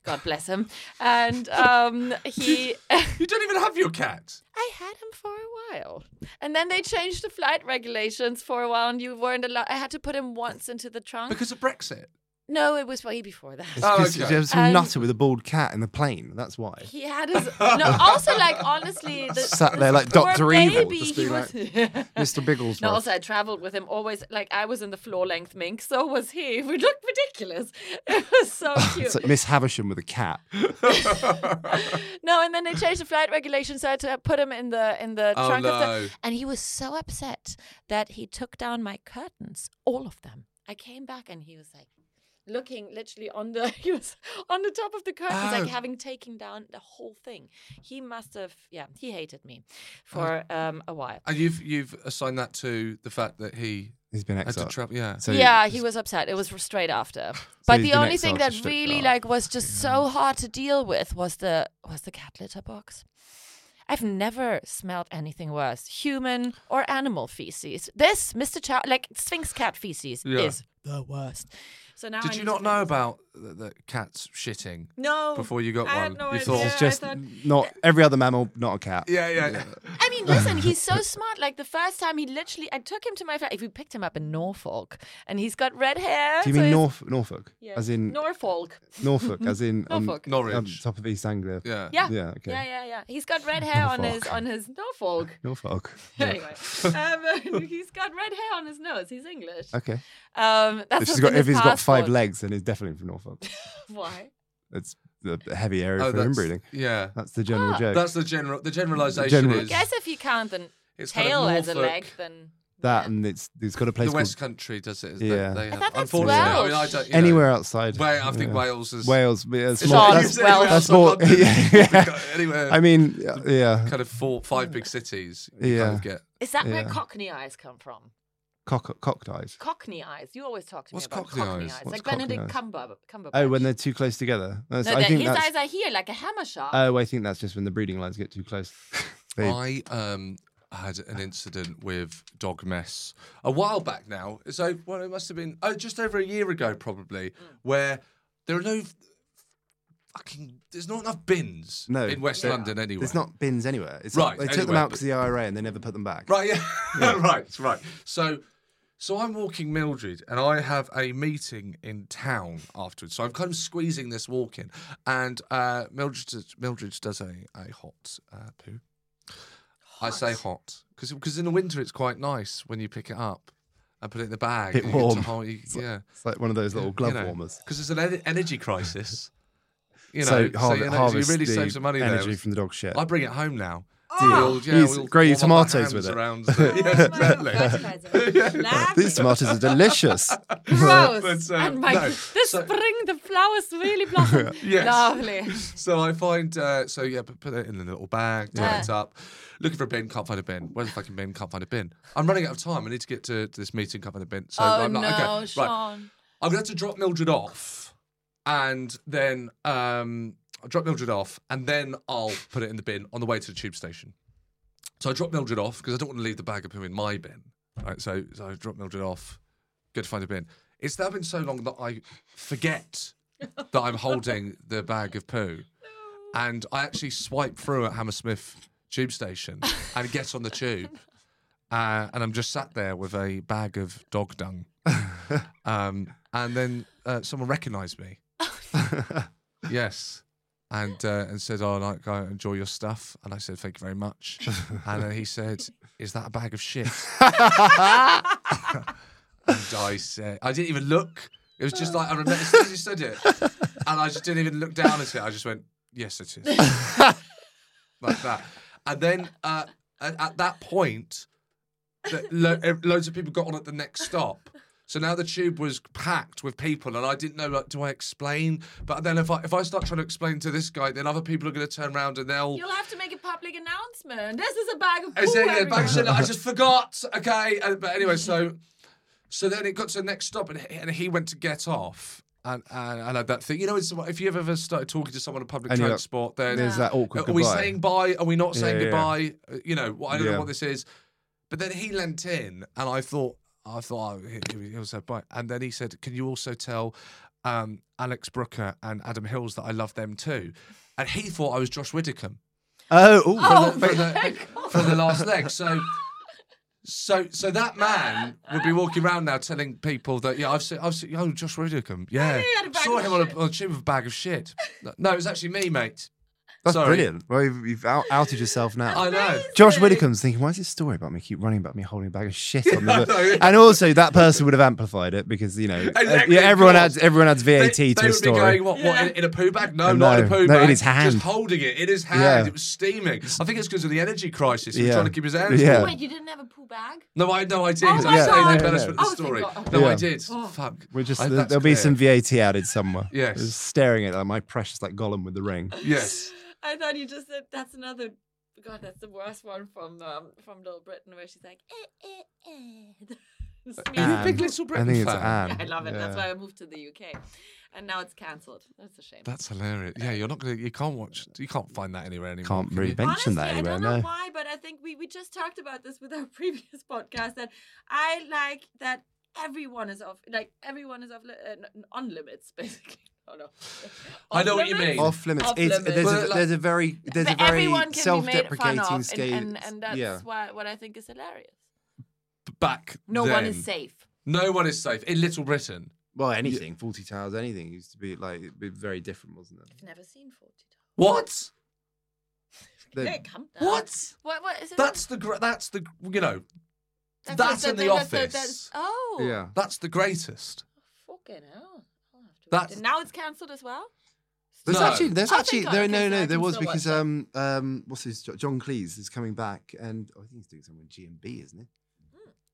Speaker 1: God bless him. And um, he.
Speaker 3: you don't even have your cat.
Speaker 1: I had him for a while. And then they changed the flight regulations for a while, and you weren't allowed. I had to put him once into the trunk.
Speaker 3: Because of Brexit.
Speaker 1: no, it was way before that.
Speaker 4: It's
Speaker 3: Oh,
Speaker 4: 'cause
Speaker 3: okay.
Speaker 4: There's some
Speaker 1: Um,
Speaker 4: nutter with a bald cat in the plane. That's why.
Speaker 1: He had his. No, also, like, honestly. The,
Speaker 4: Sat
Speaker 1: this
Speaker 4: there like
Speaker 1: poor
Speaker 4: Dr. Evil,
Speaker 1: baby,
Speaker 4: just being
Speaker 1: he was-
Speaker 4: Mr. Bigglesworth.
Speaker 1: No, also I traveled with him always. Like I was in the floor length mink, so was he. We looked ridiculous. It was so cute.
Speaker 4: it's like Miss Havisham with a cat.
Speaker 1: no, and then they changed the flight regulations, so I had to put him in the in the
Speaker 3: Oh,
Speaker 1: trunk
Speaker 3: no.
Speaker 1: of the. And he was so upset that he took down my curtains, all of them. I came back and he was like looking literally on the he was on the top of the curtains
Speaker 3: Oh.
Speaker 1: like having taken down the whole thing he must have yeah he hated me for
Speaker 3: Oh.
Speaker 1: um a while
Speaker 3: And Uh, you've you've assigned that to the fact that he
Speaker 4: He's been
Speaker 3: had to
Speaker 4: exiled.
Speaker 3: travel. Yeah.
Speaker 4: So
Speaker 1: yeah, he was upset. It was straight after. but
Speaker 4: he's
Speaker 1: the
Speaker 4: been
Speaker 1: only thing
Speaker 4: exiled
Speaker 1: that
Speaker 4: to
Speaker 1: really
Speaker 4: Stuttgart.
Speaker 1: like was just so hard to deal with was the was the cat litter box. I've never smelled anything worse, human or animal feces. This, Mr. Chow, like Sphinx cat feces,
Speaker 3: Yeah.
Speaker 1: is the worst. So now I
Speaker 3: Did you
Speaker 1: need
Speaker 3: not
Speaker 1: to
Speaker 3: know
Speaker 1: make this-
Speaker 3: about the, the cats shitting?
Speaker 1: No.
Speaker 3: Before you got
Speaker 1: I had
Speaker 3: one,
Speaker 1: no
Speaker 3: you
Speaker 1: idea.
Speaker 3: thought-
Speaker 4: It's
Speaker 1: I
Speaker 4: just
Speaker 1: thought- uh,
Speaker 4: not every other mammal, not a cat.
Speaker 3: Yeah, yeah. yeah.
Speaker 1: I mean, listen, he's so smart. Like the first time he literally, I took him to my flat. If we picked him up in Norfolk, and he's got red hair.
Speaker 4: Do you
Speaker 1: so
Speaker 4: mean
Speaker 1: he's-
Speaker 4: Norf- Norfolk?
Speaker 1: Yeah.
Speaker 4: As in
Speaker 1: Norfolk?
Speaker 4: Norfolk, as in on-
Speaker 1: Norfolk.
Speaker 4: on,
Speaker 3: Norwich.
Speaker 4: top of East Anglia.
Speaker 3: Yeah.
Speaker 1: Yeah.
Speaker 4: Yeah, okay.
Speaker 1: Yeah, yeah, yeah. He's got red hair on his
Speaker 4: Norfolk.
Speaker 1: on his Norfolk.
Speaker 4: Norfolk.
Speaker 1: Anyway, um, he's got red hair on his nose. He's English.
Speaker 4: Okay.
Speaker 1: Um, that's
Speaker 4: if
Speaker 1: what's
Speaker 4: he's got,
Speaker 1: in
Speaker 4: if
Speaker 1: his
Speaker 4: he's got five
Speaker 1: passport.
Speaker 4: legs, then he's definitely from Norfolk.
Speaker 1: Why?
Speaker 4: It's the the heavy area
Speaker 3: Oh,
Speaker 4: for
Speaker 3: that's-
Speaker 4: inbreeding.
Speaker 3: Yeah.
Speaker 4: That's the
Speaker 1: Ah.
Speaker 4: general joke.
Speaker 3: That's the general. The generalization
Speaker 4: general-
Speaker 3: is
Speaker 1: Guess if you count the
Speaker 3: It's kind of
Speaker 1: tail as a
Speaker 3: Norfolk.
Speaker 1: leg, then
Speaker 4: that and it's it's got a place
Speaker 3: the West
Speaker 4: called
Speaker 3: Country does it.
Speaker 4: Yeah.
Speaker 3: Yeah, they,
Speaker 4: I
Speaker 3: have,
Speaker 1: thought that's
Speaker 3: unfortunately, I mean, I
Speaker 1: Welsh.
Speaker 3: don't, you know,
Speaker 4: anywhere outside.
Speaker 3: Wa- I think
Speaker 4: Yeah.
Speaker 3: Wales is
Speaker 4: Wales. yeah, it's
Speaker 3: It's
Speaker 4: more-
Speaker 1: all
Speaker 4: that's,
Speaker 1: Wales, Wales,
Speaker 4: that's
Speaker 3: not
Speaker 4: more.
Speaker 3: London.
Speaker 4: yeah.
Speaker 3: Anywhere.
Speaker 4: I mean, yeah,
Speaker 3: kind of four, five big cities. You
Speaker 4: Yeah.
Speaker 3: kind of get.
Speaker 1: is that where
Speaker 4: Yeah.
Speaker 1: Cockney eyes come from?
Speaker 4: cock cocked eyes.
Speaker 1: Cockney eyes. You always talk to
Speaker 3: What's
Speaker 1: me about
Speaker 3: Cockney
Speaker 1: Cockney,
Speaker 3: eyes?
Speaker 1: eyes,
Speaker 4: What's
Speaker 1: like
Speaker 4: Cockney
Speaker 1: Benedict
Speaker 4: eyes?
Speaker 1: Cumber- Cumberbatch.
Speaker 4: Oh, when they're too close together. That's,
Speaker 1: no,
Speaker 4: I
Speaker 1: that-
Speaker 4: think
Speaker 1: his
Speaker 4: that's,
Speaker 1: eyes are here like a hammer shark.
Speaker 4: Oh, I think that's just when the breeding lines get too close. They-
Speaker 3: I um had an incident with dog mess a while back
Speaker 4: Mm.
Speaker 3: now. So well, it must have been oh, just over a year ago probably, where there are no fucking. There's not enough bins
Speaker 4: No,
Speaker 3: in West
Speaker 4: there-
Speaker 3: London anyway.
Speaker 4: There's not bins anywhere. It's
Speaker 3: Right,
Speaker 4: They took them
Speaker 3: anywhere,
Speaker 4: out because of the IRA and they never put them back.
Speaker 3: Right, yeah. right, right. So so I'm walking Mildred and I have a meeting in town afterwards. So I'm kind of squeezing this walk in. And uh, Mildred, does- Mildred does a, a hot uh, poo. I say hot because in the winter it's quite nice when you pick it up and put it in the bag.
Speaker 4: Bit
Speaker 3: You get to
Speaker 4: warm.
Speaker 3: hold- you-
Speaker 4: It's like-
Speaker 3: yeah.
Speaker 4: It's like one of those little glove warmers.
Speaker 3: Because there's an en- energy crisis. You
Speaker 4: So
Speaker 3: know, so,
Speaker 4: har-
Speaker 3: you, know, so you
Speaker 4: harvest
Speaker 3: really
Speaker 4: the
Speaker 3: save some money there.
Speaker 4: energy from the dog shit.
Speaker 3: I bring it home now.
Speaker 4: Do you?
Speaker 3: We'll- yeah,
Speaker 4: Use-
Speaker 3: we'll
Speaker 4: grow your
Speaker 3: warm up our
Speaker 4: tomatoes with
Speaker 3: hands
Speaker 4: it.
Speaker 3: Around, the- yeah, exactly.
Speaker 4: These tomatoes are delicious.
Speaker 3: But, uh,
Speaker 1: and my,
Speaker 3: no,
Speaker 1: this
Speaker 3: so-
Speaker 1: spring the flowers really blossom.
Speaker 3: Yes.
Speaker 1: Lovely.
Speaker 3: So I find, uh, so yeah, put, put it in a little bag, tie
Speaker 1: Yeah.
Speaker 3: it up. Looking for a bin, can't find a bin. Where's the fucking bin? Can't find a bin. I'm running out of time. I need to get to, to this meeting, can't find a bin. So
Speaker 1: oh
Speaker 3: I'm
Speaker 1: no,
Speaker 3: like, okay, right.
Speaker 1: Sean.
Speaker 3: I'm going to have to drop Mildred off and then um, I'll drop Mildred off and then I'll put it in the bin on the way to the tube station. So I drop Mildred off because I don't want to leave the bag of poo in my bin. Right, so, so I drop Mildred off, go to find a bin. It's now been so long that I forget that I'm holding the bag of poo. And I actually swipe through at Hammersmith tube station and get on the tube. Uh, and I'm just sat there with a bag of dog dung. Um, and then uh, someone recognised me. yes. And uh, and said, "Oh, like, I enjoy your stuff." And I said, "Thank you very much." and then he said, "Is that a bag of shit?" and I said, "I didn't even look. It was just like I remember as soon as he said it, and I just didn't even look down at it. I just went, "Yes, it is," like that. And then uh, at, at that point, the, lo- ev- loads of people got on at the next stop. So now the tube was packed with people, and I didn't know. Like, do I explain? But then if I if I start trying to explain to this guy, then other people are going to turn around and they'll.
Speaker 1: You'll have to make a public announcement. This is a bag of poo.
Speaker 3: I said, yeah,
Speaker 1: everyone.
Speaker 3: back to- I just forgot. Okay, and, but anyway, so so then it got to the next stop, and he, and he went to get off. And, and, and had that thing, you know, it's, if you've ever started talking to someone on public
Speaker 4: And you're like,
Speaker 3: transport, then
Speaker 4: there's that awkward
Speaker 3: Are we
Speaker 4: goodbye.
Speaker 3: saying bye? Are we not saying
Speaker 4: Yeah, yeah,
Speaker 3: goodbye? Uh, You know, well, I don't know
Speaker 4: Yeah.
Speaker 3: what this is. But then he leant in, and I thought, I thought oh, he- he, he'll say bye. And then he said, "Can you also tell um, Alex Brooker and Adam Hills that I love them too?" And he thought I was Josh Widdicombe
Speaker 4: Oh, ooh,
Speaker 3: for the, for the, for the last leg. So, so, so that man would be walking around now telling people that yeah, I've seen, I've seen, oh, Josh Widdicombe, yeah,
Speaker 1: he had a bag
Speaker 3: saw
Speaker 1: of
Speaker 3: him on a,
Speaker 1: shit.
Speaker 3: on a tube with a bag of shit. No, it was actually me, mate.
Speaker 4: that's
Speaker 3: Sorry.
Speaker 4: brilliant. Well, you've, you've out- outed yourself now.
Speaker 3: I know.
Speaker 4: Josh Widdicombe's thinking, why is this story about me keep running about me holding a bag of shit on
Speaker 3: I
Speaker 4: the
Speaker 3: know.
Speaker 4: And also, that person would have amplified it because, you know,
Speaker 3: Exactly,
Speaker 4: yeah,
Speaker 3: of
Speaker 4: everyone
Speaker 3: course.
Speaker 4: adds everyone adds VAT
Speaker 3: they,
Speaker 4: to
Speaker 3: they
Speaker 4: a
Speaker 3: would
Speaker 4: story.
Speaker 3: Be going, what, what, in, in a poo bag? No,
Speaker 4: No,
Speaker 3: not in a poo
Speaker 4: no,
Speaker 3: bag.
Speaker 4: in his hand.
Speaker 3: Just holding it in his hand.
Speaker 4: Yeah.
Speaker 3: It was steaming. I think it's because of the energy crisis. He was
Speaker 4: Yeah.
Speaker 3: trying to keep his hands
Speaker 4: Yeah.
Speaker 3: warm.
Speaker 1: Wait, you didn't have a poo bag?
Speaker 3: No, I no, I did.
Speaker 1: Oh
Speaker 3: It's
Speaker 1: my
Speaker 3: the
Speaker 1: God.
Speaker 3: embarrassment of
Speaker 1: Yeah.
Speaker 3: the
Speaker 1: Oh, thank
Speaker 3: story.
Speaker 1: God. Oh.
Speaker 3: No,
Speaker 4: Yeah.
Speaker 3: I did. Fuck.
Speaker 4: We're just
Speaker 3: I-
Speaker 4: there-
Speaker 3: that's
Speaker 4: there'll be
Speaker 3: clear.
Speaker 4: some VAT added somewhere.
Speaker 3: Yes.
Speaker 4: Just staring at like, my precious like Gollum with the ring.
Speaker 3: Yes.
Speaker 1: I thought you just said that's another. God, that's the worst one from um, from Little Britain, where she's like, eh, eh, eh. It's me.
Speaker 4: Anne.
Speaker 3: big Little Britain
Speaker 4: Um, I think it's
Speaker 3: fan?
Speaker 4: Anne.
Speaker 1: I love it. That's
Speaker 4: Yeah.
Speaker 1: why I moved to the UK, and now it's cancelled. That's a shame.
Speaker 3: That's hilarious. Yeah, you're not gonna. You can't watch. You can't find that anywhere anymore.
Speaker 4: Can't
Speaker 3: can
Speaker 4: really
Speaker 3: you?
Speaker 4: ban- mention that
Speaker 1: Honestly, I
Speaker 4: anywhere,
Speaker 1: don't know
Speaker 4: no.
Speaker 1: why, but I think we, we just talked about this with our previous podcast that I like that everyone is off, like everyone is off li- uh, n- n- on limits basically. Oh no,
Speaker 3: I know what you mean.
Speaker 4: Off limits.
Speaker 1: Off
Speaker 4: it's,
Speaker 1: limits.
Speaker 4: There's,
Speaker 3: But,
Speaker 4: a,
Speaker 3: like-
Speaker 4: there's a very there's
Speaker 1: but
Speaker 4: a very
Speaker 1: everyone can be made fun
Speaker 4: self-deprecating
Speaker 1: of,
Speaker 4: scale.
Speaker 1: and, and, and that's
Speaker 4: yeah.
Speaker 1: why, what I think is hilarious.
Speaker 3: Back.
Speaker 1: No one
Speaker 3: then,
Speaker 1: is safe.
Speaker 3: No one is safe in Little Britain.
Speaker 4: Well, anything, Forty Towers, anything used to be like it'd be very different, wasn't it?
Speaker 1: I've never seen Forty Towers.
Speaker 3: What?
Speaker 4: The-
Speaker 1: Hey, come down.
Speaker 3: What?
Speaker 1: What? What is it?
Speaker 3: That's the. gr- That's the. You know. That's, in the,
Speaker 1: that's-
Speaker 3: office.
Speaker 1: that's-
Speaker 3: That's,
Speaker 1: that's- oh,
Speaker 4: yeah.
Speaker 3: the greatest.
Speaker 1: Fucking hell. I'll have to watch
Speaker 3: That's-
Speaker 1: it. Now it's cancelled as well.
Speaker 4: There's
Speaker 3: No.
Speaker 4: actually, there's
Speaker 1: I
Speaker 4: actually,
Speaker 1: think I
Speaker 4: there,
Speaker 1: can-
Speaker 4: no,
Speaker 1: I
Speaker 4: no,
Speaker 1: can
Speaker 4: there was
Speaker 1: still watch
Speaker 4: because
Speaker 1: that.
Speaker 4: um, um, what's his Jo- John Cleese is coming back, and oh, I think he's doing something with GMB, isn't he?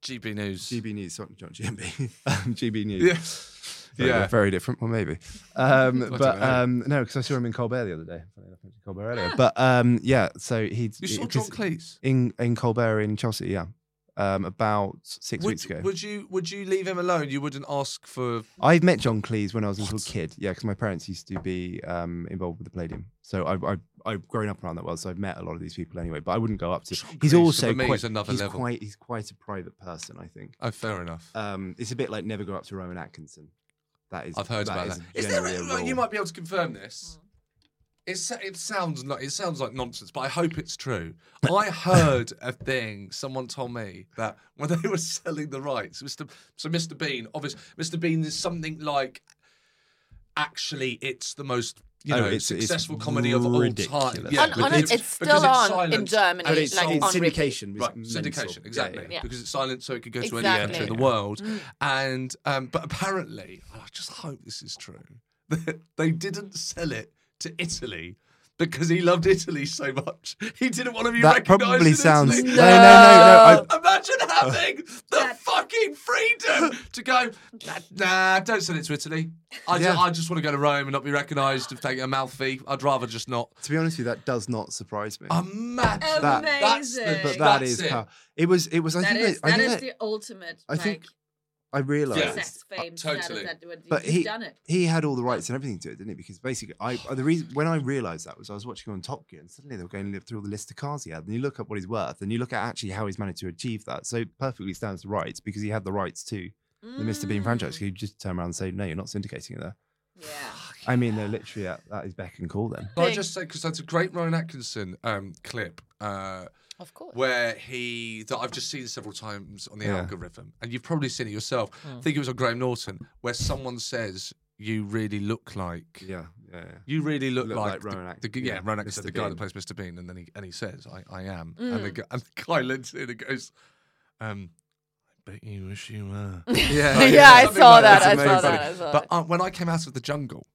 Speaker 3: GB News.
Speaker 4: GB News, sorry, John GMB, um, GB News.
Speaker 3: Yes.
Speaker 4: Very,
Speaker 3: yeah.
Speaker 4: very different. Well, maybe. Um,
Speaker 3: don't
Speaker 4: but
Speaker 3: know.
Speaker 4: um, no, because I saw him in Colbert the other day. Funny enough, I mentioned Colbert earlier. But um, yeah, so he
Speaker 3: You saw
Speaker 4: it-
Speaker 3: John
Speaker 4: 'cause
Speaker 3: Cleese.
Speaker 4: in in Colbert in Chelsea, yeah, um, about six
Speaker 3: would,
Speaker 4: weeks ago.
Speaker 3: would you would you leave him alone? You wouldn't ask for
Speaker 4: I met John Cleese when I was a little kid. Yeah, because my parents used to be um, involved with the Palladium, so I've I, I've grown up around that world. So I've met a lot of these people anyway. But I wouldn't go up to.
Speaker 3: John
Speaker 4: he's
Speaker 3: Cleese,
Speaker 4: also
Speaker 3: for me,
Speaker 4: quite,
Speaker 3: is another
Speaker 4: he's
Speaker 3: level.
Speaker 4: quite he's quite a private person. I think
Speaker 3: Oh, fair enough.
Speaker 4: um, it's a bit like never go up to Rowan Atkinson. That is
Speaker 3: I've heard about
Speaker 4: is
Speaker 3: that. Is there
Speaker 4: generally a
Speaker 3: a, like, you
Speaker 4: rule.
Speaker 7: Hmm.
Speaker 3: might be able to confirm this? It's, it sounds like it sounds like nonsense, but I hope it's true. I heard a thing someone told me that when they were selling the rights, Mr. So Mr. Bean, obviously, Mr. Bean is something like actually it's the most you
Speaker 4: Oh,
Speaker 3: know
Speaker 4: it's- it's
Speaker 3: successful comedy of all time.
Speaker 4: ridiculous.
Speaker 7: On- on it- it's still
Speaker 3: because
Speaker 7: on in
Speaker 3: silenced
Speaker 7: Germany,
Speaker 3: and
Speaker 7: But it's like on repeat.
Speaker 4: syndication was
Speaker 3: Right,
Speaker 4: mental.
Speaker 3: syndication,
Speaker 4: Yeah,
Speaker 3: exactly.
Speaker 4: yeah.
Speaker 7: Yeah.
Speaker 3: Because it's silent, so it could go to any
Speaker 7: Exactly. Mm.
Speaker 3: country in the world. And um, but apparently, and I just hope this is true. That they didn't sell it to Italy because he loved Italy so much. He didn't want to be
Speaker 8: That
Speaker 3: recognised.
Speaker 8: probably
Speaker 3: in
Speaker 8: sounds.
Speaker 3: Italy.
Speaker 8: No, no, no, no. I,
Speaker 3: Imagine having
Speaker 7: Uh,
Speaker 3: the fucking freedom to go, "Nah, nah, don't send it to Italy. I, ju-
Speaker 4: Yeah.
Speaker 3: I just want to go to Rome and not be recognised and take a mouth fee. I'd rather just not.
Speaker 4: To be honest with you, that does not surprise me.
Speaker 3: Imagine.
Speaker 4: That-
Speaker 3: that's the-
Speaker 7: Amazing.
Speaker 4: but that
Speaker 3: Um, That's
Speaker 4: is
Speaker 3: it.
Speaker 4: how it was. It was. I
Speaker 9: That
Speaker 4: think.
Speaker 9: is
Speaker 4: I,
Speaker 9: that
Speaker 4: think
Speaker 9: is
Speaker 4: that-
Speaker 9: the ultimate
Speaker 4: I think
Speaker 9: like
Speaker 4: I realized.
Speaker 3: Yeah.
Speaker 9: sex fame
Speaker 3: totally.
Speaker 9: status that when
Speaker 4: But
Speaker 9: you've
Speaker 4: he
Speaker 9: done it.
Speaker 4: he had all the rights and everything to it, didn't he? Because basically, I uh, the reason when I realised that was I was watching on Top Gear, and suddenly they were going through all the list of cars he had, and you look up what he's worth, and you look at actually how he's managed to achieve that. So it perfectly stands to rights because he had the rights to the Mr Bean franchise. You just turn around and say, no, you're not syndicating it there.
Speaker 9: Yeah.
Speaker 4: I mean, they're literally at, that is beck and call then.
Speaker 3: Can I
Speaker 7: Big.
Speaker 3: just say because that's a great Ryan Atkinson um, clip. Uh,
Speaker 1: Of course.
Speaker 3: where he that I've just seen several times on the
Speaker 4: Yeah.
Speaker 3: algorithm, and you've probably seen it yourself.
Speaker 1: Mm.
Speaker 3: I think it was on Graham Norton, where someone says, "You really look like."
Speaker 4: Yeah, yeah. yeah.
Speaker 3: You really look,
Speaker 4: Look
Speaker 3: like,
Speaker 4: like Rowan
Speaker 3: the,
Speaker 4: Atkinson.
Speaker 3: the, yeah,
Speaker 4: Yeah,
Speaker 3: Rowan Atkinson,
Speaker 4: Mr.
Speaker 3: the guy that
Speaker 4: Bean.
Speaker 3: plays Mr. Bean, and then he and he says, "I, I am," and,
Speaker 7: Mm.
Speaker 3: the, gu- and the guy looks in and goes, um, "I bet you wish you were."
Speaker 4: Yeah,
Speaker 3: Like,
Speaker 7: yeah, I
Speaker 3: something
Speaker 7: saw
Speaker 3: like
Speaker 7: that.
Speaker 3: It's
Speaker 7: I saw
Speaker 3: amazing.
Speaker 7: that. I saw
Speaker 3: But
Speaker 7: that.
Speaker 3: uh, when I came out of the jungle,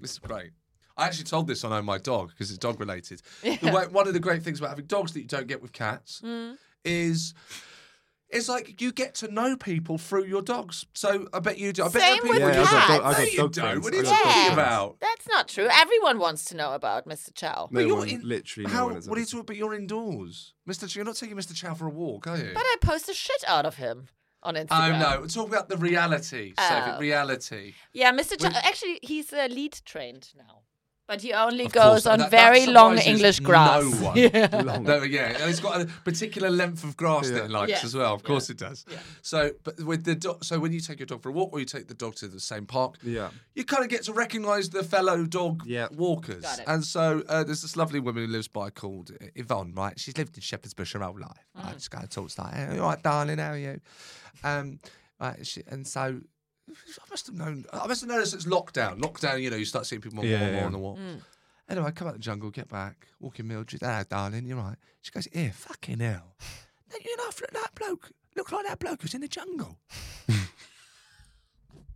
Speaker 3: this is great. I actually told this on Oh My Dog because it's dog related. The way, one of the great things about having dogs that you don't get with cats
Speaker 7: Mm.
Speaker 3: is it's like you get to know people through your dogs. So I bet you do. I bet there are
Speaker 1: Same
Speaker 3: people
Speaker 1: with
Speaker 3: you
Speaker 4: I've got
Speaker 1: cats.
Speaker 4: dog-
Speaker 3: No,
Speaker 4: I've got
Speaker 3: you
Speaker 4: dog
Speaker 3: don't.
Speaker 4: friends.
Speaker 3: What are you
Speaker 4: I've got dog
Speaker 3: talking
Speaker 1: Yes.
Speaker 4: friends.
Speaker 3: about?
Speaker 1: That's not true. Everyone wants to know about Mr. Chow.
Speaker 4: No
Speaker 3: But you're
Speaker 4: one-
Speaker 3: in-
Speaker 4: literally, no
Speaker 3: how,
Speaker 4: one has
Speaker 3: what are
Speaker 4: ever
Speaker 3: you talking about? You're indoors, Mister. Ch- You're not taking Mister Chow for a walk, are you?
Speaker 1: But I post the shit out of him on Instagram.
Speaker 3: Oh no, we're talking about the reality, Sophie.
Speaker 1: Oh.
Speaker 3: Reality.
Speaker 1: Yeah, Mr. Chow.
Speaker 3: We-
Speaker 1: Actually, he's uh, lead trained now, but he only
Speaker 3: Of
Speaker 1: goes
Speaker 3: course,
Speaker 1: on
Speaker 3: that- that
Speaker 1: very long
Speaker 3: surprises
Speaker 1: English
Speaker 3: no
Speaker 1: grass.
Speaker 3: one.
Speaker 1: Yeah.
Speaker 4: Long.
Speaker 3: No, but yeah, and it's got a particular length of grass that it likes
Speaker 7: Yeah.
Speaker 3: as well. Of course, it does. So, but with the do- so when you take your dog for a walk, or you take the dog to the same park,
Speaker 4: Yeah.
Speaker 3: you kind of get to recognise the fellow dog
Speaker 4: Yeah.
Speaker 3: walkers.
Speaker 1: Got it.
Speaker 3: And so uh, there's this lovely woman who lives by called uh, Yvonne, right? She's lived in Shepherd's Bush her whole life.
Speaker 1: Mm.
Speaker 3: I just go and talk to her. Hey, all right, darling, how are you? Um, right, she, and so I must have known. I must have known since lockdown. Lockdown, you know, you start seeing people more,
Speaker 4: Yeah,
Speaker 3: more,
Speaker 4: yeah.
Speaker 3: more on the walks.
Speaker 7: Mm.
Speaker 3: Anyway, I come out of the jungle, get back, walk in Mildred. Hello, darling, you're right. She goes, here, fucking hell. Don't you know that bloke? Look like that bloke who's in the jungle.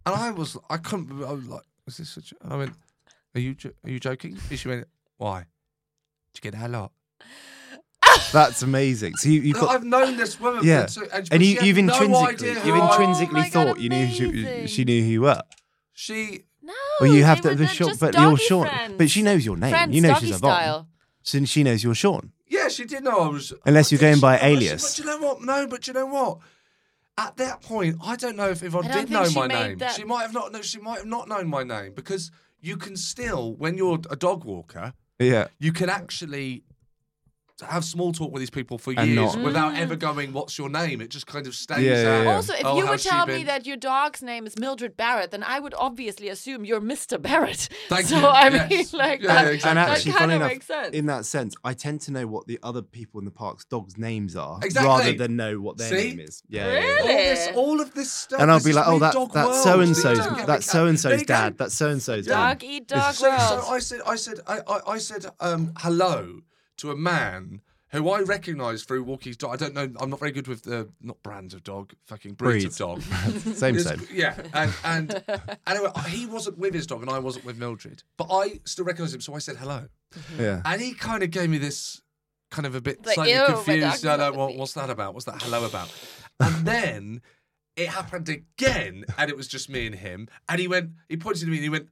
Speaker 3: and I was, I couldn't. believe- I was like, is this? A, jo-" I went, are you, jo- are you joking? And she went, why? Did you get that a lot?
Speaker 4: That's amazing. So you, you've got
Speaker 3: I've known this woman.
Speaker 4: yeah,
Speaker 3: for two, and,
Speaker 4: and
Speaker 3: she
Speaker 4: you,
Speaker 3: had
Speaker 4: you've
Speaker 3: no
Speaker 4: intrinsically,
Speaker 3: idea
Speaker 4: you've
Speaker 3: who I-
Speaker 4: intrinsically
Speaker 7: Oh my God,
Speaker 4: thought you knew she,
Speaker 7: amazing.
Speaker 4: she knew who you were.
Speaker 3: She
Speaker 7: No.
Speaker 4: Well, you
Speaker 7: they
Speaker 4: have the,
Speaker 7: were
Speaker 4: the
Speaker 7: the-
Speaker 4: short,
Speaker 7: just
Speaker 4: but you're
Speaker 7: doggy
Speaker 4: Sean. But
Speaker 7: friends.
Speaker 4: she knows your name.
Speaker 1: Friends,
Speaker 4: you know
Speaker 1: doggy
Speaker 4: she's Yvonne.
Speaker 1: style.
Speaker 4: Since she knows you're Sean.
Speaker 3: Yeah, she did know I was. uh,
Speaker 4: Unless
Speaker 3: I
Speaker 4: you're
Speaker 3: did-
Speaker 4: going
Speaker 3: she-
Speaker 4: by
Speaker 3: but she-
Speaker 4: alias.
Speaker 3: But you know what? No, but you know what? At that point, I don't know if Yvonne
Speaker 1: I don't
Speaker 3: did
Speaker 1: think
Speaker 3: know
Speaker 1: she
Speaker 3: my
Speaker 1: made
Speaker 3: name.
Speaker 1: that-
Speaker 3: She might have not. No, she might have not known my name because you can still, when you're a dog walker,
Speaker 4: Yeah.
Speaker 3: you can actually have small talk with these people for
Speaker 4: And
Speaker 3: years
Speaker 4: not-
Speaker 3: without ever going, "What's your name?" It just kind of stays
Speaker 4: Yeah, yeah,
Speaker 3: out.
Speaker 4: yeah.
Speaker 1: Mm. Also, if
Speaker 3: Oh,
Speaker 1: you would
Speaker 3: how's she
Speaker 1: tell me
Speaker 3: been?
Speaker 1: that your dog's name is Mildred Barrett, then I would obviously assume you're Mr. Barrett.
Speaker 3: Thank
Speaker 1: so
Speaker 3: you,
Speaker 1: I
Speaker 3: yes.
Speaker 1: mean, like,
Speaker 3: Yeah,
Speaker 1: that,
Speaker 3: yeah,
Speaker 4: And
Speaker 3: exactly.
Speaker 1: that
Speaker 4: actually,
Speaker 1: kinda
Speaker 4: funny enough,
Speaker 1: makes sense.
Speaker 4: in that sense, I tend to know what the other people in the park's dogs' names are
Speaker 3: Exactly.
Speaker 4: rather than know what their
Speaker 3: See?
Speaker 4: name is. Yeah. yeah, yeah.
Speaker 3: all, this, all of this stuff,
Speaker 4: And I'll
Speaker 3: this
Speaker 4: be
Speaker 3: is
Speaker 4: like, oh,
Speaker 3: new
Speaker 4: that,
Speaker 3: dog
Speaker 4: that's
Speaker 3: world.
Speaker 4: so and so's,
Speaker 3: Things don't get
Speaker 4: that's
Speaker 3: me-
Speaker 4: so and
Speaker 3: There
Speaker 4: so's
Speaker 3: you go.
Speaker 4: dad, that's so and so's mum.
Speaker 1: dog eat dog
Speaker 3: so,
Speaker 1: world.
Speaker 3: so I said, I said, I, I, I said, um, hello to a man who I recognise through walking his dog. I don't know. I'm not very good with the not brands of dog, fucking breeds of dog.
Speaker 4: Same,
Speaker 3: It's-
Speaker 4: same.
Speaker 3: Yeah, and and anyway, he wasn't with his dog, and I wasn't with Mildred, but I still recognised him, so I said hello,
Speaker 4: Yeah.
Speaker 3: and he kind of gave me this kind of a bit
Speaker 1: Like,
Speaker 3: slightly
Speaker 1: ew, my
Speaker 3: confused.
Speaker 1: dog's
Speaker 3: No, no,
Speaker 1: not with
Speaker 3: what,
Speaker 1: me."
Speaker 3: what's that about? What's that hello about? And then it happened again, and it was just me and him, and he went, he pointed to me, and he went,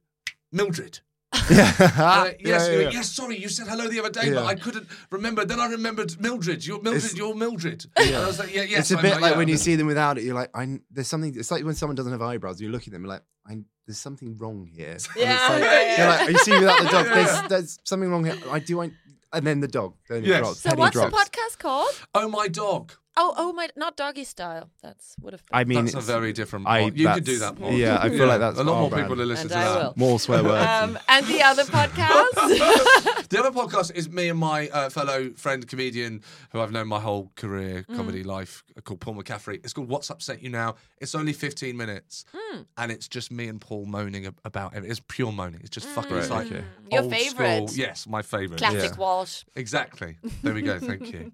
Speaker 3: Mildred. Uh,
Speaker 4: Ah, yeah.
Speaker 3: yes,
Speaker 4: yeah,
Speaker 3: you-
Speaker 4: yeah.
Speaker 3: yes. Sorry, you said hello the other day,
Speaker 4: Yeah.
Speaker 3: but I couldn't remember. Then I remembered Mildred. You're Mildred.
Speaker 4: It's-
Speaker 3: you're Mildred. And I was like, yeah, yes.
Speaker 4: it's a
Speaker 3: I'm
Speaker 4: bit like
Speaker 3: yeah.
Speaker 4: when you see them without it, you're like, I kn- there's something. It's like when someone doesn't have eyebrows, you look at them you're like, I, there's something wrong here. And
Speaker 7: Yeah,
Speaker 4: it's like,
Speaker 7: yeah, yeah.
Speaker 4: You're like, you see without the dog, there's there's something wrong here. I do, I, and then the dog, then it
Speaker 3: Yes.
Speaker 4: drops.
Speaker 1: So
Speaker 4: penny
Speaker 1: what's
Speaker 4: drops.
Speaker 1: the podcast called?
Speaker 3: Oh my dog.
Speaker 1: Oh, oh my! Not doggy style. That's would have.
Speaker 4: I mean,
Speaker 3: That's a
Speaker 4: it's-
Speaker 3: very different
Speaker 4: I-
Speaker 3: pod. You could
Speaker 4: that's-
Speaker 3: do that pod.
Speaker 4: yeah, I feel like that's
Speaker 3: a lot
Speaker 4: our
Speaker 3: more
Speaker 4: brand.
Speaker 3: people who listen
Speaker 1: And
Speaker 3: to
Speaker 1: I
Speaker 3: that.
Speaker 1: will.
Speaker 4: More swear words.
Speaker 1: Um, and the other podcast.
Speaker 3: The other podcast is me and my uh, fellow friend comedian who I've known my whole career,
Speaker 1: Mm.
Speaker 3: comedy life, uh, called Paul McCaffrey. It's called What's Upset You Now. It's only 15 minutes.
Speaker 1: Mm.
Speaker 3: And it's just me and Paul moaning ab- about it. It's pure moaning. It's just fucking it's like
Speaker 10: okay.
Speaker 1: Mm. Your
Speaker 3: old
Speaker 1: favourite.
Speaker 3: school- Yes, my favourite.
Speaker 1: Classic Walsh.
Speaker 3: Exactly. There we go. Thank you.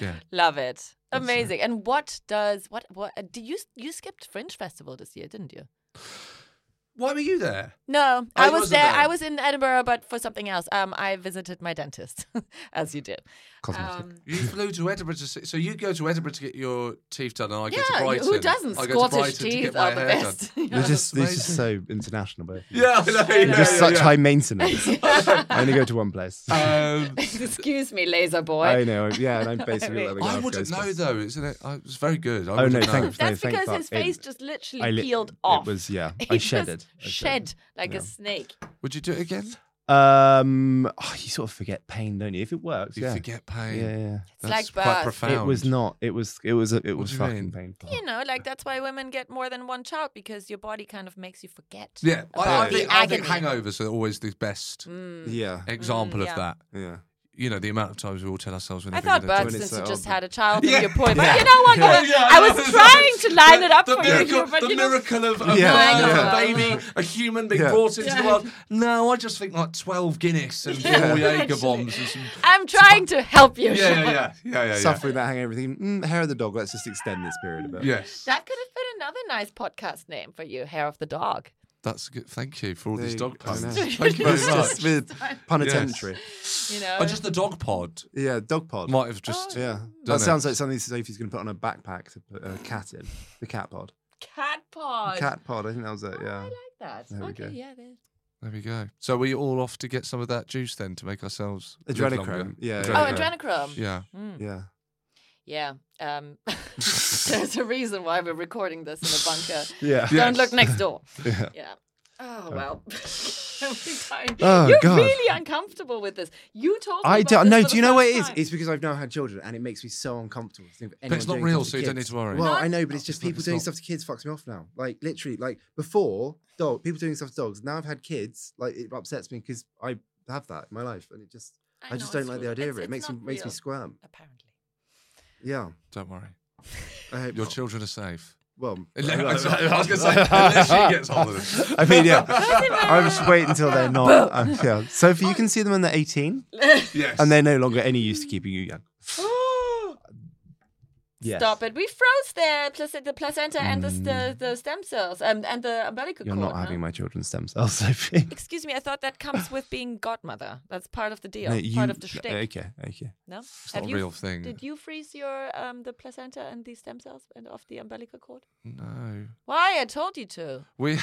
Speaker 3: Yeah.
Speaker 1: Love it. Amazing. And what does what what? uh, Do you you skipped Fringe Festival this year, didn't you?
Speaker 3: Why were you there? Oh,
Speaker 1: No, I
Speaker 3: you
Speaker 1: was
Speaker 3: wasn't
Speaker 1: there.
Speaker 3: there.
Speaker 1: I was in Edinburgh, but for something else. Um, I visited my dentist, as you did. Um,
Speaker 3: You flew to Edinburgh to see, so you go to Edinburgh to get your teeth done, and I get to
Speaker 1: yeah,
Speaker 3: Brighton.
Speaker 1: Ah, who doesn't?
Speaker 3: I go to
Speaker 1: Scottish
Speaker 3: Brighton to
Speaker 1: teeth
Speaker 3: get my
Speaker 1: are the
Speaker 3: hair
Speaker 1: best.
Speaker 3: done.
Speaker 1: Yeah.
Speaker 4: They're just, they're
Speaker 3: that's
Speaker 4: just so international, both. of you.
Speaker 3: Yeah, I know.
Speaker 4: They're
Speaker 3: yeah,
Speaker 4: just
Speaker 3: yeah,
Speaker 4: such
Speaker 3: yeah.
Speaker 4: high maintenance. I only go to one place.
Speaker 3: Um,
Speaker 1: Excuse me, laser Oh, boy.
Speaker 4: I know. Yeah, and I'm basically letting
Speaker 3: I
Speaker 4: off
Speaker 3: wouldn't
Speaker 4: Ghostbusters.
Speaker 3: know though, isn't it? I, it's very good. I
Speaker 4: Oh, no,
Speaker 3: wouldn't know.
Speaker 4: thank-
Speaker 1: That's
Speaker 4: no, thank
Speaker 1: because his
Speaker 4: God. It-
Speaker 1: face just literally
Speaker 4: uh, I li-
Speaker 1: peeled
Speaker 4: it
Speaker 1: off.
Speaker 4: was- yeah,
Speaker 1: He
Speaker 4: I shed
Speaker 1: just
Speaker 4: it. I shed
Speaker 1: shed
Speaker 4: it.
Speaker 1: like
Speaker 10: Yeah.
Speaker 1: a snake.
Speaker 3: Would you do it again?
Speaker 4: Um, oh, you sort of forget pain, don't you? If it works,
Speaker 3: You
Speaker 4: yeah.
Speaker 3: forget
Speaker 4: Yeah,
Speaker 3: pain.
Speaker 4: yeah. yeah.
Speaker 1: It's like
Speaker 3: quite
Speaker 1: birth.
Speaker 3: profound.
Speaker 4: It was not. It was. It was. A, it
Speaker 3: What
Speaker 4: was
Speaker 3: do you
Speaker 4: fucking
Speaker 3: mean?
Speaker 4: painful.
Speaker 1: You know, like that's why women get more than one child because your body kind of makes you forget.
Speaker 3: Yeah, I, I,
Speaker 1: about the
Speaker 3: think, I think
Speaker 1: agony.
Speaker 3: hangovers are always the best
Speaker 4: mm, Yeah.
Speaker 3: example
Speaker 1: yeah.
Speaker 3: of that.
Speaker 4: Yeah.
Speaker 3: You know, the amount of times we all tell ourselves.
Speaker 1: I
Speaker 3: whenever
Speaker 1: thought
Speaker 3: we
Speaker 1: birth
Speaker 4: When
Speaker 1: since
Speaker 4: it's
Speaker 1: you
Speaker 4: that
Speaker 1: just
Speaker 4: old.
Speaker 1: had a child
Speaker 3: Yeah.
Speaker 1: and your point. But
Speaker 3: Yeah.
Speaker 1: you know what?
Speaker 3: Yeah.
Speaker 1: Will?
Speaker 3: Yeah,
Speaker 1: Oh I
Speaker 3: no,
Speaker 1: was
Speaker 3: that's
Speaker 1: trying to line it up
Speaker 3: the
Speaker 1: for
Speaker 3: miracle,
Speaker 1: you, but
Speaker 3: the
Speaker 1: you know,
Speaker 3: miracle of, of
Speaker 4: Yeah.
Speaker 3: birth,
Speaker 1: Yeah.
Speaker 3: of a baby, a human being
Speaker 4: Yeah.
Speaker 3: brought into the world. No, I just think like twelve Guinness and four Jaeger bombs and some.
Speaker 1: I'm trying to help you.
Speaker 3: Yeah,
Speaker 1: Sean.
Speaker 3: yeah, yeah, yeah, yeah. yeah.
Speaker 4: Suffering that hangover, thinking, mm, hair of the dog. Let's just extend this period a bit.
Speaker 3: Yes,
Speaker 1: That could have been another nice podcast name for you, Hair of the Dog.
Speaker 3: that's good. Thank you for all these
Speaker 4: They-
Speaker 3: dog
Speaker 4: I know.
Speaker 3: puns. Thank you very much.
Speaker 4: Just with penitentiary.
Speaker 1: You know,
Speaker 3: Oh, just the dog pod
Speaker 4: Yeah, dog pod.
Speaker 3: might have
Speaker 1: Oh.
Speaker 3: just.
Speaker 4: Yeah,
Speaker 3: Done
Speaker 4: that
Speaker 3: it.
Speaker 4: sounds like something Sophie's going to put on a backpack to put a cat in. The cat pod.
Speaker 1: cat pod.
Speaker 4: Cat pod. I think that was it.
Speaker 1: I
Speaker 4: Yeah.
Speaker 1: like that.
Speaker 4: There we
Speaker 1: okay,
Speaker 4: go.
Speaker 1: yeah. there-
Speaker 3: There we go. So we all off to get some of that juice then to make ourselves live
Speaker 4: Adrenochrome.
Speaker 3: longer?
Speaker 4: Yeah,
Speaker 1: Oh, Mm.
Speaker 4: yeah,
Speaker 3: Adrenochrome.
Speaker 1: adrenochrome.
Speaker 3: Yeah.
Speaker 4: Yeah.
Speaker 1: Yeah. Um, there's a reason why we're recording this in a bunker.
Speaker 4: Yeah.
Speaker 1: Don't look next door.
Speaker 4: Yeah.
Speaker 1: Oh well. Every time.
Speaker 4: Oh,
Speaker 1: You're
Speaker 4: God.
Speaker 1: really uncomfortable with this. You told me
Speaker 4: I
Speaker 1: about
Speaker 4: don't.
Speaker 1: this for
Speaker 4: No, do
Speaker 1: the
Speaker 4: you know what it
Speaker 1: first
Speaker 4: is?
Speaker 1: time.
Speaker 4: It's because I've now had children, and it makes me so uncomfortable to think of
Speaker 3: But it's
Speaker 4: anyone
Speaker 3: not
Speaker 4: doing
Speaker 3: real,
Speaker 4: stuff
Speaker 3: so you
Speaker 4: kids.
Speaker 3: don't need to worry.
Speaker 4: Well,
Speaker 1: No,
Speaker 4: I know, but it's
Speaker 3: it's
Speaker 4: just
Speaker 3: not-
Speaker 4: people
Speaker 3: it's
Speaker 4: doing
Speaker 3: not.
Speaker 4: stuff to kids fucks me off now. Like literally, like before, dog people doing stuff to dogs. Now I've had kids. Like it upsets me because I have that in my life, and it just
Speaker 1: I
Speaker 4: I,
Speaker 1: know,
Speaker 4: just don't
Speaker 1: it's
Speaker 4: like the
Speaker 1: real.
Speaker 4: idea of
Speaker 1: It's-
Speaker 4: it. It makes
Speaker 1: it's
Speaker 4: me
Speaker 1: not
Speaker 4: makes me
Speaker 1: real.
Speaker 4: squirm.
Speaker 1: apparently.
Speaker 4: Yeah.
Speaker 3: Don't worry.
Speaker 4: I hope
Speaker 3: Your
Speaker 4: not.
Speaker 3: children are safe.
Speaker 4: Well,
Speaker 3: I was going to say, unless she gets hold of them.
Speaker 4: I mean, yeah. I would just wait until they're not. Um, yeah. Sophie, you can see them when they're 18
Speaker 3: Yes.
Speaker 4: and they're no longer any use to keeping you young. Yes. Mm.
Speaker 1: Stop it. We froze the, plac- the placenta and the, st- the stem cells um, and the umbilical
Speaker 4: You're
Speaker 1: cord.
Speaker 4: not
Speaker 1: no?
Speaker 4: having my children's stem cells, Sophie.
Speaker 1: Excuse me, I thought that comes with being godmother. That's part of the deal,
Speaker 4: No, you-
Speaker 1: part of the shtick.
Speaker 4: Okay, okay.
Speaker 1: No,
Speaker 3: It's not a real thing.
Speaker 1: Did you freeze your um, the placenta and the stem cells and of the umbilical cord?
Speaker 3: No.
Speaker 1: Why? I told you to.
Speaker 3: We.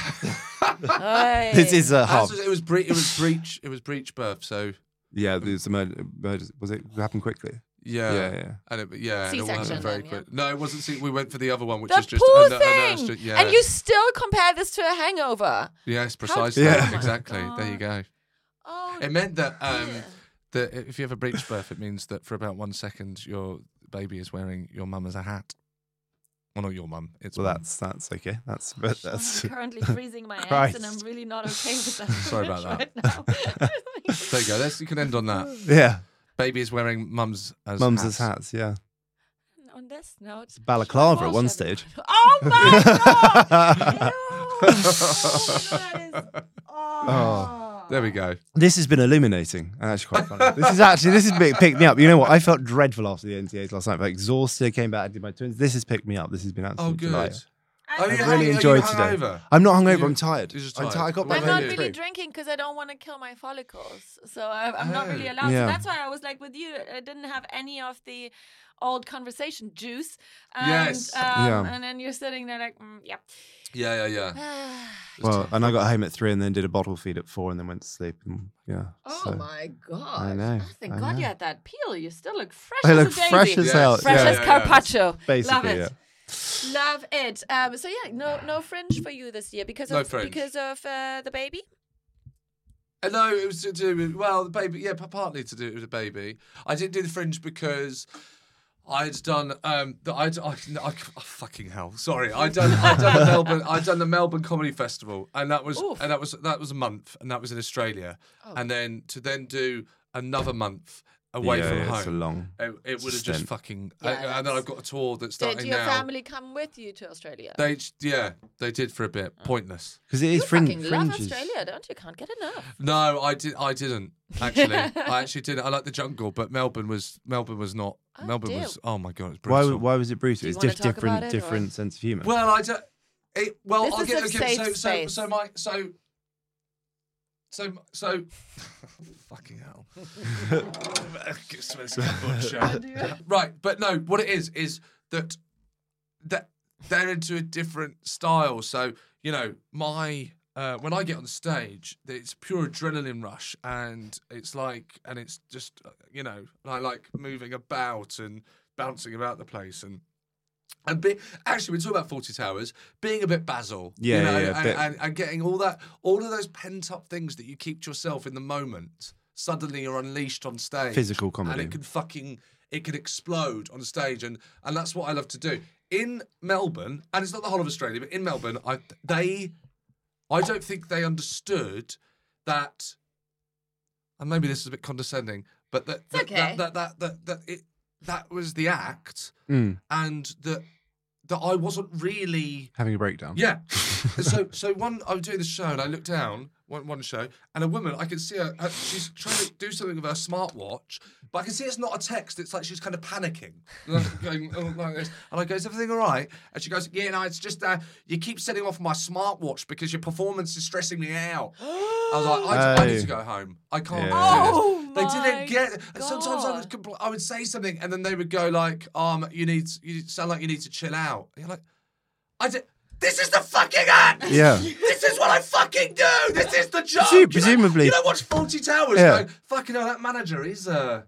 Speaker 4: This is a
Speaker 3: Ours
Speaker 4: hub.
Speaker 3: was- it was bre- it was breach. It was breach birth. So
Speaker 4: Yeah, there's a murder. murder was it happened quickly?
Speaker 3: yeah.
Speaker 4: Yeah, yeah.
Speaker 3: And it, yeah. and it all happened
Speaker 1: C-section
Speaker 3: very
Speaker 1: then,
Speaker 3: quick. No, it wasn't. See, we went for the other one, which
Speaker 1: the
Speaker 3: is just
Speaker 1: pool
Speaker 3: a,
Speaker 1: thing.
Speaker 3: yeah.
Speaker 1: And you still compare this to a hangover.
Speaker 3: Yes, precisely.
Speaker 4: Yeah. Oh
Speaker 3: Yeah.
Speaker 4: my
Speaker 3: Exactly. There you go.
Speaker 1: Oh,
Speaker 3: It meant that um,
Speaker 1: dear.
Speaker 3: that if you have a breech birth, it means that for about one second your baby is wearing your mum as a hat. Well, not your mum. It's
Speaker 4: Well,
Speaker 3: mum.
Speaker 4: that's that's okay. That's but that's.
Speaker 1: I'm currently freezing my ass, and I'm
Speaker 4: Christ.
Speaker 1: really not okay with that.
Speaker 3: Sorry about
Speaker 1: right now.
Speaker 3: There you go. That's, you can end on that.
Speaker 4: Yeah,
Speaker 3: Baby is wearing mum's as
Speaker 4: mums
Speaker 3: hats.
Speaker 4: as hats. Yeah,
Speaker 1: On this note,
Speaker 4: balaclava at one
Speaker 1: Bullshit.
Speaker 4: stage.
Speaker 1: Oh my god! Ew. Oh my God, that is- oh.
Speaker 3: There we go.
Speaker 4: This has been illuminating. and That's quite funny. this is actually this has been- picked me up. You know what? I felt dreadful after the NTAs last night. I felt exhausted. I came back and did my twins. This has picked me up. This has been
Speaker 3: Oh,
Speaker 4: absolutely
Speaker 3: good.
Speaker 4: delightful.
Speaker 3: Oh,
Speaker 4: I
Speaker 3: you hung- are
Speaker 4: really
Speaker 3: you
Speaker 4: enjoyed
Speaker 3: hungover?
Speaker 4: today. I'm not hungover.
Speaker 3: You-
Speaker 4: I'm tired.
Speaker 3: you're just
Speaker 4: I'm
Speaker 3: tired.
Speaker 4: tired. I got my
Speaker 1: I'm not
Speaker 4: vitamin
Speaker 1: really
Speaker 4: D.
Speaker 1: drinking because I don't want to kill my follicles, so I, I'm not really allowed.
Speaker 4: Yeah.
Speaker 1: So that's why I was like with you. I didn't have any of the old conversation juice. And,
Speaker 3: Yes.
Speaker 1: Um,
Speaker 4: Yeah.
Speaker 1: And then you're sitting there like, mm, yeah.
Speaker 3: Yeah, yeah, yeah.
Speaker 4: Well, and I got home at three, and then did a bottle feed at four, and then went to sleep. And yeah.
Speaker 1: Oh
Speaker 4: so-
Speaker 1: my god!
Speaker 4: know,
Speaker 1: Oh, thank
Speaker 4: I
Speaker 1: God you
Speaker 4: know.
Speaker 1: had that peel. You still look fresh.
Speaker 4: I
Speaker 1: as
Speaker 4: look
Speaker 1: a daisy.
Speaker 4: fresh as
Speaker 3: Yes.
Speaker 4: hell.
Speaker 1: fresh
Speaker 3: Yeah,
Speaker 1: as
Speaker 3: yeah, yeah.
Speaker 1: carpaccio. Love
Speaker 4: Basically,
Speaker 1: it. Love it. Um, so yeah, no no fringe for you this year because
Speaker 3: No
Speaker 1: of
Speaker 3: fringe.
Speaker 1: because of uh, the baby.
Speaker 3: Uh, No, it was to do with well, the baby. Yeah, p- partly to do with the baby. I didn't do the fringe because I'd done um, the, I'd, I, no, I, oh, fucking hell. Sorry, I done I done the Melbourne I done the Melbourne Comedy Festival, and that was and that was that was a month, and that was in Australia, and then to then do another month away
Speaker 2: Yeah,
Speaker 3: from
Speaker 2: yeah,
Speaker 3: home. Um,
Speaker 2: it's a long
Speaker 3: It, it would have just
Speaker 2: stint.
Speaker 3: fucking.
Speaker 11: Yeah,
Speaker 3: I- and then
Speaker 11: that's-
Speaker 3: I've got a tour that's starting
Speaker 11: Did your
Speaker 3: now.
Speaker 11: family come with you to Australia?
Speaker 3: They j- yeah, they did for a bit.
Speaker 11: Oh.
Speaker 3: Pointless.
Speaker 2: Because it
Speaker 11: you
Speaker 2: is frin-
Speaker 11: fucking love
Speaker 2: fringes.
Speaker 11: Australia, don't you? Can't get enough.
Speaker 3: No, I did. I didn't actually. I actually didn't. I like the jungle, but Melbourne was Melbourne was not.
Speaker 11: Oh,
Speaker 3: Melbourne
Speaker 11: dear.
Speaker 3: was. Oh my god, it's
Speaker 2: Why,
Speaker 3: brutal.
Speaker 2: why was it
Speaker 11: Do
Speaker 2: brutal?
Speaker 11: you
Speaker 2: It's
Speaker 11: wanna
Speaker 2: diff-
Speaker 11: talk about
Speaker 2: different,
Speaker 11: it,
Speaker 2: different
Speaker 11: or-
Speaker 2: sense of humor.
Speaker 3: Well, I don't. It, well,
Speaker 11: This
Speaker 3: I'll
Speaker 11: is
Speaker 3: get
Speaker 11: a
Speaker 3: okay. So,
Speaker 11: safe
Speaker 3: so,
Speaker 11: space.
Speaker 3: so my so so so. fucking hell. Get some of this cardboard show. right, but no. What it is is that that they're into a different style. So you know, my uh, when I get on stage, it's pure adrenaline rush, and it's like, and it's just uh, you know, and I like moving about and bouncing about the place and. And be, actually, we talk about Forty Towers being a bit Basil,
Speaker 2: Yeah,
Speaker 3: you know,
Speaker 2: yeah, yeah, a
Speaker 3: and,
Speaker 2: bit.
Speaker 3: and, and getting all that, all of those pent up things that you keep to yourself in the moment. Suddenly, you're unleashed on stage.
Speaker 2: Physical
Speaker 3: and
Speaker 2: comedy.
Speaker 3: it can fucking, it can explode on stage, and and that's what I love to do in Melbourne. And it's not the whole of Australia, but in Melbourne, I they, I don't think they understood that, and maybe this is a bit condescending, but that that,
Speaker 11: okay.
Speaker 3: that, that that that it that was the act
Speaker 2: Mm,
Speaker 3: and that that I wasn't really
Speaker 2: having a breakdown.
Speaker 3: yeah. so so one I was doing the show and I looked down one one show and a woman I can see her, her she's trying to do something with her smartwatch but I can see it's not a text it's like she's kind of panicking like, going oh, like this and I go is everything all right and she goes yeah no it's just uh, you keep setting off my smartwatch because your performance is stressing me out I was like I, I need
Speaker 2: Hey.
Speaker 3: to go home I can't
Speaker 2: Yeah.
Speaker 3: do this.
Speaker 11: Oh
Speaker 3: They
Speaker 11: my
Speaker 3: didn't get. And sometimes I
Speaker 11: God.
Speaker 3: would, compl- I would say something, and then they would go like, "Um, you need, you sound like you need to chill out." And you're like, "I did. This is the fucking act.
Speaker 2: Yeah.
Speaker 3: This is what I fucking do. This is the job.
Speaker 2: Presu-
Speaker 3: You know-
Speaker 2: presumably-
Speaker 3: you don't watch Forty Towers.
Speaker 2: Yeah.
Speaker 3: Going, fucking hell, that manager is uh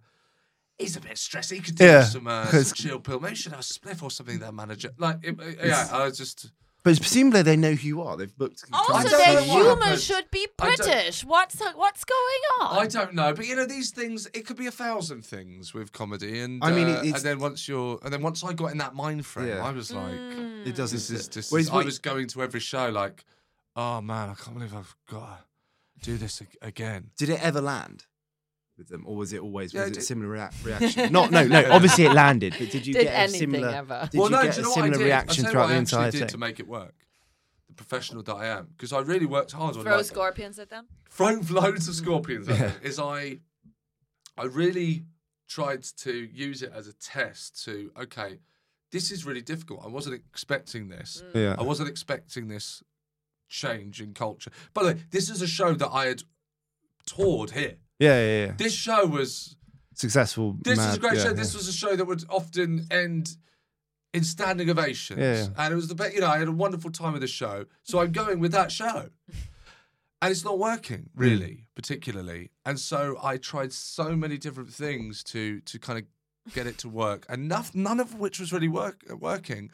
Speaker 3: He's a bit stressy. He could do
Speaker 2: Yeah,
Speaker 3: with some, uh, some
Speaker 2: 'cause-
Speaker 3: chill pill. Maybe should have a spliff or something. That manager, like, it, it- yeah, I was just.
Speaker 2: But presumably they know who you are. They've booked.
Speaker 3: I
Speaker 11: Also,
Speaker 3: don't
Speaker 11: their
Speaker 3: know what
Speaker 11: humour
Speaker 3: happened.
Speaker 11: should be
Speaker 3: I don't-
Speaker 11: British. What's what's going on?
Speaker 3: I don't know, but you know these things. It could be a thousand things with comedy, and
Speaker 2: I mean,
Speaker 3: uh,
Speaker 2: it- it's-
Speaker 3: and then once you're, and then once I got in that mind frame,
Speaker 2: Yeah.
Speaker 3: I was like,
Speaker 4: Mm.
Speaker 2: It doesn't.
Speaker 3: this is this.
Speaker 2: Whereas
Speaker 3: Is, I
Speaker 2: what-
Speaker 3: was going to every show like, oh man, I can't believe I've got to do this ag- again.
Speaker 2: Did it ever land with them, or was it always
Speaker 3: Yeah,
Speaker 2: was
Speaker 3: it
Speaker 2: it a
Speaker 3: did.
Speaker 2: similar rea- reaction? Not, no, no. Obviously it landed, but did you
Speaker 11: Did
Speaker 2: get a
Speaker 11: anything
Speaker 2: similar?
Speaker 11: ever?
Speaker 2: Did you
Speaker 3: no,
Speaker 2: get
Speaker 3: do
Speaker 2: a
Speaker 3: know what I
Speaker 2: similar
Speaker 3: did?
Speaker 2: reaction
Speaker 3: I'll tell you
Speaker 2: throughout
Speaker 3: what
Speaker 2: the
Speaker 3: I actually
Speaker 2: entire
Speaker 3: did
Speaker 2: thing?
Speaker 3: to make it work. The professional that I am, because I really worked hard on
Speaker 11: Throw
Speaker 3: like,
Speaker 11: scorpions at them.
Speaker 3: thrown loads of scorpions at it is I I really tried to use it as a test to okay, this is really difficult. I wasn't expecting this.
Speaker 4: Mm.
Speaker 2: Yeah.
Speaker 3: I wasn't expecting this change in culture. By the way, this is a show that I had toured here.
Speaker 2: yeah, yeah, yeah.
Speaker 3: This show was
Speaker 2: Successful.
Speaker 3: this
Speaker 2: mad,
Speaker 3: was a great
Speaker 2: yeah,
Speaker 3: show.
Speaker 2: yeah.
Speaker 3: This was a show that would often end in standing ovations.
Speaker 2: Yeah, yeah.
Speaker 3: And it was the best, you know, I had a wonderful time with the show. So I'm going with that show. And it's not working, really,
Speaker 2: Mm.
Speaker 3: particularly. And so I tried so many different things to to kind of get it to work. And nof- none of which was really work- working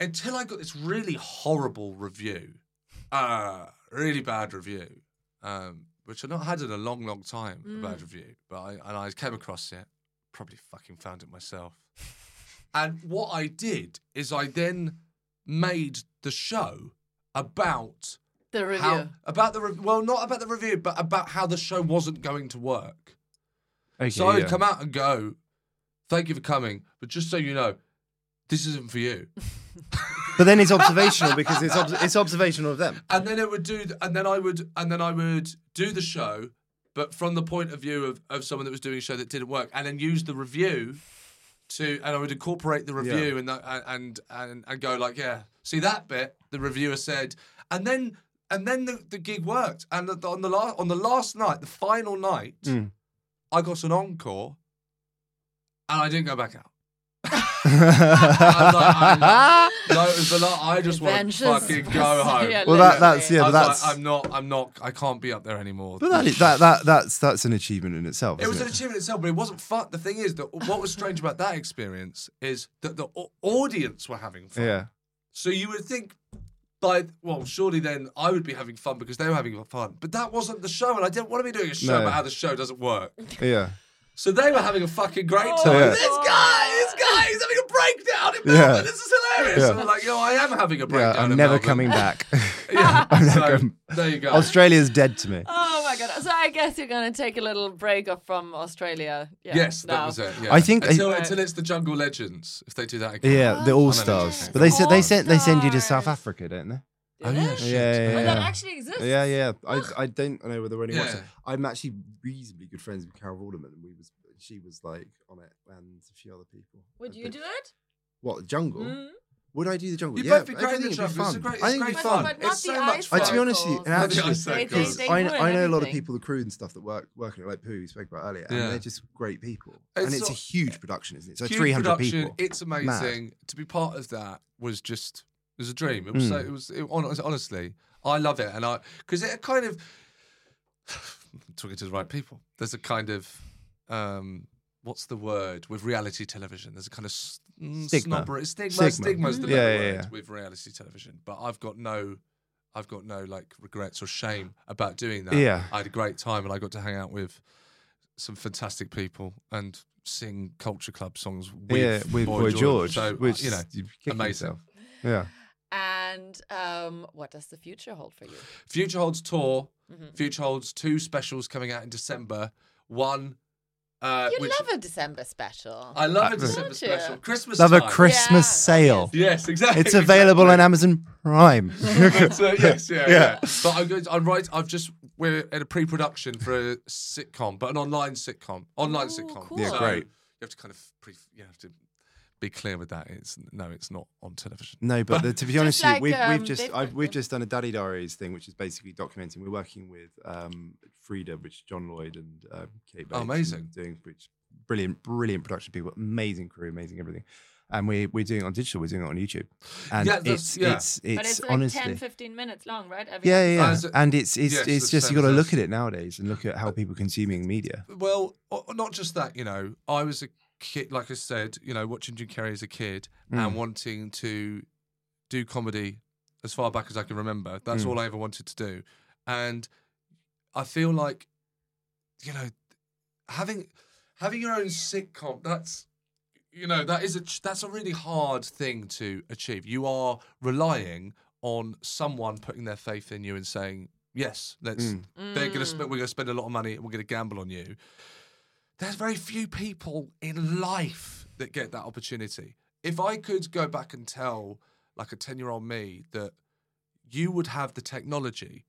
Speaker 3: until I got this really horrible review, uh, really bad review, um, which I've not had in a long, long time. A
Speaker 2: Mm.
Speaker 3: bad review, but I, and I came across it, probably fucking found it myself. and what I did is I then made the show about
Speaker 11: The review.
Speaker 3: how about the re- well, not about the review, but about how the show wasn't going to work.
Speaker 2: Okay,
Speaker 3: So I'd
Speaker 2: yeah.
Speaker 3: come out and go, "Thank you for coming, but just so you know, this isn't for you."
Speaker 2: But then it's observational because it's ob- it's observational of them.
Speaker 3: and then it would do th- and then i would and then i would do the show but from the point of view of, of someone that was doing a show that didn't work and then use the review to and i would incorporate the review and and, and and and go like yeah see that bit the reviewer said and then and then the, the gig worked and the, on the last on the last night the final night
Speaker 2: Hmm.
Speaker 3: i got an encore and i didn't go back out I was like, I- no, it was the la- I just want to
Speaker 11: Adventures.
Speaker 3: fucking go home.
Speaker 11: Yeah,
Speaker 2: Well, that, that's yeah,
Speaker 3: I
Speaker 2: but
Speaker 3: was like,
Speaker 2: that's
Speaker 3: I'm not. I'm not. I can't be up there anymore.
Speaker 2: but that is that that that's that's an achievement in itself.
Speaker 3: It was
Speaker 2: isn't
Speaker 3: an achievement itself, but it wasn't fun. The thing is that what was strange about that experience is that the au- audience were having fun.
Speaker 2: Yeah.
Speaker 3: So you would think, by well, surely then I would be having fun because they were having fun. But that wasn't the show, and I didn't want to be doing a show
Speaker 2: No.
Speaker 3: about how the show doesn't work.
Speaker 2: Yeah.
Speaker 3: So they were having a fucking great time.
Speaker 2: yeah.
Speaker 3: This guy, this guy is having a breakdown in
Speaker 4: Yeah.
Speaker 3: Melbourne. This is hilarious.
Speaker 4: Yeah.
Speaker 3: And I'm like, yo, I am having a
Speaker 4: Yeah,
Speaker 3: breakdown.
Speaker 4: I'm
Speaker 3: in
Speaker 4: never
Speaker 3: Melbourne.
Speaker 4: coming back.
Speaker 3: yeah,
Speaker 4: I'm never
Speaker 3: so,
Speaker 4: going-
Speaker 3: there you go.
Speaker 4: Australia's dead to me.
Speaker 1: Oh my god! So I guess you're gonna take a little break off from Australia. Yeah,
Speaker 3: yes, that
Speaker 1: now.
Speaker 3: was it. Yeah.
Speaker 4: I think-
Speaker 3: until,
Speaker 4: I-
Speaker 3: until it's the Jungle Legends, if they do that again.
Speaker 4: Yeah, the
Speaker 3: Oh, no,
Speaker 4: All
Speaker 3: no, no,
Speaker 4: Stars.
Speaker 3: no.
Speaker 4: But they said they sent they send you to South Africa, don't they?
Speaker 3: Oh yeah, shit.
Speaker 4: Yeah, yeah,
Speaker 1: Oh,
Speaker 4: yeah.
Speaker 1: that actually exists.
Speaker 4: Yeah, yeah. I, I don't know whether anyone watched it.
Speaker 3: Yeah.
Speaker 4: I'm actually reasonably good friends with Carol Vorderman, and we was she was like on it and a few other people.
Speaker 1: Would
Speaker 4: I
Speaker 1: you
Speaker 4: think.
Speaker 1: do it?
Speaker 4: What the jungle?
Speaker 1: Mm.
Speaker 4: Would I do the jungle?
Speaker 3: You'd
Speaker 4: yeah,
Speaker 3: both be great in the
Speaker 4: everything would be
Speaker 3: jungle. It's
Speaker 4: fun.
Speaker 3: a great-
Speaker 4: I
Speaker 3: it's
Speaker 4: think it'd
Speaker 3: great
Speaker 4: be
Speaker 3: fun.
Speaker 4: fun.
Speaker 1: But
Speaker 3: It's
Speaker 1: not
Speaker 3: so
Speaker 1: the
Speaker 3: much
Speaker 1: ice
Speaker 3: fun.
Speaker 4: I, to be honest with you,
Speaker 1: Circles.
Speaker 4: and
Speaker 3: Not the ice
Speaker 4: actually,
Speaker 1: They-
Speaker 3: circles.
Speaker 1: they- they
Speaker 4: I,
Speaker 1: ruin
Speaker 4: I know a lot of
Speaker 1: everything.
Speaker 4: people, the crew and stuff that work working, like Pooh, we spoke about earlier,
Speaker 3: Yeah.
Speaker 4: and they're just great people.
Speaker 3: It's
Speaker 4: and it's
Speaker 3: so-
Speaker 4: a huge production, isn't it? So
Speaker 3: Huge
Speaker 4: 300
Speaker 3: production.
Speaker 4: people.
Speaker 3: It's
Speaker 4: Mad.
Speaker 3: amazing. To be part of that was just it was a dream. It was
Speaker 4: Hmm.
Speaker 3: so, it was it, hon- honestly, I love it, and I because it kind of talking to the right people. There's a kind of um, what's the word with reality television? There's a kind of s- mm,
Speaker 4: Stigma.
Speaker 3: snobbery- stigma.
Speaker 4: Stigma. Hmm.
Speaker 3: Stigma's the
Speaker 4: Yeah,
Speaker 3: better
Speaker 4: yeah,
Speaker 3: word
Speaker 4: yeah.
Speaker 3: with reality television. But I've got no. I've got no like regrets or shame about doing that.
Speaker 4: Yeah.
Speaker 3: I had a great time and I got to hang out with some fantastic people and sing culture club songs with,
Speaker 4: yeah, with Boy, George,
Speaker 3: So, uh,
Speaker 4: which
Speaker 3: you know,
Speaker 4: you'd kick
Speaker 3: amazing.
Speaker 4: yourself. Yeah.
Speaker 1: And um, what does the future hold for you?
Speaker 3: Future Holds tour.
Speaker 1: Mm-hmm.
Speaker 3: Future Holds two specials coming out in December. One, uh,
Speaker 1: you
Speaker 3: which
Speaker 1: love a December special.
Speaker 3: I love a
Speaker 4: Don't
Speaker 3: December
Speaker 1: you?
Speaker 3: special. Christmas
Speaker 4: Love a
Speaker 3: time.
Speaker 4: Christmas
Speaker 1: Yeah.
Speaker 4: sale.
Speaker 3: Yes, exactly.
Speaker 4: It's available on
Speaker 3: exactly.
Speaker 4: Amazon Prime.
Speaker 3: So, yes, yeah,
Speaker 4: Yeah.
Speaker 3: yeah. But I'm going. To, I'm right. I've just we're in a pre-production for a sitcom, but an online sitcom. Online sitcom.
Speaker 1: cool. Yeah,
Speaker 4: great.
Speaker 3: You have to kind of pre. You have to be clear with that. It's no, it's not on television.
Speaker 4: No, but the, to be honest,
Speaker 1: like,
Speaker 4: with you, we've,
Speaker 1: um,
Speaker 4: we've just
Speaker 1: they've
Speaker 4: I've,
Speaker 1: got
Speaker 4: we've
Speaker 1: them.
Speaker 4: just done a Daddy Diaries thing, which is basically documenting. We're working with um, Frida, which is John Lloyd and um, Kate. Bates, and
Speaker 3: Oh, amazing.
Speaker 4: Doing which brilliant, brilliant production people, amazing crew, amazing everything. And we we're doing it on digital. We're doing it on YouTube, and
Speaker 3: Yeah, that's-
Speaker 4: it's,
Speaker 3: yeah.
Speaker 4: it's it's
Speaker 1: but it's like
Speaker 4: honestly.
Speaker 1: 10, 15 minutes long, right? Every
Speaker 4: yeah, yeah,
Speaker 3: Uh,
Speaker 4: yeah.
Speaker 3: so-
Speaker 4: and it's it's
Speaker 3: yes,
Speaker 4: it's
Speaker 3: the
Speaker 4: just you
Speaker 3: same
Speaker 4: got to
Speaker 3: as
Speaker 4: look
Speaker 3: us.
Speaker 4: at it nowadays and look at how people consuming media.
Speaker 3: Well, o- not just that, you know, I was a kid, like I said, you know, watching Jim Carrey as a kid and wanting to do comedy as far back as I can remember. That's all I ever wanted to do. And I feel like, you know, having having your own sitcom, that's you know that is a ch- that's a really hard thing to achieve you are relying on someone putting their faith in you and saying yes let's they're gonna spend we're gonna spend a lot of money and we're gonna gamble on you there's very few people in life that get that opportunity if i could go back and tell like a 10 year old me that you would have the technology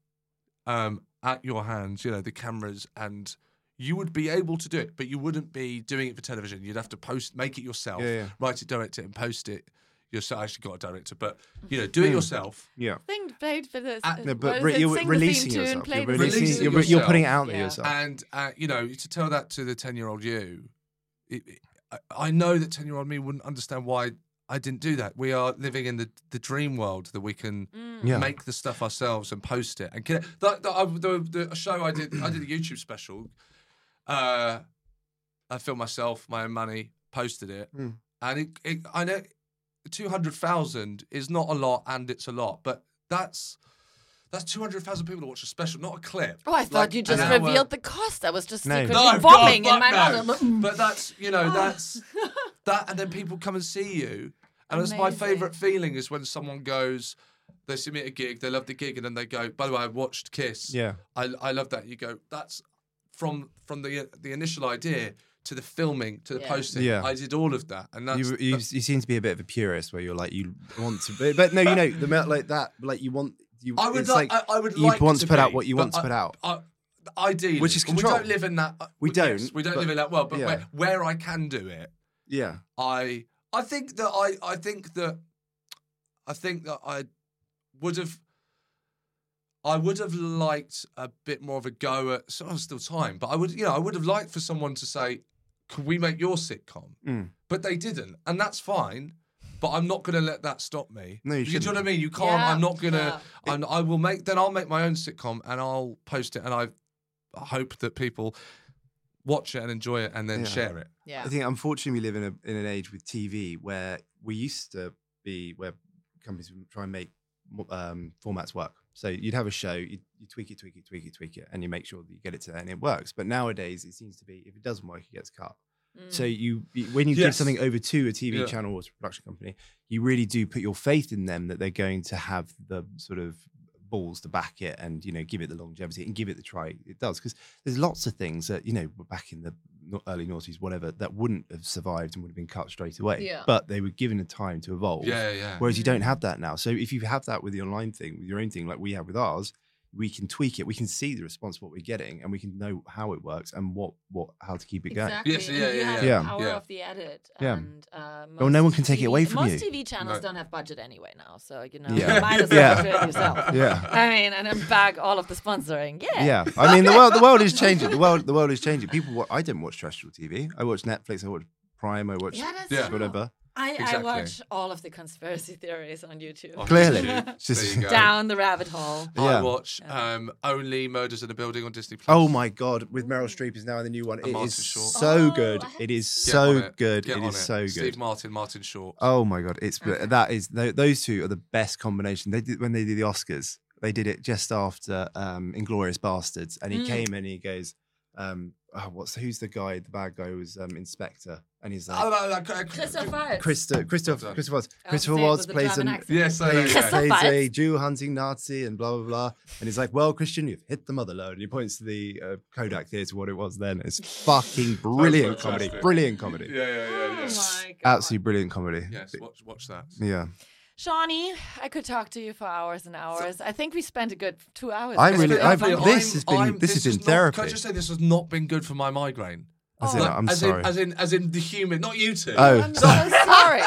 Speaker 3: um, at your hands, you know, the cameras, and you would be able to do it, but you wouldn't be doing it for television. You'd have to post, make it yourself,
Speaker 4: Yeah, yeah.
Speaker 3: write it, direct it, and post it yourself. I actually got a director, but you know,
Speaker 4: Hmm.
Speaker 3: do it yourself.
Speaker 4: Yeah,
Speaker 1: thing played for this.
Speaker 3: Uh,
Speaker 4: no,
Speaker 1: what
Speaker 4: but
Speaker 1: is
Speaker 4: re-
Speaker 1: it?
Speaker 4: you're
Speaker 1: Sing the theme
Speaker 4: releasing
Speaker 1: tune,
Speaker 4: yourself.
Speaker 1: play
Speaker 4: You're
Speaker 1: the theme
Speaker 4: releasing.
Speaker 3: Releasing
Speaker 1: tune.
Speaker 4: you're, re- you're
Speaker 3: yourself.
Speaker 4: putting it out there
Speaker 1: Yeah.
Speaker 4: yourself.
Speaker 3: And uh, you know, to tell that to the ten-year-old you, it, it- I- I know that ten-year-old me wouldn't understand why I didn't do that. We are living in the the dream world that we can
Speaker 4: Yeah.
Speaker 3: make the stuff ourselves and post it. And can, that, that, I, the, the show I did, I did a YouTube special. Uh, I filmed myself, my own money, posted it, and it, it I know two hundred thousand is not a lot, and it's a lot, but that's. That's 200,000 people to watch a special, not a clip.
Speaker 1: Oh, I thought
Speaker 3: Like
Speaker 1: you
Speaker 3: an
Speaker 1: just
Speaker 3: hour.
Speaker 1: revealed the cost. I was just
Speaker 4: No.
Speaker 1: secretly
Speaker 3: No,
Speaker 1: bombing
Speaker 3: God,
Speaker 1: in my
Speaker 3: fuck no.
Speaker 1: mouth.
Speaker 3: But that's you know that's that, and then people come and see you, and that's my
Speaker 1: Amazing.
Speaker 3: favourite feeling is when someone goes, they see me at a gig, they love the gig, and then they go, by the way, I watched Kiss.
Speaker 4: Yeah.
Speaker 3: I I love that. You go, that's from from the the initial idea to the filming to the
Speaker 1: Yeah.
Speaker 3: posting.
Speaker 4: Yeah.
Speaker 3: I did all of that, and that's
Speaker 4: you, you, you seem to be a bit of a purist where you're like you want to but, but no you know the amount like that like you want you
Speaker 3: I would
Speaker 4: it's
Speaker 3: like,
Speaker 4: like,
Speaker 3: I, I would
Speaker 4: you
Speaker 3: like
Speaker 4: want
Speaker 3: to
Speaker 4: to put out
Speaker 3: be,
Speaker 4: what you
Speaker 3: but
Speaker 4: want to
Speaker 3: I-
Speaker 4: put out
Speaker 3: I, ideally,
Speaker 4: Which is
Speaker 3: and We
Speaker 4: control.
Speaker 3: don't live in that. uh,
Speaker 4: We
Speaker 3: yes,
Speaker 4: don't,
Speaker 3: we don't
Speaker 4: but-
Speaker 3: live in that world. But
Speaker 4: yeah.
Speaker 3: where, where I can do it,
Speaker 4: yeah
Speaker 3: I I think that I I think that I think that I would have I would have liked a bit more of a go at so I still time, but I would you know I would have liked for someone to say, "Can we make your sitcom?"
Speaker 4: Mm.
Speaker 3: But they didn't, and that's fine. But I'm not going to let that stop me.
Speaker 4: No, you
Speaker 3: do
Speaker 4: shouldn't.
Speaker 3: know what I mean. You can't.
Speaker 1: Yeah,
Speaker 3: I'm not going to.
Speaker 1: yeah.
Speaker 3: I'm I will make. Then I'll make my own sitcom and I'll post it, and I hope that people watch it and enjoy it, and then
Speaker 4: Yeah.
Speaker 3: share it.
Speaker 1: Yeah.
Speaker 4: I think unfortunately we live in a in an age with TV where we used to be where companies would try and make mo- um, formats work. So you'd have a show, you you tweak it, tweak it, tweak it, tweak it, and you make sure that you get it to there and it works. But nowadays it seems to be if it doesn't work, it gets cut. So you, you- when you give
Speaker 3: Yes.
Speaker 4: something over to a TV
Speaker 3: Yeah.
Speaker 4: channel or to a production company, you really do put your faith in them that they're going to have the sort of balls to back it and you know give it the longevity and give it the try it does because there's lots of things that you know were back in the no- early noughties whatever that wouldn't have survived and would have been cut straight away
Speaker 11: Yeah.
Speaker 4: but they were given a time to evolve
Speaker 3: Yeah, yeah.
Speaker 4: whereas you don't
Speaker 1: Mm.
Speaker 4: have that now so if you have that with the online thing with your own thing like we have with ours we can tweak it we can see the response of what we're getting and we can know how it works and what what how to keep it going
Speaker 1: Exactly.
Speaker 3: Yes,
Speaker 1: and
Speaker 3: yeah,
Speaker 1: you
Speaker 3: yeah,
Speaker 1: have
Speaker 4: yeah.
Speaker 1: the
Speaker 4: Yeah.
Speaker 1: power
Speaker 3: Yeah.
Speaker 1: of the edit.
Speaker 4: Yeah.
Speaker 1: And, uh,
Speaker 4: Well,
Speaker 1: most
Speaker 4: no one can take it away from
Speaker 1: Most
Speaker 4: you.
Speaker 1: TV channels
Speaker 3: No.
Speaker 1: don't have budget anyway now, so you know,
Speaker 4: Yeah.
Speaker 1: you might as
Speaker 4: Yeah.
Speaker 1: well do it yourself.
Speaker 4: yeah
Speaker 1: I mean, and then bag all of the sponsoring. Yeah.
Speaker 4: Yeah, I mean the world. The world is changing. The world. The world is changing. People. Wa- I didn't watch terrestrial TV. I watched Netflix. I watched Prime. I watched
Speaker 1: Yeah, that's
Speaker 3: Yeah.
Speaker 1: true.
Speaker 4: whatever.
Speaker 1: I, I
Speaker 3: Exactly.
Speaker 1: watch all of the conspiracy theories on YouTube.
Speaker 3: Oh,
Speaker 4: Clearly.
Speaker 3: YouTube.
Speaker 4: It's just-
Speaker 3: There you go.
Speaker 1: Down the rabbit hole.
Speaker 4: Yeah.
Speaker 3: I watch um, only Murders in the Building on Disney Plus.
Speaker 4: Oh my god! With Meryl Streep is now in the new one. It
Speaker 3: Martin
Speaker 4: is
Speaker 3: Short.
Speaker 4: so
Speaker 1: Oh,
Speaker 4: good.
Speaker 1: I have-
Speaker 4: It is
Speaker 3: Get
Speaker 4: so
Speaker 3: on it.
Speaker 4: good.
Speaker 3: Get
Speaker 4: it
Speaker 3: on
Speaker 4: is so
Speaker 3: Steve
Speaker 4: good.
Speaker 3: Martin, Martin Short.
Speaker 4: Oh my god! It's br- that is tho- those two are the best combination. They did when they did the Oscars. They did it just after um, Inglorious Bastards, and he
Speaker 1: Mm.
Speaker 4: came and he goes, um, oh, "What's who's the guy? The bad guy who was um, Inspector." And he's
Speaker 3: Oh,
Speaker 4: like,
Speaker 3: no, no, c-
Speaker 1: Christoph Waltz.
Speaker 4: "Christo- Christoph,
Speaker 3: done.
Speaker 4: Christopher
Speaker 1: I was
Speaker 4: Waltz. Christopher
Speaker 1: gonna say it
Speaker 4: Waltz
Speaker 1: Oh, with a
Speaker 4: plays
Speaker 1: German
Speaker 4: an,
Speaker 1: accent.
Speaker 3: Yes, I know.
Speaker 4: plays,
Speaker 3: yeah.
Speaker 1: Christoph
Speaker 4: plays
Speaker 1: Waltz.
Speaker 4: a Jew hunting Nazi and blah blah blah. And he's like, "Well, Christian, you've hit the mother load." And he points to the uh, Kodak Theatre, what it was then. It's fucking brilliant comedy,
Speaker 3: fantastic.
Speaker 4: brilliant comedy,
Speaker 3: Yeah, yeah,
Speaker 1: Oh
Speaker 3: yeah, yeah.
Speaker 1: my God.
Speaker 4: absolutely brilliant comedy.
Speaker 3: Yes, watch, watch that.
Speaker 4: Yeah,
Speaker 1: Shawnee, I could talk to you for hours and hours. I think we spent a good two hours.
Speaker 4: I
Speaker 1: there.
Speaker 4: really-
Speaker 3: It's been
Speaker 4: I've-
Speaker 3: lovely.
Speaker 4: this has been- this has been
Speaker 3: is not- Can I
Speaker 4: therapy.
Speaker 3: just say this has not been good for my migraine?
Speaker 4: As in,
Speaker 3: Like,
Speaker 4: I'm
Speaker 3: as
Speaker 4: sorry.
Speaker 3: In, as in, as in the human, not you two.
Speaker 4: Oh,
Speaker 1: I'm so sorry.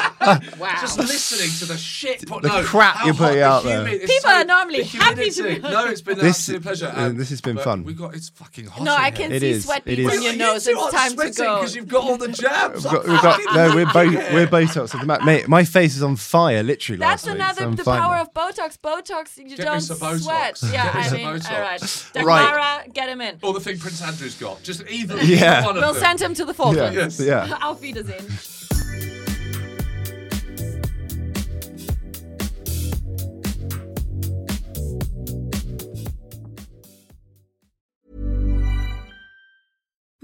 Speaker 1: wow.
Speaker 3: Just listening to the shit, put,
Speaker 4: The
Speaker 3: no,
Speaker 4: crap
Speaker 3: how
Speaker 4: you're putting
Speaker 3: hot,
Speaker 4: out
Speaker 3: the
Speaker 4: there.
Speaker 3: humid- it's
Speaker 1: People
Speaker 3: so-
Speaker 1: are normally
Speaker 3: the
Speaker 1: happy to be
Speaker 3: humidity.
Speaker 1: on
Speaker 3: No, it's been an
Speaker 4: This-
Speaker 3: absolute pleasure.
Speaker 4: uh, this has been
Speaker 3: but
Speaker 4: fun.
Speaker 3: We got it's fucking hot.
Speaker 1: No,
Speaker 3: in
Speaker 1: I
Speaker 3: here.
Speaker 1: can
Speaker 4: It
Speaker 1: see
Speaker 4: is,
Speaker 1: sweat
Speaker 4: it
Speaker 1: beads
Speaker 4: is.
Speaker 1: on your
Speaker 3: You
Speaker 1: nose.
Speaker 3: two
Speaker 1: It's
Speaker 3: aren't
Speaker 1: time to
Speaker 3: sweating
Speaker 1: go.
Speaker 3: because you've got all the jabs.
Speaker 4: We've got,
Speaker 3: I'm
Speaker 4: we've got-
Speaker 3: fucking
Speaker 4: no, we're
Speaker 3: loving
Speaker 4: both
Speaker 3: it.
Speaker 4: we're Botox at the mat. Mate, my face is on fire, literally.
Speaker 1: That's
Speaker 4: last week,
Speaker 1: another
Speaker 4: so I'm
Speaker 1: the
Speaker 4: fine
Speaker 1: power
Speaker 4: now.
Speaker 1: of Botox. Botox, you
Speaker 3: Get me
Speaker 1: don't
Speaker 3: some Botox.
Speaker 1: sweat.
Speaker 3: Get
Speaker 1: Yeah,
Speaker 3: me
Speaker 1: I
Speaker 3: some
Speaker 1: mean, all
Speaker 3: Botox.
Speaker 1: right.
Speaker 4: Right.
Speaker 1: Dagmara, get him in.
Speaker 3: Or the thing Prince Andrew's got. Just either
Speaker 4: Yeah.
Speaker 3: one of
Speaker 1: We'll
Speaker 3: them.
Speaker 1: send him to the Falklands.
Speaker 3: Yes.
Speaker 4: Yeah.
Speaker 1: Auf Wiedersehen.